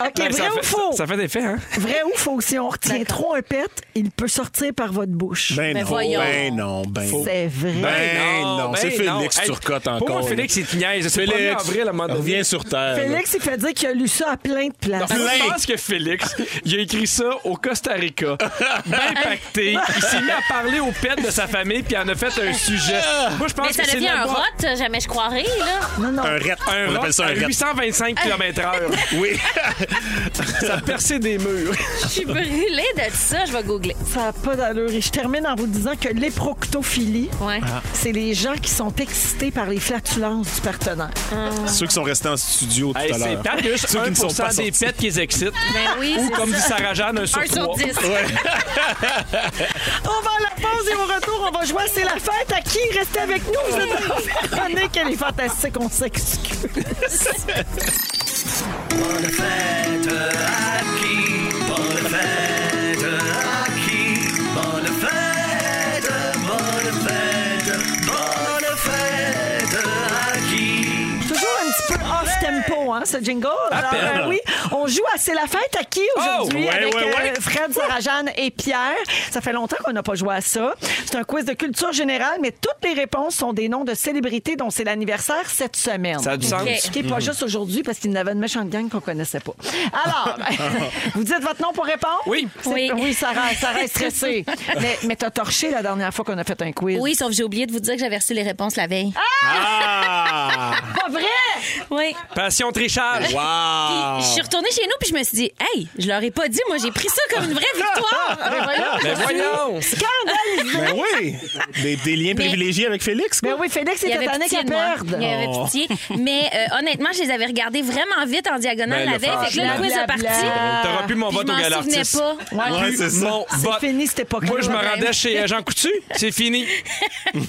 Speaker 5: OK,
Speaker 4: Ben,
Speaker 5: vrai
Speaker 4: ça,
Speaker 5: ou
Speaker 4: fait,
Speaker 5: faux?
Speaker 4: ça- ça fait des faits, hein?
Speaker 5: Vrai ou faux? Si on retient trop un pet, il peut sortir par votre bouche.
Speaker 6: Ben
Speaker 2: Ben
Speaker 6: non.
Speaker 2: voyons.
Speaker 6: Ben non, ben non.
Speaker 5: C'est vrai.
Speaker 6: Ben non, c'est Félix
Speaker 4: Hey,
Speaker 6: Turcotte
Speaker 4: Pour
Speaker 6: encore.
Speaker 4: moi, Félix, il te niaise. C'est le 1er
Speaker 6: Félix,
Speaker 4: avril à un moment donné.
Speaker 6: reviens sur Terre.
Speaker 4: ben,
Speaker 5: Félix, il fait dire qu'il a lu ça à plein de places.
Speaker 4: Moi,
Speaker 6: Plein.
Speaker 4: Je pense que Félix, il a écrit ça au Costa Rica, bien pacté. Il s'est mis à parler aux pets de sa famille puis il en a fait un sujet. Moi, je pense
Speaker 2: Mais ça
Speaker 4: que c'est
Speaker 2: devient un
Speaker 4: n'importe-
Speaker 2: rot, euh, jamais je croirais, là.
Speaker 5: Non, non.
Speaker 6: Un ret.
Speaker 4: Un
Speaker 6: On appelle ça un
Speaker 4: rock à
Speaker 6: ret.
Speaker 4: 825 km/h.
Speaker 6: Oui.
Speaker 4: Ça perçait des murs.
Speaker 2: Je suis brûlée de ça, je vais googler.
Speaker 5: Ça n'a pas d'allure. Et je termine en vous disant que l'éproctophilie,
Speaker 2: Ouais.
Speaker 4: Ah.
Speaker 5: c'est les gens qui sont excités par les flatulences du partenaire.
Speaker 6: Ceux qui sont restés en studio tout
Speaker 4: Hey,
Speaker 6: à
Speaker 4: c'est
Speaker 6: l'heure.
Speaker 4: pas que juste
Speaker 6: Ceux qui ne sont
Speaker 4: 1%
Speaker 6: pas
Speaker 4: des
Speaker 6: sortis.
Speaker 4: pets qui les excitent.
Speaker 2: Ben oui,
Speaker 4: Ou
Speaker 2: c'est
Speaker 4: comme dit
Speaker 2: ça.
Speaker 4: Sarah Jeanne, un sur
Speaker 2: 1 sur
Speaker 4: trois.
Speaker 2: 10.
Speaker 5: On va à la pause et au retour, on va jouer à C'est la fête à qui? Restez avec nous, vous êtes dans la chronique, elle est fantastique, on s'excuse. Toujours un petit peu off-tempo, hein, ce jingle. Alors,
Speaker 4: peine.
Speaker 5: euh, oui, on joue à C'est la fête à qui aujourd'hui
Speaker 4: Oh, ouais,
Speaker 5: avec
Speaker 4: ouais,
Speaker 5: euh,
Speaker 4: ouais.
Speaker 5: Fred, Sarah-Jeanne et Pierre. Ça fait longtemps qu'on n'a pas joué à ça. C'est un quiz de culture générale, mais toutes les réponses sont des noms de célébrités dont c'est l'anniversaire cette semaine.
Speaker 4: Ça a du sens. Mhm.
Speaker 5: Ce qui n'est pas juste aujourd'hui parce qu'il y en avait une méchante gang qu'on connaissait pas. Alors, vous dites votre nom pour répondre?
Speaker 4: Oui.
Speaker 5: C'est-
Speaker 2: Oui.
Speaker 5: Oui, Sarah, Sarah est stressée. mais mais t'as torché la dernière fois qu'on a fait un quiz.
Speaker 2: Oui, sauf que j'ai oublié de vous dire que j'avais reçu les réponses la veille.
Speaker 6: Ah!
Speaker 5: Pas vrai!
Speaker 2: Oui.
Speaker 4: Passion trichage.
Speaker 6: Wow!
Speaker 2: Je suis retournée chez nous puis je me suis dit, hey, je leur ai pas dit, moi j'ai pris ça comme une vraie victoire. Ben voyons.
Speaker 4: Mais voyons.
Speaker 6: Ben oui! Des, des liens
Speaker 2: Mais-
Speaker 6: privilégiés avec Félix, quoi.
Speaker 5: Ben oui, Félix,
Speaker 2: Il y
Speaker 5: c'était
Speaker 2: avait
Speaker 5: année
Speaker 2: pitié
Speaker 5: qu'à
Speaker 2: de moi.
Speaker 5: perdre.
Speaker 2: Il y avait
Speaker 6: Oh.
Speaker 2: pitié. Mais euh, honnêtement, je les avais regardés vraiment vite en diagonale
Speaker 4: Ben,
Speaker 2: la
Speaker 4: le
Speaker 2: veille. Fait que là, le quiz est
Speaker 5: Blablabla.
Speaker 2: parti.
Speaker 4: T'auras plus mon
Speaker 2: Puis
Speaker 4: vote
Speaker 2: je
Speaker 4: au
Speaker 2: m'en
Speaker 4: Galartis.
Speaker 2: souvenais pas.
Speaker 6: Ouais, c'est ça.
Speaker 4: Mon vote.
Speaker 5: C'est fini cette époque-là.
Speaker 4: Moi, je me
Speaker 2: ben.
Speaker 4: rendais chez Jean Coutu. C'est fini.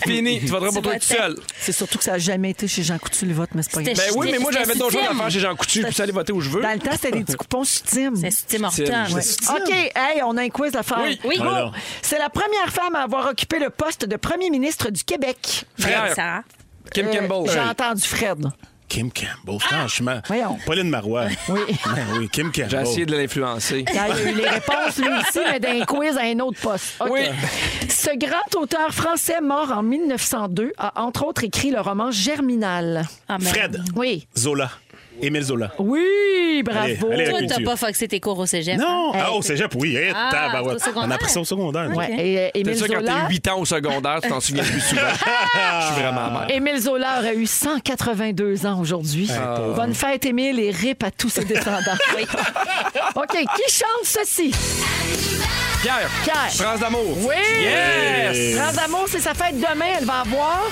Speaker 4: fini. Tu voteras pour toi
Speaker 2: votais.
Speaker 4: tout seul.
Speaker 5: C'est surtout que ça n'a jamais été chez Jean Coutu le vote, mais c'est pas grave.
Speaker 2: C'était
Speaker 4: Ben oui, mais moi, j'avais
Speaker 2: C'était
Speaker 4: d'autres choses à
Speaker 2: ultime.
Speaker 4: faire chez Jean Coutu. Je peux aller voter où je veux.
Speaker 5: Dans le temps, c'était des petits coupons sutimes.
Speaker 2: C'est Tim Hortons.
Speaker 4: Ultime.
Speaker 5: OK, hey, on a un quiz à faire.
Speaker 4: Oui.
Speaker 2: Oui.
Speaker 5: Go.
Speaker 6: Voilà.
Speaker 5: C'est la première femme à avoir occupé le poste de premier ministre du Québec.
Speaker 2: Ben, Sarah.
Speaker 4: Kim
Speaker 5: Euh,
Speaker 4: Campbell.
Speaker 5: J'ai entendu Fred.
Speaker 6: Kim Campbell, franchement.
Speaker 5: Voyons.
Speaker 6: Pauline Marois. Oui. Ben oui, Kim Campbell.
Speaker 4: J'ai essayé de l'influencer.
Speaker 5: Là, il y a eu les réponses, lui aussi, mais d'un quiz à un autre poste. OK.
Speaker 4: Oui.
Speaker 5: Ce grand auteur français mort en 1902 a, entre autres, écrit le roman Germinal.
Speaker 2: Ah, ben,
Speaker 6: Fred.
Speaker 5: Oui.
Speaker 6: Zola. Émile Zola.
Speaker 5: Oui, bravo.
Speaker 6: Allez, allez,
Speaker 2: Toi,
Speaker 6: Culture.
Speaker 2: t'as pas foxé tes cours au cégep.
Speaker 6: Non!
Speaker 2: hein?
Speaker 6: Ah, au cégep, oui. Eh,
Speaker 2: Ah,
Speaker 6: tabarouette.
Speaker 2: c'est au secondaire?
Speaker 6: On a appris ça au secondaire.
Speaker 5: Ouais. Et, euh,
Speaker 4: C'est
Speaker 5: Émile
Speaker 4: ça, quand
Speaker 5: Zola.
Speaker 4: t'as 8 ans au secondaire, tu t'en souviens plus souvent. Je suis vraiment mal.
Speaker 5: Émile Zola aurait eu 182 ans aujourd'hui. Bonne fête, Émile, et rip à tous ses descendants. Oui. OK, qui chante ceci?
Speaker 10: Arriva,
Speaker 4: Pierre.
Speaker 5: Pierre.
Speaker 4: France d'amour.
Speaker 5: Oui!
Speaker 4: Yes!
Speaker 5: France d'amour, c'est sa fête demain. Elle va avoir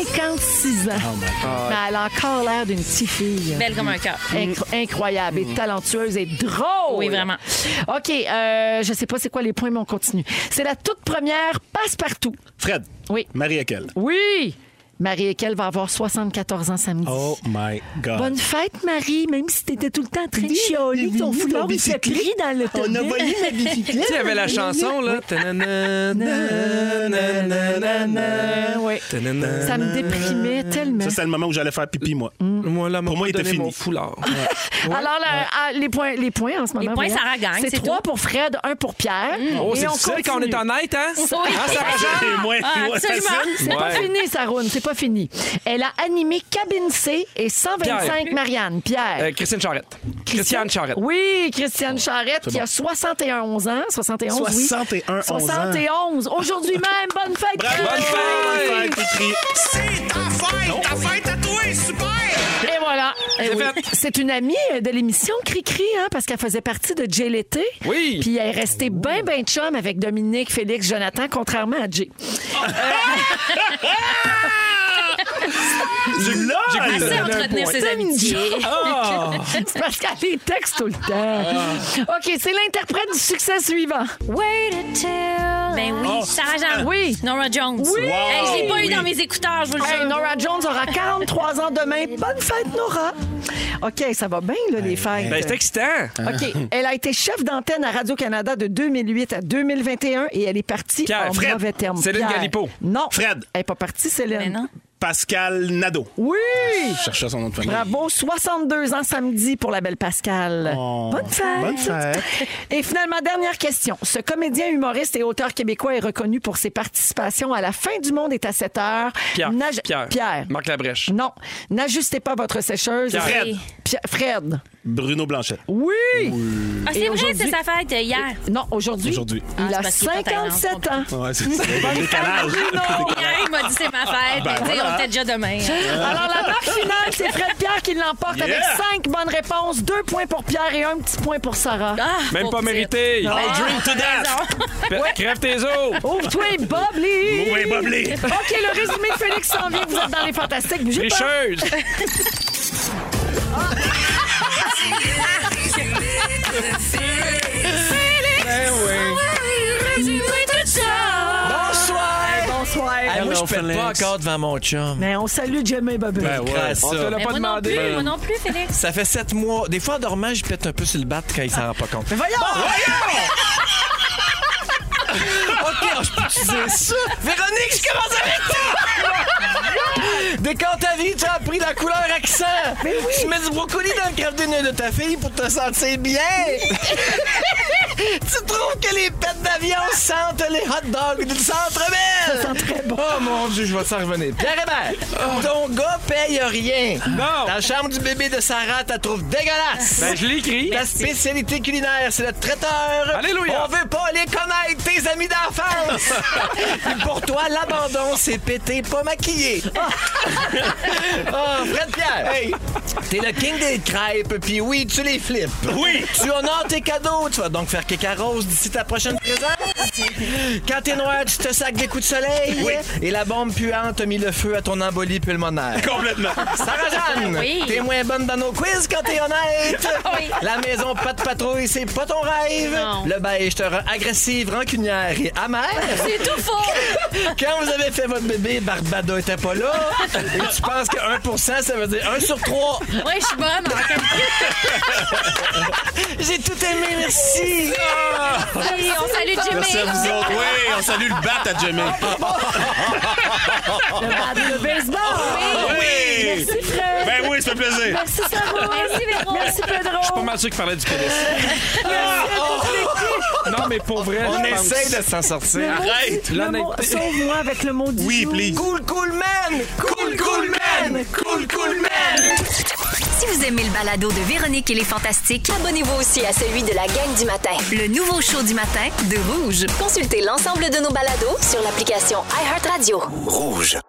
Speaker 5: 56 ans. Mais elle a encore l'air d'une petite fille.
Speaker 2: Belle comme un cœur.
Speaker 5: Incro- incroyable et talentueuse et drôle.
Speaker 2: Oui, vraiment.
Speaker 5: OK, euh, je sais pas c'est quoi les points, mais on continue. C'est la toute première passe-partout.
Speaker 6: Fred.
Speaker 5: Oui.
Speaker 6: Marie Ekel.
Speaker 5: Oui! Marie Ekel va avoir 74 ans samedi.
Speaker 6: Oh my God.
Speaker 5: Bonne fête, Marie, même si t'étais tout le temps en train de chialer, ton foulard, il fait pris dans le
Speaker 6: On a volé ma bicyclette.
Speaker 4: Tu sais, il y avait la chanson, là. Ta-na-na, na-na-na, na-na.
Speaker 5: Oui.
Speaker 4: Ta-na-na.
Speaker 5: Ça me déprimait tellement.
Speaker 6: Ça, c'est le moment où j'allais faire pipi, moi.
Speaker 4: Moi, là,
Speaker 6: Pour moi, il était
Speaker 4: donné
Speaker 6: fini.
Speaker 4: mon foulard.
Speaker 5: Alors, la- ah, les, points, les points en ce moment.
Speaker 2: Les points,
Speaker 5: voyons.
Speaker 2: Sarah gagne,
Speaker 5: C'est
Speaker 2: c'est
Speaker 5: trois
Speaker 2: tout. Mm.
Speaker 5: pour Fred, un pour Pierre.
Speaker 4: Oh,
Speaker 5: Et
Speaker 4: c'est
Speaker 5: on
Speaker 4: difficile quand on
Speaker 5: continue.
Speaker 4: est honnête, hein? Hein, Sarah Jeanne?
Speaker 6: C'est moins,
Speaker 2: Ah,
Speaker 6: moins
Speaker 2: absolument.
Speaker 6: facile.
Speaker 5: C'est pas
Speaker 4: Ouais.
Speaker 5: fini, Saroune, c'est pas fini. Elle a animé Cabine C et 125
Speaker 4: Pierre.
Speaker 5: Marianne. Pierre.
Speaker 4: Euh, Christine Charrette. Christiane Charrette.
Speaker 5: Oui, Christiane Charrette, qui a 71 ans. 71, oui.
Speaker 6: 71 ans.
Speaker 5: 71. Aujourd'hui même, bonne fête,
Speaker 6: Bravo.
Speaker 5: Christine.
Speaker 4: Bonne
Speaker 6: Bonne fête, Pitri.
Speaker 7: C'est ta fête! Ta fête à toi! Super!
Speaker 5: Et voilà. Eh
Speaker 4: C'est
Speaker 5: oui.
Speaker 4: fait.
Speaker 5: C'est une amie euh, de l'émission Cricri, hein, parce qu'elle faisait partie de Jay l'été.
Speaker 4: Oui. Oh.
Speaker 5: Puis elle est restée bien, bien chum avec Dominique, Félix, Jonathan, contrairement à Jay.
Speaker 6: Du lol! Ah,
Speaker 4: J'ai goûté.
Speaker 2: Assez
Speaker 4: Donne un
Speaker 2: entretenir
Speaker 4: point.
Speaker 2: ses amitiés.
Speaker 4: Ah!
Speaker 5: C'est parce qu'elle les texte tout le temps. OK, c'est l'interprète du succès suivant.
Speaker 2: Ben oui, Sarah Jean.
Speaker 5: Oui.
Speaker 2: Nora Jones.
Speaker 5: Oui.
Speaker 2: Hey, je l'ai pas
Speaker 6: Wow,
Speaker 2: eu dans
Speaker 6: oui.
Speaker 2: mes écouteurs, je
Speaker 4: Ben,
Speaker 2: vous le
Speaker 5: Hey,
Speaker 2: jure.
Speaker 5: Nora Jones aura 43 ans demain. Bonne fête, Nora. OK, ça va bien, là, les fêtes.
Speaker 4: Ben, c'est excitant.
Speaker 5: OK. Elle a été chef d'antenne à Radio-Canada de 2008 à 2021 et elle est partie
Speaker 4: Pierre,
Speaker 5: en
Speaker 4: Fred,
Speaker 5: mauvais terme.
Speaker 4: Céline Galipeau.
Speaker 5: Non.
Speaker 6: Fred.
Speaker 5: Elle n'est pas partie, Céline.
Speaker 2: Mais non.
Speaker 6: Pascal Nadeau.
Speaker 5: Oui!
Speaker 6: Je cherchais son nom de famille.
Speaker 5: Bravo, 62 ans samedi pour la belle Pascal.
Speaker 6: Oh.
Speaker 5: Bonne fête!
Speaker 6: Bonne fête.
Speaker 5: Et finalement, dernière question. Ce comédien, humoriste et auteur québécois est reconnu pour ses participations à La fin du monde est à 7 heures.
Speaker 4: Pierre.
Speaker 5: N'aj-
Speaker 4: Pierre. Marc Labrèche.
Speaker 5: Non. N'ajustez pas votre sécheuse.
Speaker 4: Pierre.
Speaker 6: Fred.
Speaker 5: Pierre- Fred.
Speaker 6: Bruno Blanchette.
Speaker 5: Oui!
Speaker 2: Ah, c'est vrai,
Speaker 5: aujourd'hui-
Speaker 2: c'est sa fête euh, hier.
Speaker 5: Non, aujourd'hui.
Speaker 6: Aujourd'hui.
Speaker 5: Il
Speaker 2: Ah,
Speaker 5: a
Speaker 2: c'est parce qu'il est en Thaïlande,
Speaker 5: 57 ans.
Speaker 6: Ouais, c'est ça. Le décalage.
Speaker 2: Hier, il m'a dit c'est ma fête.
Speaker 6: Ah, Ben
Speaker 2: Il dit,
Speaker 6: voilà.
Speaker 2: on était déjà demain.
Speaker 5: Alors, la marque finale, c'est Fred Pierre qui l'emporte
Speaker 6: Yeah!
Speaker 5: avec 5 bonnes réponses, 2 points pour Pierre et un petit point pour Sarah.
Speaker 2: Ah,
Speaker 4: Même
Speaker 2: pauvre
Speaker 4: pas
Speaker 2: petite. Ah,
Speaker 4: mérité.
Speaker 6: Oh, drink to that.
Speaker 4: Pe- Crève tes os.
Speaker 5: Ouvre-toi, Bob Lee!
Speaker 6: Oui, Bob Lee.
Speaker 5: OK, le résumé de Félix s'en vient. Vous êtes dans les fantastiques. Bougez pas.
Speaker 4: Tricheuse. Ben oui.
Speaker 5: Bonsoir! Bonsoir.
Speaker 11: moi, je pète pas encore devant mon chum.
Speaker 5: Mais on salue Jimmy Bobby.
Speaker 11: Grâce
Speaker 4: On
Speaker 11: ça.
Speaker 4: te l'a
Speaker 2: Mais
Speaker 4: pas
Speaker 2: Ben, moi non
Speaker 4: demandé.
Speaker 2: plus, moi non plus, Félix.
Speaker 11: Ça fait sept mois. Des fois, en dormant, je pète un peu sur le bat quand il s'en rend pas compte.
Speaker 5: Mais voyons!
Speaker 11: OK, je peux dire ça. Véronique, je commence avec toi. Dès quand ta vie, tu as appris la couleur accent. Tu mets du brocoli dans le crève de nez de ta fille pour te sentir bien. tu trouves que les pètes d'avion sentent les hot dogs du centre belle Ça sent très bon. Oh mon Dieu, je vais s'en revenir. Pierre Hébert, ton gars paye rien.
Speaker 4: Non.
Speaker 11: Ta chambre du bébé de Sarah, t'as trouve dégueulasse.
Speaker 4: Ben, je l'ai écrit.
Speaker 11: Ta spécialité culinaire, c'est le traiteur.
Speaker 4: Alléluia.
Speaker 11: On veut pas les connaître, tes amis d'enfance. Et pour toi, l'abandon, c'est péter, pas maquillé. oh, Fred Pierre. T'es le king des crêpes, puis oui, tu les flippes.
Speaker 6: Oui.
Speaker 11: Tu honores tes cadeaux. Tu vas donc faire quelques rose d'ici ta prochaine présence. Quand t'es noir, tu te sacs des coups de soleil. Et la bombe puante a mis le feu à ton embolie pulmonaire.
Speaker 6: Complètement.
Speaker 11: Sarah-Jeanne,
Speaker 2: Oui.
Speaker 11: t'es moins bonne dans nos quiz quand t'es honnête.
Speaker 2: Oui.
Speaker 11: La maison pas de patrouille, c'est pas ton rêve.
Speaker 2: Non.
Speaker 11: Le beige te rend agressive, rancunière et amère.
Speaker 2: C'est tout faux.
Speaker 11: Quand vous avez fait votre bébé, Barbada était pas là. Et tu penses que 1%, ça veut dire 1 sur 3.
Speaker 2: Oui, je suis bonne. en qualité.
Speaker 11: J'ai tout aimé, merci.
Speaker 2: On salue
Speaker 6: Merci à vous
Speaker 2: Jimmy.
Speaker 6: autres. Oui, on salue le bat à Jimmy.
Speaker 5: Le bad- le baseball!
Speaker 6: ah, Oh, Oui.
Speaker 5: Merci, Fred!
Speaker 6: Ben oui, ça fait plaisir.
Speaker 5: Merci, Sarah!
Speaker 2: Merci, Véro.
Speaker 5: Merci, Pedro!
Speaker 4: Je suis pas mal sûr qu'il parlait du pénis. Non, mais pour vrai,
Speaker 11: On
Speaker 4: je pense.
Speaker 11: essaie de s'en sortir.
Speaker 6: Arrête.
Speaker 5: Le mot-
Speaker 4: L'honnêteté.
Speaker 5: Sauve-moi avec le mot du
Speaker 6: Oui,
Speaker 5: jour.
Speaker 6: please.
Speaker 11: Cool, cool man. Cool, cool man. Cool, cool man.
Speaker 1: Si vous aimez le balado de Véronique et les Fantastiques, abonnez-vous aussi à celui de la gang du matin. Le nouveau show du matin de Rouge. Consultez l'ensemble de nos balados sur l'application iHeartRadio.